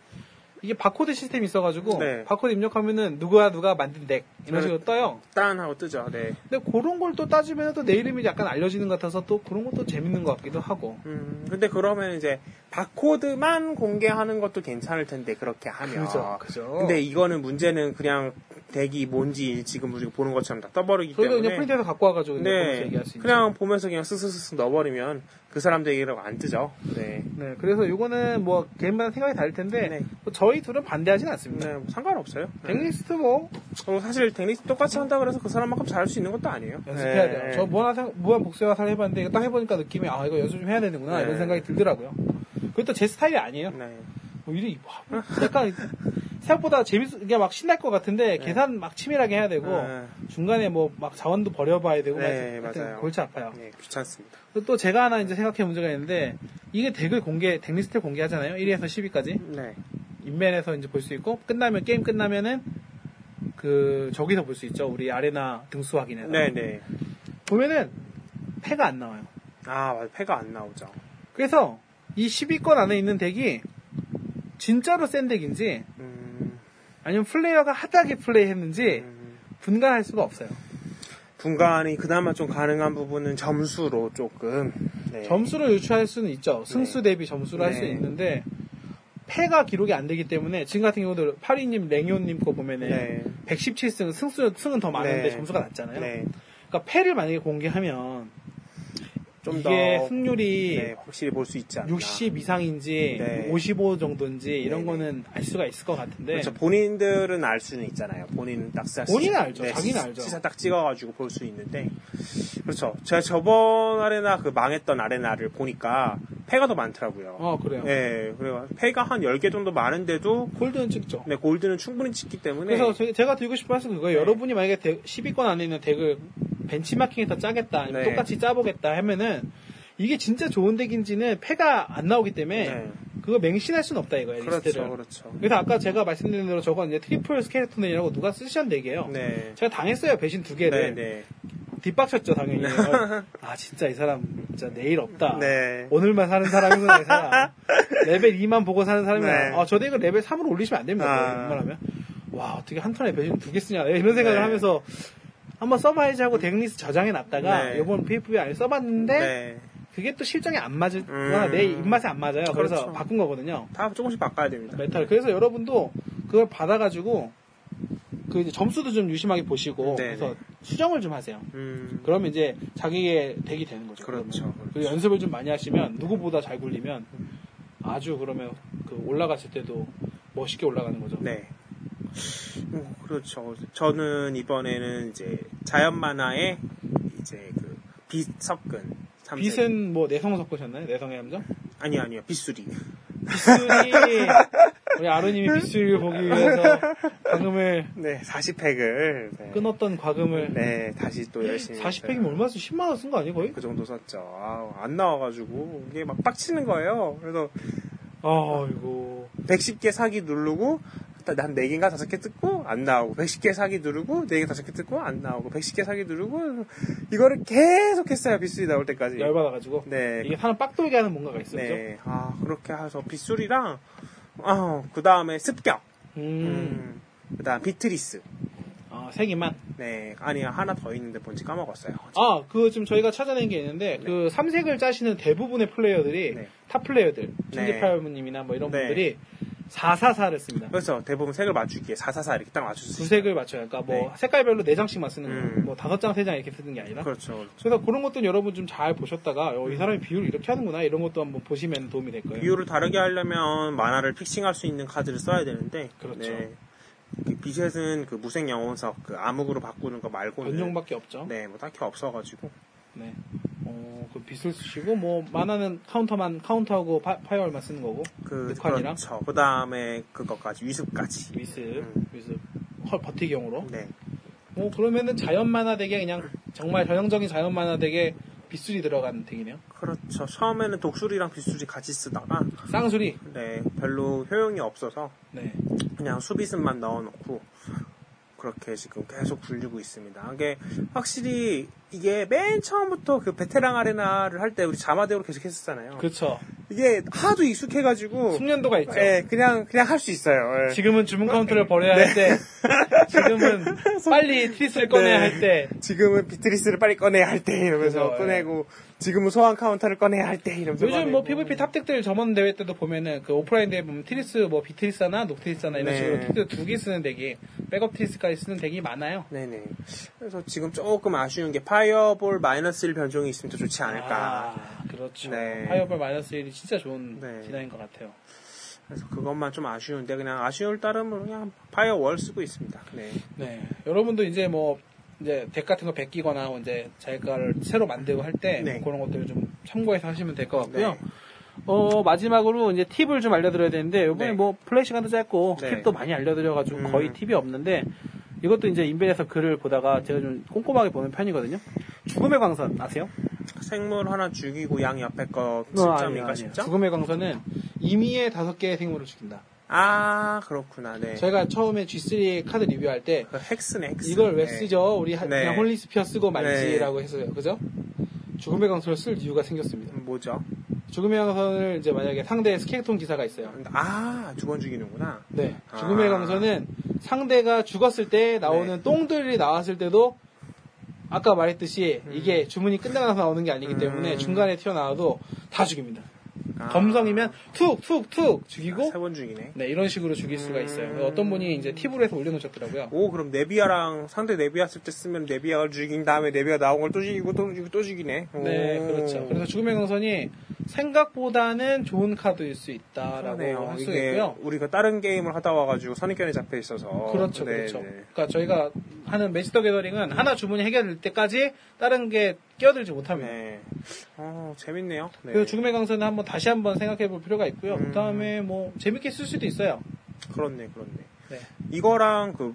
[SPEAKER 1] 이게 바코드 시스템이 있어가지고
[SPEAKER 2] 네.
[SPEAKER 1] 바코드 입력하면은 누가 누가 만든 덱 이런 식으로 떠요.
[SPEAKER 2] 딴 하고 뜨죠. 네.
[SPEAKER 1] 근데 그런 걸 또 따지면 또 내 이름이 약간 알려지는 것 같아서 또 그런 것도 재밌는 것 같기도 하고.
[SPEAKER 2] 음, 근데 그러면 이제 바코드만 공개하는 것도 괜찮을 텐데 그렇게 하면.
[SPEAKER 1] 그죠, 그죠.
[SPEAKER 2] 근데 이거는 문제는 그냥 덱이 뭔지 지금 우리가 보는 것처럼 다 떠버리기
[SPEAKER 1] 저희도
[SPEAKER 2] 때문에.
[SPEAKER 1] 그냥 프린트해서 갖고 와가지고 그냥 보면서
[SPEAKER 2] 네,
[SPEAKER 1] 얘기할 수 있죠.
[SPEAKER 2] 그냥 보면서 그냥 쓱쓱쓱쓱 넣어버리면 그 사람들이라고 안 뜨죠. 네.
[SPEAKER 1] 네, 그래서 요거는 뭐 개인마다 생각이 다를 텐데
[SPEAKER 2] 네.
[SPEAKER 1] 뭐 저희 둘은 반대하진 않습니다.
[SPEAKER 2] 네, 뭐 상관없어요. 네.
[SPEAKER 1] 덱리스트 뭐
[SPEAKER 2] 어, 사실 덱리스 똑같이 한다 그래서 그 사람만큼 잘할 수 있는 것도 아니에요.
[SPEAKER 1] 연습해야
[SPEAKER 2] 네.
[SPEAKER 1] 돼요. 저 무한 생- 무한 복수의 화살 해봤는데 이거 딱 해보니까 느낌이 아 이거 연습 좀 해야 되는구나
[SPEAKER 2] 네.
[SPEAKER 1] 이런 생각이 들더라고요. 그것도 제 스타일이 아니에요.
[SPEAKER 2] 네.
[SPEAKER 1] 뭐 이리 와, 뭐 약간 생각보다 재밌 이게 막 신날 것 같은데 계산 막 치밀하게 해야 되고
[SPEAKER 2] 네.
[SPEAKER 1] 중간에 뭐 막 자원도 버려봐야 되고 막
[SPEAKER 2] 네,
[SPEAKER 1] 하여튼
[SPEAKER 2] 맞아요.
[SPEAKER 1] 골치 아파요.
[SPEAKER 2] 네, 귀찮습니다.
[SPEAKER 1] 그리고 또 제가 하나 이제 생각해 문제가 있는데 이게 덱을 공개 덱리스트를 공개하잖아요. 1위에서 10위까지.
[SPEAKER 2] 네.
[SPEAKER 1] 인맨에서 이제 볼 수 있고 끝나면 게임 끝나면은 그 저기서 볼 수 있죠 우리 아레나 등수 확인해서
[SPEAKER 2] 네, 네.
[SPEAKER 1] 보면은 패가 안 나와요
[SPEAKER 2] 아, 맞아. 패가 안 나오죠.
[SPEAKER 1] 그래서 이 10위권 안에 있는 덱이 진짜로 센 덱인지
[SPEAKER 2] 음,
[SPEAKER 1] 아니면 플레이어가 하다게 플레이했는지
[SPEAKER 2] 음.
[SPEAKER 1] 분간할 수가 없어요
[SPEAKER 2] 분간이 그나마 좀 가능한 부분은 점수로 조금. 네.
[SPEAKER 1] 점수를 유추할 수는 있죠 승수 대비 점수를 할 수
[SPEAKER 2] 네.
[SPEAKER 1] 있는데 패가 기록이 안 되기 때문에 지금 같은 경우도 파리님 랭요님 거 보면은
[SPEAKER 2] 네.
[SPEAKER 1] 117승 승수 승은 더 많은데
[SPEAKER 2] 네.
[SPEAKER 1] 점수가 낮잖아요
[SPEAKER 2] 네.
[SPEAKER 1] 그러니까 패를 만약에 공개하면
[SPEAKER 2] 좀 더.
[SPEAKER 1] 이게 승률이
[SPEAKER 2] 네, 확실히 볼 수 있지 않나.
[SPEAKER 1] 60 이상인지
[SPEAKER 2] 네.
[SPEAKER 1] 55 정도인지 이런
[SPEAKER 2] 네.
[SPEAKER 1] 거는 알 수가 있을 것 같은데
[SPEAKER 2] 그렇죠. 본인들은 알 수는 있잖아요. 본인은 딱 사실. 네,
[SPEAKER 1] 본인은 알죠. 자기는 알죠.
[SPEAKER 2] 시사 딱 찍어가지고 볼 수 있는데. 그렇죠. 제가 저번 아레나 그 망했던 아레나를 보니까 패가 더 많더라고요.
[SPEAKER 1] 어 그래요
[SPEAKER 2] 네, 그래요. 패가 한 10개 정도 많은데도
[SPEAKER 1] 골드는 찍죠
[SPEAKER 2] 네, 골드는 충분히 찍기 때문에
[SPEAKER 1] 그래서 제- 제가 들고 싶은 말씀 그거예요
[SPEAKER 2] 네.
[SPEAKER 1] 여러분이 만약에 대- 10위권 안에 있는 덱을 벤치마킹해서 짜겠다 아니면
[SPEAKER 2] 네.
[SPEAKER 1] 똑같이 짜보겠다 하면은 이게 진짜 좋은 덱인지는 패가 안 나오기 때문에
[SPEAKER 2] 네.
[SPEAKER 1] 그거 맹신할 수는 없다 이거예요
[SPEAKER 2] 그렇죠.
[SPEAKER 1] 리스트를
[SPEAKER 2] 그렇죠.
[SPEAKER 1] 그래서 아까 제가 말씀드린 대로 저건 이제 트리플 스케르톤이라고 누가 쓰신 덱이에요
[SPEAKER 2] 네.
[SPEAKER 1] 제가 당했어요 배신 두 개를
[SPEAKER 2] 네, 네.
[SPEAKER 1] 뒷박쳤죠 당연히. 어, 아 진짜 이 사람 진짜 내일 없다.
[SPEAKER 2] 네.
[SPEAKER 1] 아, 오늘만 사는 사람이구나 이 사람. 레벨 2만 보고 사는 사람이야.
[SPEAKER 2] 네.
[SPEAKER 1] 아, 저 덱을 레벨 3으로 올리시면 안 됩니다.
[SPEAKER 2] 아.
[SPEAKER 1] 그거 웬만하면. 와 어떻게 한 턴에 배신 두개 쓰냐 이런 생각을
[SPEAKER 2] 네.
[SPEAKER 1] 하면서 한번 써봐야지 하고 덱리스트 저장해 놨다가
[SPEAKER 2] 네.
[SPEAKER 1] 이번 PFP 안에 써봤는데
[SPEAKER 2] 네.
[SPEAKER 1] 그게 또 실정이 안 맞거나
[SPEAKER 2] 음.
[SPEAKER 1] 내 입맛에 안 맞아요. 그래서
[SPEAKER 2] 그렇죠.
[SPEAKER 1] 바꾼 거거든요.
[SPEAKER 2] 다 조금씩 바꿔야 됩니다.
[SPEAKER 1] 메탈. 그래서 여러분도 그걸 받아가지고 그 이제 점수도 좀 유심하게 보시고
[SPEAKER 2] 네,
[SPEAKER 1] 그래서
[SPEAKER 2] 네.
[SPEAKER 1] 수정을 좀 하세요.
[SPEAKER 2] 음.
[SPEAKER 1] 그러면 이제 자기의 덱이 되는 거죠.
[SPEAKER 2] 그렇죠.
[SPEAKER 1] 그러면. 그리고 연습을 좀 많이 하시면 누구보다 잘 굴리면 아주 그러면 그 올라갔을 때도 멋있게 올라가는 거죠.
[SPEAKER 2] 네. 음, 그렇죠. 저는 이번에는 이제 자연 만화의 이제 그 빛 섞은 삼색.
[SPEAKER 1] 빛은 뭐 내성 섞으셨나요? 내성의 함정?
[SPEAKER 2] 아니 요 아니요 빗수리.
[SPEAKER 1] 빛순이 우리 아루님이 빛을 보기 위해서 과금을
[SPEAKER 2] 네 40팩을 네.
[SPEAKER 1] 끊었던 과금을
[SPEAKER 2] 네 다시 또 열심히. 네.
[SPEAKER 1] 40팩이면 얼마 써? 10만 원 쓴 거 아니에요 거의?
[SPEAKER 2] 그 정도 썼죠. 아우, 안 나와가지고 이게 막 빡치는 거예요. 그래서
[SPEAKER 1] 아이고
[SPEAKER 2] 110개 사기 누르고 난 4개인가 5개 뜯고 안 나오고 110개 사기 누르고 4개 5개 뜯고 안 나오고 110개 사기 누르고 이거를 계속 했어요 빗수리 나올 때까지
[SPEAKER 1] 열받아가지고
[SPEAKER 2] 네.
[SPEAKER 1] 이게 사람 빡돌게 하는 뭔가가 있었죠.
[SPEAKER 2] 네. 아, 그렇게 해서 빗소리랑, 아, 그 다음에 습격.
[SPEAKER 1] 음,
[SPEAKER 2] 그 다음 비트리스.
[SPEAKER 1] 아, 색이만.
[SPEAKER 2] 네. 아니, 하나 더 있는데 뭔지 까먹었어요.
[SPEAKER 1] 아, 그 지금 저희가 찾아낸 게 있는데 그 삼색을 짜시는 대부분의 플레이어들이
[SPEAKER 2] 네.
[SPEAKER 1] 탑 플레이어들,
[SPEAKER 2] 네.
[SPEAKER 1] 천지파이브님이나 뭐 이런
[SPEAKER 2] 네.
[SPEAKER 1] 분들이 444를 씁니다.
[SPEAKER 2] 그래서 대부분 색을 맞추기에 444 이렇게 딱 맞출 수
[SPEAKER 1] 두
[SPEAKER 2] 있어요.
[SPEAKER 1] 색을 맞춰요. 그러니까 뭐 색깔별로 네 장씩만 쓰는 거예요.
[SPEAKER 2] 음.
[SPEAKER 1] 뭐 다섯 장, 세 장 이렇게 쓰는 게 아니라.
[SPEAKER 2] 그렇죠. 음.
[SPEAKER 1] 그래서 그런 것도 여러분 좀 잘 보셨다가 어, 이 사람이 비율을 이렇게 하는구나 이런 것도 한번 보시면 도움이 될 거예요.
[SPEAKER 2] 비율을 다르게 하려면 만화를 픽싱할 수 있는 카드를 써야 되는데.
[SPEAKER 1] 그렇죠.
[SPEAKER 2] 네. 그 비셋은 그 무색 영혼석 그 암흑으로 바꾸는 거 말고는.
[SPEAKER 1] 변종밖에 없죠. 네.
[SPEAKER 2] 네, 뭐 딱히 없어가지고.
[SPEAKER 1] 어, 그 빛을 쓰시고 뭐 만화는 카운터만 카운터하고 파, 파이어만 쓰는 거고
[SPEAKER 2] 그,
[SPEAKER 1] 북한이랑?
[SPEAKER 2] 그렇죠. 그 다음에 그것까지, 위습까지.
[SPEAKER 1] 미스
[SPEAKER 2] 음.
[SPEAKER 1] 미스 헐 버티기용으로.
[SPEAKER 2] 네.
[SPEAKER 1] 어, 그러면은 자연 만화 되게 그냥 정말 전형적인 자연 만화 되게 빗술이 들어간 덱이네요.
[SPEAKER 2] 그렇죠. 처음에는 독수리랑 빗수리 같이 쓰다가
[SPEAKER 1] 쌍수리.
[SPEAKER 2] 네, 별로 효용이 없어서
[SPEAKER 1] 네.
[SPEAKER 2] 그냥 수비습만 넣어놓고 그렇게 지금 계속 굴리고 있습니다. 이게 확실히 이게 맨 처음부터 그 베테랑 아레나를 할 때 우리 자마대로 계속 했었잖아요.
[SPEAKER 1] 그렇죠.
[SPEAKER 2] 이게 하도 익숙해가지고
[SPEAKER 1] 숙련도가 있죠.
[SPEAKER 2] 예, 그냥 그냥 할 수 있어요. 예.
[SPEAKER 1] 지금은 주문 카운터를 버려야 할 때, 지금은 빨리 트리스를 꺼내야
[SPEAKER 2] 네.
[SPEAKER 1] 할 때,
[SPEAKER 2] 지금은 비트리스를 빨리 꺼내야 할 때 이러면서
[SPEAKER 1] 그죠, 예.
[SPEAKER 2] 꺼내고 지금은 소환 카운터를 꺼내야 할 때 이러면서
[SPEAKER 1] 요즘 뭐
[SPEAKER 2] 꺼내고.
[SPEAKER 1] PVP 탑덱들 점원 대회 때도 보면은 그 오프라인 대회 보면 트리스 뭐 비트리스나 녹트리스나 이런
[SPEAKER 2] 네.
[SPEAKER 1] 식으로 트리스 두 개 쓰는 덱이 백업 트리스까지 쓰는 덱이 많아요.
[SPEAKER 2] 네네. 그래서 지금 조금 아쉬운 게 파이어볼 마이너스 1 변종이 있으면 더 좋지 않을까.
[SPEAKER 1] 아, 그렇죠.
[SPEAKER 2] 네.
[SPEAKER 1] 파이어볼 마이너스 1이 진짜 좋은
[SPEAKER 2] 네.
[SPEAKER 1] 디자인인 것 같아요.
[SPEAKER 2] 그래서 그것만 좀 아쉬운데 그냥 아쉬울 따름으로 그냥 파이어월 쓰고 있습니다. 네.
[SPEAKER 1] 네. 여러분도 이제 뭐 이제 덱 같은 거 베끼거나 뭐 이제 자기가를 새로 만들고 할 때
[SPEAKER 2] 네.
[SPEAKER 1] 그런 것들을 좀 참고해서 하시면 될 것 같고요.
[SPEAKER 2] 네.
[SPEAKER 1] 어 마지막으로 이제 팁을 좀 알려드려야 되는데 이번에
[SPEAKER 2] 네.
[SPEAKER 1] 뭐 플레이 시간도 짧고
[SPEAKER 2] 네.
[SPEAKER 1] 팁도 많이 알려드려가지고
[SPEAKER 2] 음.
[SPEAKER 1] 거의 팁이 없는데 이것도 이제 인벤에서 글을 보다가 제가 좀 꼼꼼하게 보는 편이거든요. 죽음의 광선 아세요?
[SPEAKER 2] 생물 하나 죽이고 양 옆에 거
[SPEAKER 1] 어, 아니에요,
[SPEAKER 2] 10점인가
[SPEAKER 1] 아니에요.
[SPEAKER 2] 10점?
[SPEAKER 1] 죽음의 광선은 임의의 다섯 개의 생물을 죽인다.
[SPEAKER 2] 아 그렇구나. 네.
[SPEAKER 1] 저희가 처음에 G3 카드 리뷰할 때
[SPEAKER 2] 그 헥스네 헥스.
[SPEAKER 1] 이걸 왜
[SPEAKER 2] 네.
[SPEAKER 1] 쓰죠? 우리 하-
[SPEAKER 2] 네.
[SPEAKER 1] 그냥 홀리스피어 쓰고
[SPEAKER 2] 네.
[SPEAKER 1] 말지라고 했어요. 그죠? 죽음의 강선을 쓸 이유가 생겼습니다.
[SPEAKER 2] 뭐죠?
[SPEAKER 1] 죽음의 강선을 이제 만약에 상대의 스케이통 기사가 있어요.
[SPEAKER 2] 아 두 번 죽이는구나.
[SPEAKER 1] 네. 죽음의
[SPEAKER 2] 아.
[SPEAKER 1] 강선은 상대가 죽었을 때 나오는
[SPEAKER 2] 네.
[SPEAKER 1] 똥들이 나왔을 때도 아까 말했듯이 이게 주문이 끝나고 나서 나오는 게 아니기 때문에
[SPEAKER 2] 음.
[SPEAKER 1] 중간에 튀어나와도 다 죽입니다.
[SPEAKER 2] 아.
[SPEAKER 1] 검성이면 툭, 툭, 툭 죽이고
[SPEAKER 2] 세번 죽이네.
[SPEAKER 1] 네, 이런 식으로 죽일 수가
[SPEAKER 2] 음.
[SPEAKER 1] 있어요. 어떤 분이 이제 팁으로 해서 올려놓으셨더라고요.
[SPEAKER 2] 오 그럼 네비아랑 상대 네비아 쓸 때 쓰면 네비아를 죽인 다음에 네비아 나온 걸 또 죽이고 또 죽이고 또 죽이네. 오.
[SPEAKER 1] 네, 그렇죠. 그래서 죽음의 경선이 생각보다는 좋은 카드일 수 있다라고
[SPEAKER 2] 그러네요.
[SPEAKER 1] 할 수
[SPEAKER 2] 이게
[SPEAKER 1] 있고요.
[SPEAKER 2] 우리가 다른 게임을 하다 와가지고 선입견에 잡혀 있어서
[SPEAKER 1] 그렇죠,
[SPEAKER 2] 네,
[SPEAKER 1] 그렇죠.
[SPEAKER 2] 네.
[SPEAKER 1] 그러니까 저희가 하는 매치 더 게더링은 하나 주문이 해결될 때까지 다른 게 끼어들지 못합니다.
[SPEAKER 2] 네. 어, 재밌네요. 네.
[SPEAKER 1] 그래서 죽음의 강선은 한번 다시 한번 생각해 볼 필요가 있고요. 그 다음에 뭐 재밌게 쓸 수도 있어요.
[SPEAKER 2] 그렇네, 그렇네.
[SPEAKER 1] 네.
[SPEAKER 2] 이거랑 그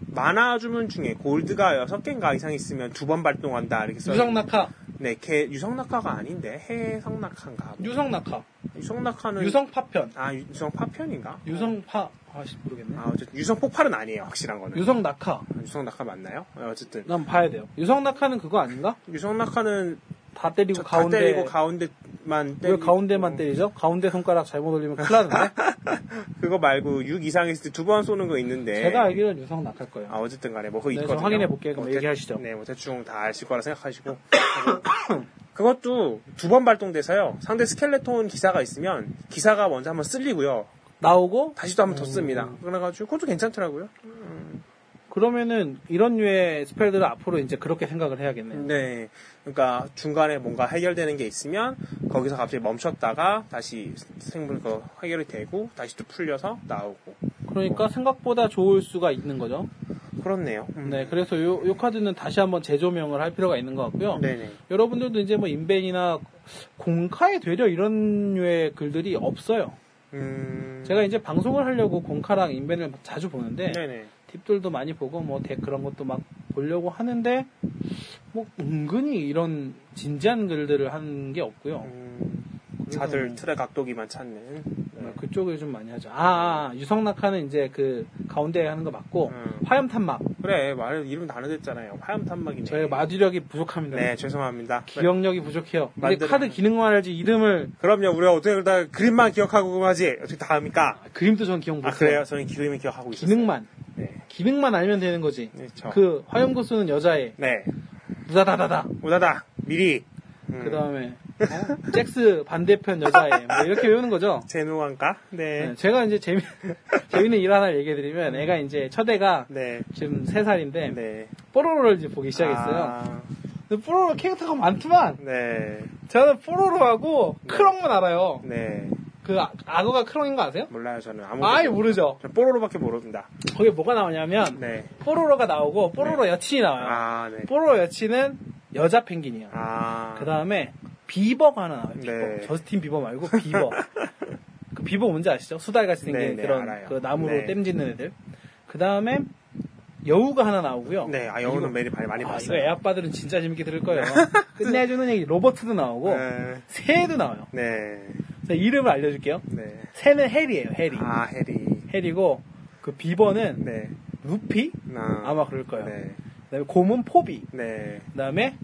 [SPEAKER 2] 만화 주문 중에 골드가 여섯 개인가 이상 있으면 두 번 발동한다 이렇게 써.
[SPEAKER 1] 유성낙하,
[SPEAKER 2] 네, 걔 유성낙하가 아닌데 해성낙하인가.
[SPEAKER 1] 유성낙하,
[SPEAKER 2] 유성낙하는
[SPEAKER 1] 유성 파편,
[SPEAKER 2] 아 유- 유성 파편인가?
[SPEAKER 1] 유성파, 아씨 모르겠네.
[SPEAKER 2] 아 어쨌든 유성 폭발은 아니에요 확실한 거는.
[SPEAKER 1] 유성낙하,
[SPEAKER 2] 유성낙하 맞나요? 네, 어쨌든
[SPEAKER 1] 난 봐야 돼요. 유성낙하는 그거 아닌가?
[SPEAKER 2] 유성낙하는
[SPEAKER 1] 다 때리고
[SPEAKER 2] 다
[SPEAKER 1] 가운데
[SPEAKER 2] 때리고 어. 가운데만
[SPEAKER 1] 왜
[SPEAKER 2] 때리고
[SPEAKER 1] 가운데만 때리죠? 가운데 손가락 잘못 올리면 큰일 나는데?
[SPEAKER 2] 그거 말고 6 이상 있을 때 두 번 쏘는 거 있는데
[SPEAKER 1] 제가 알기로는 유성 낙할 거예요.
[SPEAKER 2] 아 어쨌든 간에 뭐 그거
[SPEAKER 1] 네, 저
[SPEAKER 2] 있거든요.
[SPEAKER 1] 확인해 볼게요. 그럼
[SPEAKER 2] 뭐 대-
[SPEAKER 1] 얘기하시죠.
[SPEAKER 2] 네, 뭐 대충 다 아실 거라 생각하시고 그것도 두 번 발동돼서요. 상대 스켈레톤 기사가 있으면 기사가 먼저 한번 쓸리고요.
[SPEAKER 1] 나오고
[SPEAKER 2] 다시 또 한번 더 씁니다. 그래가지고 그것도 괜찮더라고요.
[SPEAKER 1] 그러면은 이런 류의 스펠들을 앞으로 이제 그렇게 생각을 해야겠네요.
[SPEAKER 2] 네, 그러니까 중간에 뭔가 해결되는 게 있으면 거기서 갑자기 멈췄다가 다시 생물 그 해결이 되고 다시 또 풀려서 나오고
[SPEAKER 1] 그러니까 생각보다 좋을 수가 있는 거죠.
[SPEAKER 2] 그렇네요. 음.
[SPEAKER 1] 네, 그래서 요, 요 카드는 다시 한번 재조명을 할 필요가 있는 것 같고요.
[SPEAKER 2] 네네.
[SPEAKER 1] 여러분들도 이제 뭐 인벤이나 공카에 되려 이런 류의 글들이 없어요.
[SPEAKER 2] 음.
[SPEAKER 1] 제가 이제 방송을 하려고 공카랑 인벤을 자주 보는데
[SPEAKER 2] 네네.
[SPEAKER 1] 팁들도 많이 보고 뭐 덱 그런 것도 막 보려고 하는데 뭐 은근히 이런 진지한 글들을 하는 게 없고요.
[SPEAKER 2] 음, 다들 틀의 각도기만 찾는.
[SPEAKER 1] 뭐 네,
[SPEAKER 2] 네.
[SPEAKER 1] 그쪽을 좀 많이 하죠. 아, 아, 유성낙하는 이제 그 가운데 하는 거 맞고
[SPEAKER 2] 음.
[SPEAKER 1] 화염탄막
[SPEAKER 2] 그래 말 이름 다 늦었잖아요. 화염 탄막이네.
[SPEAKER 1] 저희 마주력이 부족합니다.
[SPEAKER 2] 네 죄송합니다.
[SPEAKER 1] 기억력이 부족해요. 근데
[SPEAKER 2] 만들어-
[SPEAKER 1] 카드 기능만 알지 이름을
[SPEAKER 2] 그럼요 우리가 어떻게 다 그림만 기억하고 하지 어떻게 다 합니까?
[SPEAKER 1] 아, 그림도 전 기억
[SPEAKER 2] 아
[SPEAKER 1] 못해요.
[SPEAKER 2] 그래요 저는 그림을 기억하고 있어요.
[SPEAKER 1] 기능만
[SPEAKER 2] 네.
[SPEAKER 1] 기능만 알면 되는 거지.
[SPEAKER 2] 네, 저.
[SPEAKER 1] 그 화염고 쓰는 여자애
[SPEAKER 2] 네.
[SPEAKER 1] 우다다다다
[SPEAKER 2] 음. 오다다 미리. 음.
[SPEAKER 1] 그 다음에 어? 잭스 반대편 여자애 뭐 이렇게 외우는 거죠.
[SPEAKER 2] 제노왕가. 네.
[SPEAKER 1] 네, 제가 이제 재미, 재밌는 일 하나를 얘기해드리면 애가 이제 첫애가
[SPEAKER 2] 네.
[SPEAKER 1] 지금 3살인데
[SPEAKER 2] 네.
[SPEAKER 1] 뽀로로를 이제 보기 시작했어요.
[SPEAKER 2] 아,
[SPEAKER 1] 근데 뽀로로 캐릭터가 많지만
[SPEAKER 2] 네.
[SPEAKER 1] 저는 뽀로로하고 크롱만 알아요.
[SPEAKER 2] 네.
[SPEAKER 1] 그 아- 악어가 크롱인 거 아세요?
[SPEAKER 2] 몰라요 저는 아무도.
[SPEAKER 1] 아예 모르죠.
[SPEAKER 2] 저 뽀로로밖에 모릅니다.
[SPEAKER 1] 거기 뭐가 나오냐면
[SPEAKER 2] 네.
[SPEAKER 1] 뽀로로가 나오고 뽀로로 여친이 나와요.
[SPEAKER 2] 아 네.
[SPEAKER 1] 뽀로로 여친은 여자 펭귄이에요.
[SPEAKER 2] 아.
[SPEAKER 1] 그 다음에 비버가 하나 나와요. 비버.
[SPEAKER 2] 네.
[SPEAKER 1] 저스틴 비버 말고 비버. 그 비버 뭔지 아시죠? 수달같이 생긴
[SPEAKER 2] 네, 네,
[SPEAKER 1] 그런
[SPEAKER 2] 알아요.
[SPEAKER 1] 그 나무로
[SPEAKER 2] 네.
[SPEAKER 1] 땜짓는 애들. 그 다음에 여우가 하나 나오고요.
[SPEAKER 2] 네. 아 영어는 매일 많이 많이
[SPEAKER 1] 아, 이거
[SPEAKER 2] 봤어요.
[SPEAKER 1] 애아빠들은 진짜 재밌게 들을 거예요. 끝내주는 얘기 로버트도 나오고
[SPEAKER 2] 네.
[SPEAKER 1] 새도 나와요.
[SPEAKER 2] 네.
[SPEAKER 1] 자, 이름을 알려줄게요.
[SPEAKER 2] 네.
[SPEAKER 1] 새는 해리예요. 해리.
[SPEAKER 2] 아 해리.
[SPEAKER 1] 해리고 그 비버는
[SPEAKER 2] 네.
[SPEAKER 1] 루피
[SPEAKER 2] 아,
[SPEAKER 1] 아마 그럴 거예요.
[SPEAKER 2] 네.
[SPEAKER 1] 그다음에 곰은 포비.
[SPEAKER 2] 네.
[SPEAKER 1] 그다음에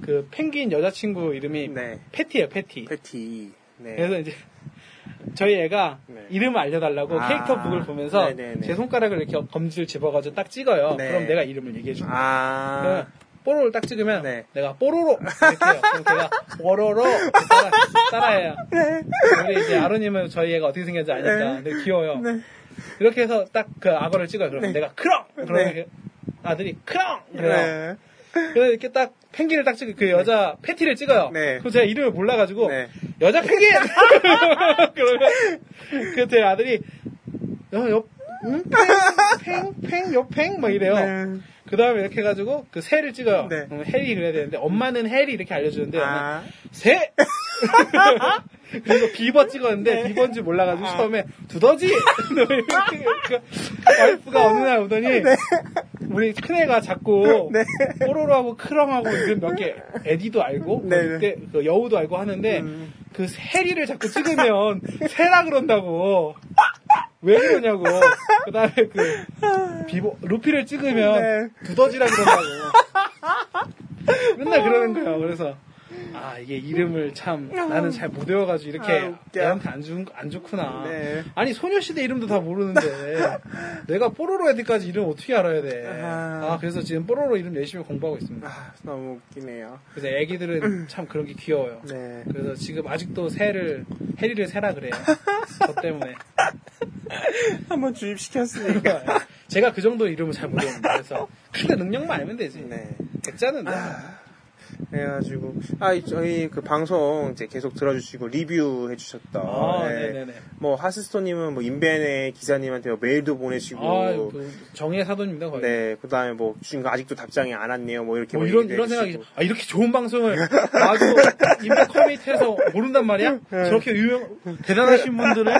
[SPEAKER 1] 그 펭귄 여자친구 이름이
[SPEAKER 2] 네.
[SPEAKER 1] 패티예요. 패티.
[SPEAKER 2] 패티. 네.
[SPEAKER 1] 그래서 이제 저희 애가
[SPEAKER 2] 네.
[SPEAKER 1] 이름을 알려달라고
[SPEAKER 2] 아,
[SPEAKER 1] 캐릭터 북을 보면서
[SPEAKER 2] 네네네.
[SPEAKER 1] 제 손가락을 이렇게 검지를 집어가지고 딱 찍어요.
[SPEAKER 2] 네.
[SPEAKER 1] 그럼 내가 이름을 얘기해줘.
[SPEAKER 2] 아.
[SPEAKER 1] 그러면 뽀로를 딱 찍으면
[SPEAKER 2] 네.
[SPEAKER 1] 내가 뽀로로 이렇게 해요. 그럼 걔가 워로로 이렇게 따라, 따라해요.
[SPEAKER 2] 네.
[SPEAKER 1] 우리 이제 아로님은 저희 애가 어떻게 생겼는지 아니까 되게
[SPEAKER 2] 네.
[SPEAKER 1] 귀여워요. 이렇게 해서 딱 그 악어를 찍어요. 그럼 내가 크롱! 그러면
[SPEAKER 2] 네.
[SPEAKER 1] 이렇게 아들이 크롱! 그래요.
[SPEAKER 2] 네.
[SPEAKER 1] 그래서 이렇게 딱 펭귄을 딱 찍고 그 여자 패티를 찍어요.
[SPEAKER 2] 네.
[SPEAKER 1] 그럼 제가 이름을 몰라가지고
[SPEAKER 2] 네.
[SPEAKER 1] 여자 펭귄 그러면 그제 아들이 어, 여옆팽팽 옆팽 막 이래요.
[SPEAKER 2] 네.
[SPEAKER 1] 그 다음에 이렇게 해가지고 그 새를 찍어요.
[SPEAKER 2] 네.
[SPEAKER 1] 그럼 해리 그래야 되는데 엄마는 해리 이렇게 알려주는데
[SPEAKER 2] 아.
[SPEAKER 1] 나는 새 그리고 비버 찍었는데
[SPEAKER 2] 네.
[SPEAKER 1] 비버인지 몰라가지고
[SPEAKER 2] 아.
[SPEAKER 1] 처음에 두더지 뭐 이렇게 해가지고 와이프가 어느 날 오더니
[SPEAKER 2] 네.
[SPEAKER 1] 우리 큰애가 자꾸 뽀로로하고 크럼하고 이런 몇개 에디도 알고
[SPEAKER 2] 네, 음. 네.
[SPEAKER 1] 그때 그 여우도 알고 하는데 그 세리를 자꾸 찍으면 새라 그런다고 왜 그러냐고 그다음에 그 비보 루피를
[SPEAKER 2] 네.
[SPEAKER 1] 찍으면 두더지라 그런다고 맨날 그러는
[SPEAKER 2] 어.
[SPEAKER 1] 거예요 그래서 아 이게 이름을 참 나는 잘 못 외워가지고 이렇게
[SPEAKER 2] 아, 웃겨.
[SPEAKER 1] 애한테 안, 주, 안 좋구나
[SPEAKER 2] 네.
[SPEAKER 1] 아니 소녀시대 이름도 다 모르는데 내가 뽀로로 애들까지 이름 어떻게 알아야 돼
[SPEAKER 2] 아.
[SPEAKER 1] 아 그래서 지금 뽀로로 이름 열심히 공부하고 있습니다
[SPEAKER 2] 아, 너무 웃기네요.
[SPEAKER 1] 그래서 애기들은 참 그런 게 귀여워요
[SPEAKER 2] 음. 네.
[SPEAKER 1] 그래서 지금 아직도 새를 해리를 새라 그래요. 저 때문에.
[SPEAKER 2] 한번 주입시켰으니까.
[SPEAKER 1] 제가 그 정도 이름을 잘 모르는데 그래서 근데 능력만 알면 되지.
[SPEAKER 2] 네. 아.
[SPEAKER 1] 백자는 돼.
[SPEAKER 2] 그래가지고 아 이- 저희 그 방송 이제 계속 들어주시고 리뷰 해주셨던
[SPEAKER 1] 아,
[SPEAKER 2] 네.
[SPEAKER 1] 네네네.
[SPEAKER 2] 뭐 하스스톤님은 뭐 인벤의 기사님한테 뭐 메일도 보내시고
[SPEAKER 1] 아유, 그 정의 사돈입니다 거의.
[SPEAKER 2] 네 그다음에 뭐 지금 아직도 답장이 안 왔네요 뭐 이렇게
[SPEAKER 1] 뭐
[SPEAKER 2] 뭐
[SPEAKER 1] 이런
[SPEAKER 2] 얘기도
[SPEAKER 1] 이런
[SPEAKER 2] 해주시고. 예.
[SPEAKER 1] 생각이 아 이렇게 좋은 방송을 아주 인맥 커뮤니티에서 모른단 말이야?
[SPEAKER 2] 예.
[SPEAKER 1] 저렇게 유명 대단하신 분들을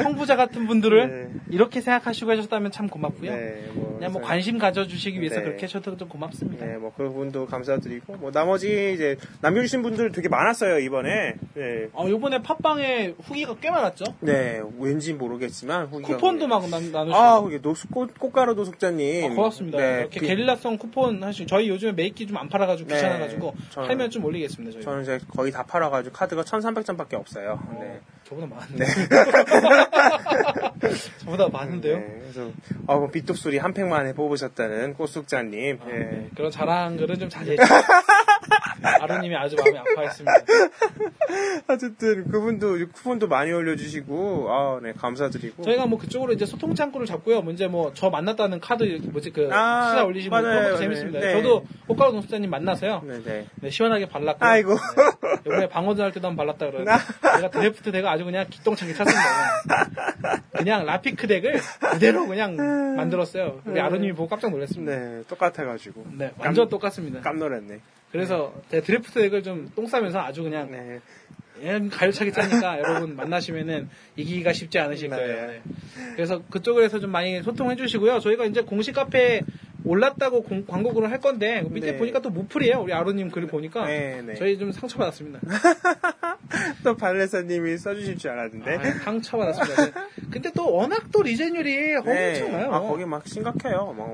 [SPEAKER 1] 성부자 같은 분들을
[SPEAKER 2] 네.
[SPEAKER 1] 이렇게 생각하시고 하셨다면 참 고맙고요.
[SPEAKER 2] 네, 뭐
[SPEAKER 1] 그냥 뭐
[SPEAKER 2] 그래서-
[SPEAKER 1] 관심 가져주시기 위해서
[SPEAKER 2] 네.
[SPEAKER 1] 그렇게 하셔도 좀 고맙습니다.
[SPEAKER 2] 네, 뭐 그분도 감사드리고 뭐 나머지 이제 남겨주신 분들 되게 많았어요 이번에 네,
[SPEAKER 1] 어 요번에 팟빵에 후기가 꽤 많았죠?
[SPEAKER 2] 네 왠지 모르겠지만 후기가
[SPEAKER 1] 쿠폰도 막 나, 나누시고
[SPEAKER 2] 네. 아, 이게 노숙 꽃, 꽃가루 노숙자님.
[SPEAKER 1] 아, 고맙습니다.
[SPEAKER 2] 네,
[SPEAKER 1] 이렇게
[SPEAKER 2] 그-
[SPEAKER 1] 게릴라성 쿠폰 하시고 저희 요즘에 메이키 좀 안 팔아가지고
[SPEAKER 2] 네,
[SPEAKER 1] 귀찮아가지고
[SPEAKER 2] 저는-
[SPEAKER 1] 팔면 좀 올리겠습니다. 저희.
[SPEAKER 2] 저는 이제 거의 다 팔아가지고 카드가 1,300장밖에 없어요.
[SPEAKER 1] 어,
[SPEAKER 2] 네.
[SPEAKER 1] 저보다 많은데. 저보다 많은데요.
[SPEAKER 2] 네, 그래서 아, 뭐 빗독수리 한 팩만에 뽑으셨다는 꽃숙자님.
[SPEAKER 1] 아,
[SPEAKER 2] 예.
[SPEAKER 1] 네. 그런 자랑글은 좀 자제해주세요. 아루님이 아주 마음이 아파했습니다.
[SPEAKER 2] 어쨌든 그분도 쿠폰도 많이 올려주시고 아, 네 감사드리고.
[SPEAKER 1] 저희가 뭐 그쪽으로 이제 소통 창구를 잡고요. 문제 뭐 저 만났다는 카드 뭐지 그
[SPEAKER 2] 아,
[SPEAKER 1] 시사 올리신 분
[SPEAKER 2] 맞아요.
[SPEAKER 1] 그런 것도 재밌습니다.
[SPEAKER 2] 네.
[SPEAKER 1] 저도 꽃가루 농수자님 만나서요.
[SPEAKER 2] 네네.
[SPEAKER 1] 네, 시원하게 발랐고.
[SPEAKER 2] 아이고.
[SPEAKER 1] 이번에 방어전 할 때도 한번 발랐다 그러는데. 내가 드래프트 덱가 아주 그냥 기똥차게 찼습니다. 그냥 라피크 덱을 그대로 그냥 만들었어요. 우리 아드님이 보고 깜짝 놀랐습니다.
[SPEAKER 2] 네 똑같아가지고
[SPEAKER 1] 네, 완전 똑같습니다.
[SPEAKER 2] 깜놀했네.
[SPEAKER 1] 그래서 제 드래프트 덱을 좀 똥 싸면서 아주 그냥
[SPEAKER 2] 네.
[SPEAKER 1] 예, 가열차게 짜니까 여러분 만나시면은 이기기가 쉽지 않으실
[SPEAKER 2] 네.
[SPEAKER 1] 거예요. 네. 그래서 그쪽을 해서 좀 많이 소통해 주시고요. 저희가 이제 공식 카페에 올랐다고 공- 광고를 할 건데 그 밑에
[SPEAKER 2] 네.
[SPEAKER 1] 보니까 또 무풀이에요. 우리 아로님 글을 보니까
[SPEAKER 2] 네, 네.
[SPEAKER 1] 저희 좀 상처받았습니다.
[SPEAKER 2] 또 발레사님이 써주실 줄 알았는데.
[SPEAKER 1] 아, 상처받았습니다. 네. 근데 또 워낙 또 리젠율이 엄청나요.
[SPEAKER 2] 아 거기 막 심각해요. 막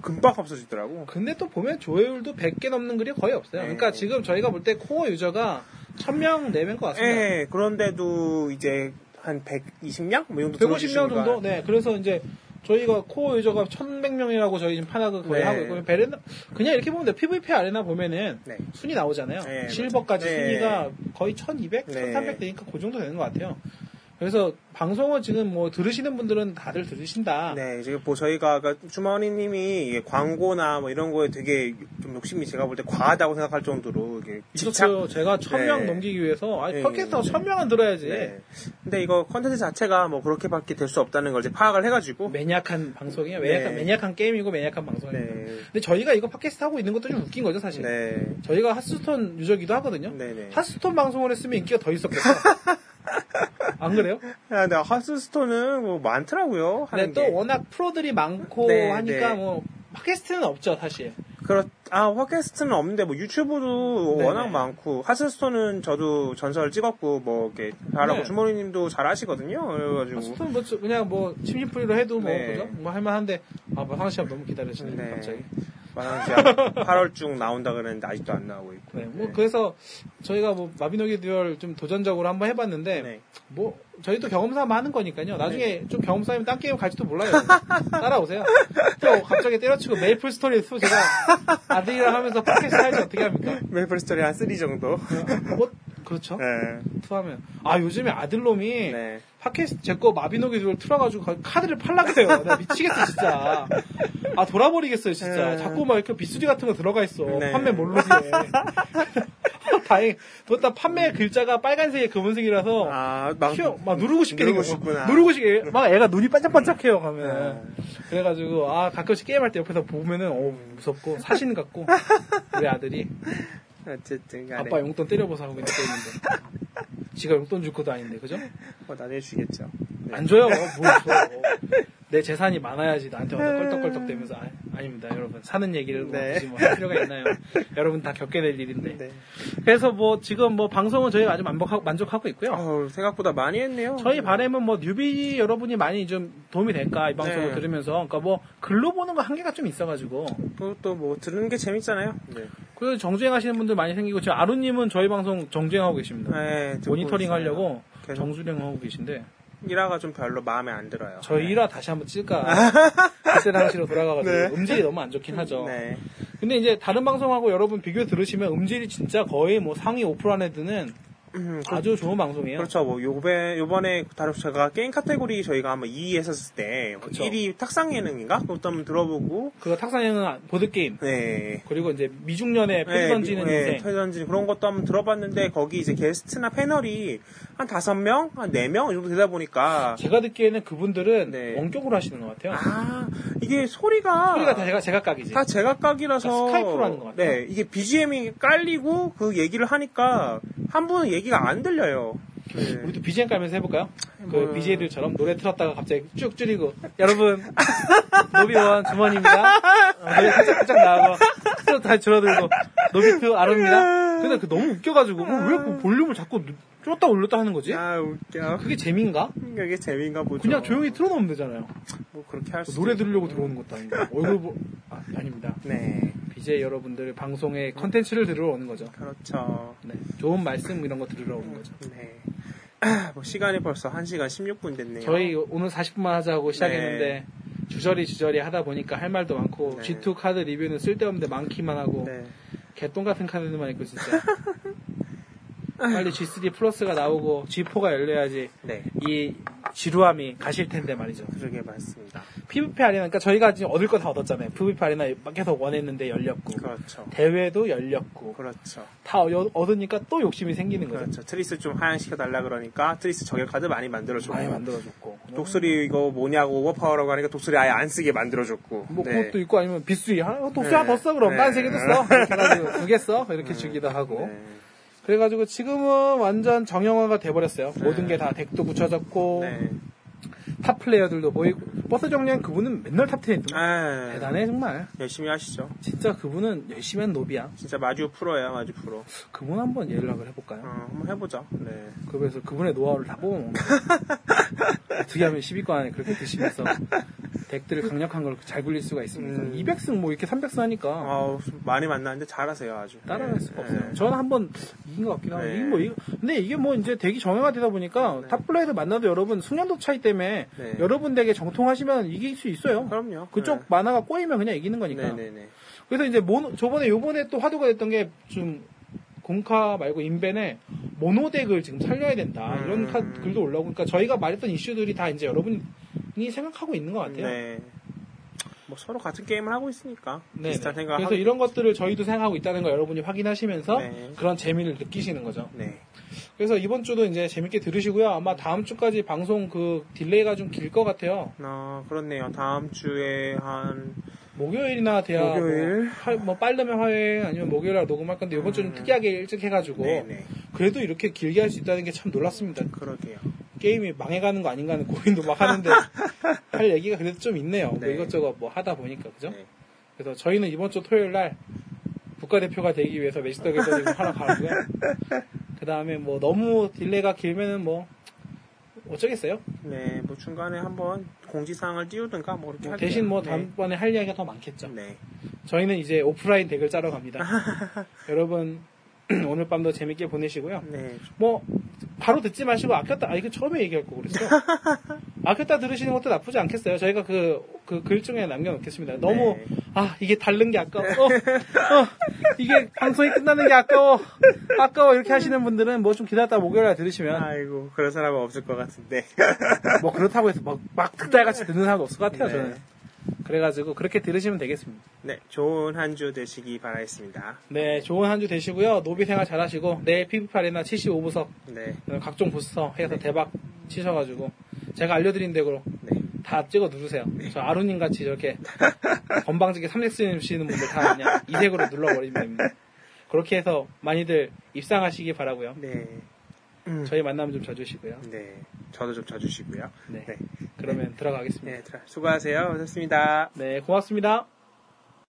[SPEAKER 2] 금방 없어지더라고.
[SPEAKER 1] 근데 또 보면 조회율도 100개 넘는 글이 거의 없어요.
[SPEAKER 2] 네.
[SPEAKER 1] 그러니까 지금 저희가 볼 때 코어 유저가 1000명, 4명인 것 같습니다.
[SPEAKER 2] 예, 그런데도 이제 한 120명? 뭐 이
[SPEAKER 1] 150명
[SPEAKER 2] 정도 들어주시니까.
[SPEAKER 1] 정도? 네, 그래서 이제 저희가 코어 유저가 1100명이라고 저희 지금 판악을 거의
[SPEAKER 2] 네.
[SPEAKER 1] 하고 있고, 베레나, 그냥 이렇게 보면 돼. PVP 아레나 보면은
[SPEAKER 2] 네.
[SPEAKER 1] 순위 나오잖아요.
[SPEAKER 2] 네,
[SPEAKER 1] 실버까지
[SPEAKER 2] 맞아요.
[SPEAKER 1] 순위가 거의 1200,
[SPEAKER 2] 네.
[SPEAKER 1] 1300 되니까 그 정도 되는 것 같아요. 그래서 방송을 지금 뭐 들으시는 분들은 다들 들으신다.
[SPEAKER 2] 네, 지금 뭐 저희가 아까 주머니님이 이게 광고나 뭐 이런 거에 되게 좀 욕심이 제가 볼 때 과하다고 생각할 정도로 이게 집착.
[SPEAKER 1] 있었어요. 제가 1000명
[SPEAKER 2] 네.
[SPEAKER 1] 넘기기 위해서, 아니,
[SPEAKER 2] 네.
[SPEAKER 1] 팟캐스트가 1000명은 들어야지.
[SPEAKER 2] 네. 근데 이거 컨텐츠 자체가 뭐 그렇게밖에 될 수 없다는 걸 이제 파악을 해가지고.
[SPEAKER 1] 매니악한 방송이에요. 매니악한,
[SPEAKER 2] 네.
[SPEAKER 1] 매니악한 게임이고 매니악한 방송이에요.
[SPEAKER 2] 네.
[SPEAKER 1] 근데 저희가 이거 팟캐스트 하고 있는 것도 좀 웃긴 거죠, 사실.
[SPEAKER 2] 네.
[SPEAKER 1] 저희가 핫스톤 유저기도 하거든요.
[SPEAKER 2] 네네.
[SPEAKER 1] 핫스톤 방송을 했으면 인기가 더 있었겠죠. 안 그래요?
[SPEAKER 2] 아, 근데 하스스톤은 뭐 많더라고요.
[SPEAKER 1] 근데
[SPEAKER 2] 하는
[SPEAKER 1] 네, 또
[SPEAKER 2] 게.
[SPEAKER 1] 워낙 프로들이 많고
[SPEAKER 2] 네,
[SPEAKER 1] 하니까
[SPEAKER 2] 네.
[SPEAKER 1] 뭐 팟캐스트는 없죠, 사실.
[SPEAKER 2] 그렇 아 팟캐스트는 없는데 뭐 유튜브도
[SPEAKER 1] 네네.
[SPEAKER 2] 워낙 많고 하스스톤은 저도 전설 찍었고 뭐 이렇게 잘하고
[SPEAKER 1] 네.
[SPEAKER 2] 주머니님도 잘하시거든요 그래가지고
[SPEAKER 1] 핫스톤 뭐 저- 그냥 뭐 아, 침입풀이로 해도 뭐
[SPEAKER 2] 네.
[SPEAKER 1] 그죠? 뭐 할만한데 아뭐 상시합 너무 기다리시네
[SPEAKER 2] 네.
[SPEAKER 1] 갑자기.
[SPEAKER 2] 만화는 이제 8월쯤 나온다 그랬는데 아직도 안 나오고 있고.
[SPEAKER 1] 네, 뭐 그래서 저희가 뭐 마비노기 듀얼 좀 도전적으로 한번 해봤는데
[SPEAKER 2] 네.
[SPEAKER 1] 뭐 저희도 경험삼아 하는 거니까요. 나중에 좀 경험삼이면 딴 게임 갈지도 몰라요. 따라오세요. 또 갑자기 때려치고 메이플 스토리 2 제가 아들이랑 하면서 팟캐스트 할지 어떻게 합니까?
[SPEAKER 2] 메이플 스토리 한 3 정도.
[SPEAKER 1] 뭐 그렇죠.
[SPEAKER 2] 네.
[SPEAKER 1] 투 하면 아 요즘에 아들놈이
[SPEAKER 2] 네.
[SPEAKER 1] 팟캐스트 제 거 마비노기 듀얼 틀어가지고 거의 카드를 팔라 그래요. 나 미치겠어 진짜. 아 돌아버리겠어요 진짜.
[SPEAKER 2] 네.
[SPEAKER 1] 자꾸 막 이렇게 비수리 같은 거 들어가 있어.
[SPEAKER 2] 네.
[SPEAKER 1] 판매 모르게. 다행. 그것다 판매 글자가 빨간색에 검은색이라서
[SPEAKER 2] 음. 아, 막.
[SPEAKER 1] 튀어 막 누르고 싶게
[SPEAKER 2] 누르고
[SPEAKER 1] 생겨.
[SPEAKER 2] 싶구나. 네.
[SPEAKER 1] 누르고 싶게 막 애가 눈이 반짝반짝해요 가면. 그래가지고 아 가끔씩 게임할 때 옆에서 보면은 어 무섭고 사신 같고 우리 아들이
[SPEAKER 2] 어쨌든 간에.
[SPEAKER 1] 아빠 용돈 때려보사 하고 있는 게임인데. 지가 용돈 줄 것도 아닌데 그죠?
[SPEAKER 2] 뭐 나중에 주겠죠. 네.
[SPEAKER 1] 안 줘요. 뭘 줘. 내 재산이 많아야지 나한테 와서 껄떡껄떡 대면서 아, 아닙니다 여러분 사는 얘기를 뭐
[SPEAKER 2] 네.
[SPEAKER 1] 굳이 뭐할 필요가 있나요 여러분 다 겪게 될 일인데
[SPEAKER 2] 네.
[SPEAKER 1] 그래서 뭐 지금 뭐 방송은 저희가 아주 만족하고, 만족하고 있고요
[SPEAKER 2] 어우, 생각보다 많이 했네요.
[SPEAKER 1] 저희 바람은 뭐 뉴비 여러분이 많이 좀 도움이 될까 이 방송을
[SPEAKER 2] 네.
[SPEAKER 1] 들으면서 그러니까 뭐 글로 보는 거 한계가 좀 있어가지고
[SPEAKER 2] 그것도 뭐 들은 게 재밌잖아요. 네.
[SPEAKER 1] 그래서 정주행 하시는 분들 많이 생기고 지금 아루님은 저희 방송 정주행하고 계십니다
[SPEAKER 2] 네, 듣고
[SPEAKER 1] 모니터링
[SPEAKER 2] 있어요.
[SPEAKER 1] 하려고
[SPEAKER 2] 계속.
[SPEAKER 1] 정주행하고 계신데
[SPEAKER 2] 일화가 좀 별로 마음에 안 들어요.
[SPEAKER 1] 저희
[SPEAKER 2] 네.
[SPEAKER 1] 일화 다시 한번 찔까 그때 당시로 돌아가가지고
[SPEAKER 2] 네.
[SPEAKER 1] 음질이 너무 안 좋긴 하죠
[SPEAKER 2] 네.
[SPEAKER 1] 근데 이제 다른 방송하고 여러분 비교 들으시면 음질이 진짜 거의 뭐 상위 5% 안에 드는
[SPEAKER 2] 음, 그-
[SPEAKER 1] 아주 좋은 방송이에요.
[SPEAKER 2] 그렇죠. 뭐 요번에 요번에 다루 제가 게임 카테고리 저희가 한번 2위 했었을 때
[SPEAKER 1] 그렇죠.
[SPEAKER 2] 1위 탁상 예능인가? 그것도 한번 들어보고
[SPEAKER 1] 그거 탁상형은 보드 게임
[SPEAKER 2] 네.
[SPEAKER 1] 그리고 이제 미중년의 패
[SPEAKER 2] 네,
[SPEAKER 1] 드 던지는
[SPEAKER 2] 미- 네,
[SPEAKER 1] 인생
[SPEAKER 2] 털 던지는 그런 것도 한번 들어봤는데 거기 이제 게스트나 패널이 한 다섯 명, 한 네 명 정도 되다 보니까
[SPEAKER 1] 제가 듣기에는 그분들은
[SPEAKER 2] 네.
[SPEAKER 1] 원격으로 하시는 것 같아요.
[SPEAKER 2] 아 이게 소리가
[SPEAKER 1] 소리가 다 제가 제각각이지.
[SPEAKER 2] 다 제각각이라서
[SPEAKER 1] 그러니까 스카이프로 하는 것 같아요.
[SPEAKER 2] 네, 이게 BGM이 깔리고 그 얘기를 하니까 한 분은 얘기가 안 들려요. 네.
[SPEAKER 1] 우리도 BGM 깔면서 해볼까요? 그
[SPEAKER 2] 뭐-
[SPEAKER 1] BJ들처럼 노래 틀었다가 갑자기 쭉 줄이고 여러분 노비원 주머니입니다. 어, 노래 살짝살짝 나오고 또 다시 줄어들고 노비트 아로입니다. 근데 그 너무 웃겨가지고 어, 왜그 볼륨을 자꾸 쫓다 올렸다 하는 거지?
[SPEAKER 2] 아 웃겨.
[SPEAKER 1] 그게 재미인가?
[SPEAKER 2] 이게 재미인가 보죠.
[SPEAKER 1] 그냥 조용히 틀어놓으면 되잖아요.
[SPEAKER 2] 뭐 그렇게 할 수.
[SPEAKER 1] 노래 들으려고 들어오는 것도 아니고 얼굴 보... 아, 아닙니다.
[SPEAKER 2] 네,
[SPEAKER 1] BJ 여러분들 방송에 컨텐츠를 들으러 오는 거죠.
[SPEAKER 2] 그렇죠.
[SPEAKER 1] 네, 좋은 말씀 이런 거 들으러 오는 거죠.
[SPEAKER 2] 네. 아, 뭐 시간이 벌써 1시간 16분 됐네요.
[SPEAKER 1] 저희 오늘 40분만 하자고 시작했는데 주저리 주저리 하다 보니까 할 말도 많고
[SPEAKER 2] 네.
[SPEAKER 1] G2 카드 리뷰는 쓸데없는데 많기만 하고
[SPEAKER 2] 네.
[SPEAKER 1] 개똥 같은 카드만 있고 진짜 빨리 G3 플러스가 나오고 G4가 열려야지
[SPEAKER 2] 네.
[SPEAKER 1] 이 지루함이 가실 텐데 말이죠.
[SPEAKER 2] 그러게 맞습니다.
[SPEAKER 1] PVP 아리나 그러니까 저희가 지금 얻을 거 다 얻었잖아요. PVP 아리나 계속 원했는데 열렸고
[SPEAKER 2] 그렇죠.
[SPEAKER 1] 대회도 열렸고
[SPEAKER 2] 그렇죠.
[SPEAKER 1] 다 어, 얻- 얻으니까 또 욕심이 생기는 거죠.
[SPEAKER 2] 그렇죠. 트리스 좀 하향시켜 달라 그러니까 트리스 저격 카드 많이 만들어 줬고.
[SPEAKER 1] 많이 만들어줬고
[SPEAKER 2] 독수리 이거 뭐냐고 오버파워라고 하니까 독수리 아예 안 쓰게 만들어 줬고.
[SPEAKER 1] 뭐
[SPEAKER 2] 네.
[SPEAKER 1] 그것도 있고 아니면 빗수이 하나 어, 독수
[SPEAKER 2] 네.
[SPEAKER 1] 하나 더 써 그럼
[SPEAKER 2] 네.
[SPEAKER 1] 딴 세계도 써 이렇게 해가지고 두개 써 이렇게 주기도 하고
[SPEAKER 2] 네.
[SPEAKER 1] 그래가지고 지금은 완전 정형화가 돼버렸어요 모든 게 다 덱도 붙여졌고
[SPEAKER 2] 네.
[SPEAKER 1] 탑 플레이어들도 보이고 버스 정리한 그분은 맨날 탑10 있더만
[SPEAKER 2] 아,
[SPEAKER 1] 대단해 정말
[SPEAKER 2] 열심히 하시죠.
[SPEAKER 1] 진짜 그분은 열심히 한 노비야
[SPEAKER 2] 진짜 마주 프로예요, 마주 프로.
[SPEAKER 1] 그분 한번 연락을
[SPEAKER 2] 어,
[SPEAKER 1] 해볼까요?
[SPEAKER 2] 한번 해보자. 네.
[SPEAKER 1] 그래서 그분의 노하우를 다 뽑아먹는 거예요 어떻게 하면 10위권 안에 그렇게 드시면서 덱들을 강력한 걸 잘 굴릴 수가 있습니까
[SPEAKER 2] 음.
[SPEAKER 1] 200승 뭐 이렇게 300승 하니까
[SPEAKER 2] 아우, 많이 만났는데 잘하세요, 아주.
[SPEAKER 1] 따라갈
[SPEAKER 2] 네.
[SPEAKER 1] 수가
[SPEAKER 2] 네.
[SPEAKER 1] 없어요. 저는 한 번 이긴 것 같긴 하고,
[SPEAKER 2] 네.
[SPEAKER 1] 이뭐 이거- 근데 이게 뭐 이제 대기 정해가 되다 보니까 탑플레이에서 만나도 여러분 숙련도 차이 때문에
[SPEAKER 2] 네.
[SPEAKER 1] 여러분 덱에 정통하시면 이길 수 있어요.
[SPEAKER 2] 그럼요.
[SPEAKER 1] 그쪽
[SPEAKER 2] 네.
[SPEAKER 1] 만화가 꼬이면 그냥 이기는 거니까.
[SPEAKER 2] 네네네.
[SPEAKER 1] 그래서 이제 모노, 저번에 요번에 또 화두가 됐던 게 좀 공카 말고 인벤에 모노덱을 지금 살려야 된다. 이런
[SPEAKER 2] 음.
[SPEAKER 1] 카- 글도 올라오고, 그러니까 저희가 말했던 이슈들이 다 이제 여러분이 생각하고 있는 것 같아요.
[SPEAKER 2] 네. 뭐 서로 같은 게임을 하고 있으니까
[SPEAKER 1] 네네.
[SPEAKER 2] 비슷한 생각을
[SPEAKER 1] 그래서
[SPEAKER 2] 하고
[SPEAKER 1] 이런 것들을 저희도 생각하고 있다는 걸 여러분이 확인하시면서
[SPEAKER 2] 네.
[SPEAKER 1] 그런 재미를 느끼시는 거죠.
[SPEAKER 2] 네.
[SPEAKER 1] 그래서 이번 주도 이제 재밌게 들으시고요. 아마 다음 주까지 방송 그 딜레이가 좀 길 것 같아요.
[SPEAKER 2] 어, 그렇네요. 다음 주에 한
[SPEAKER 1] 목요일이나 돼야 뭐
[SPEAKER 2] 목요일?
[SPEAKER 1] 화- 뭐, 빠르면 화요일 아니면 목요일날 녹음할 건데 이번 주는
[SPEAKER 2] 음.
[SPEAKER 1] 특이하게 일찍 해가지고
[SPEAKER 2] 네네.
[SPEAKER 1] 그래도 이렇게 길게 할 수 있다는 게 참 놀랐습니다.
[SPEAKER 2] 그러게요.
[SPEAKER 1] 게임이 망해가는 거 아닌가 하는 고민도 막 하는데 할 얘기가 그래도 좀 있네요. 뭐
[SPEAKER 2] 네.
[SPEAKER 1] 이것저것 뭐 하다 보니까 그죠?
[SPEAKER 2] 네.
[SPEAKER 1] 그래서 저희는 이번 주 토요일 날 국가대표가 되기 위해서 매직덕에 저기 하러 가고요. 그 다음에 뭐 너무 딜레이가 길면은 뭐 어쩌겠어요?
[SPEAKER 2] 네, 뭐 중간에 한번 공지사항을 띄우든가 뭐 이렇게 할게요.
[SPEAKER 1] 대신 뭐
[SPEAKER 2] 네.
[SPEAKER 1] 다음번에 할 이야기가 더 많겠죠.
[SPEAKER 2] 네.
[SPEAKER 1] 저희는 이제 오프라인 덱을 짜러 갑니다. 여러분 오늘 밤도 재밌게 보내시고요.
[SPEAKER 2] 네.
[SPEAKER 1] 뭐 바로 듣지 마시고 아꼈다. 아 이거 처음에 얘기할 거 그랬어. 아꼈다 들으시는 것도 나쁘지 않겠어요. 저희가 그 그 글 중에 남겨놓겠습니다. 너무
[SPEAKER 2] 네.
[SPEAKER 1] 아 이게 다른 게 아까워. 어, 어, 이게 방송이 끝나는 게 아까워. 아까워 이렇게 하시는 분들은 뭐 좀 기다렸다 목요일 날 들으시면
[SPEAKER 2] 아이고, 그런 사람은 없을 것 같은데.
[SPEAKER 1] 뭐 그렇다고 해서 막, 막 득달같이 듣는 사람도 없을 것 같아요.
[SPEAKER 2] 네.
[SPEAKER 1] 저는 그래가지고 그렇게 들으시면 되겠습니다.
[SPEAKER 2] 네, 좋은 한 주 되시기 바라겠습니다.
[SPEAKER 1] 네, 좋은 한 주 되시고요. 노비 생활 잘 하시고, 내일 PV파리나 75부석,
[SPEAKER 2] 네,
[SPEAKER 1] 각종 부서 해서 대박 치셔가지고, 제가 알려드린 대로
[SPEAKER 2] 네.
[SPEAKER 1] 다 찍어 누르세요. 저 아루님 같이 저렇게 건방지게 3렉 쓰시는 분들 다 그냥 이색으로 눌러버리면 됩니다. 그렇게 해서 많이들 입상하시기 바라고요
[SPEAKER 2] 네.
[SPEAKER 1] 저희 만남 좀 져주시고요.
[SPEAKER 2] 네. 저도 좀 져주시고요.
[SPEAKER 1] 네.
[SPEAKER 2] 네.
[SPEAKER 1] 그러면 들어가겠습니다.
[SPEAKER 2] 네, 들어- 수고하세요. 오셨습니다.
[SPEAKER 1] 네, 고맙습니다.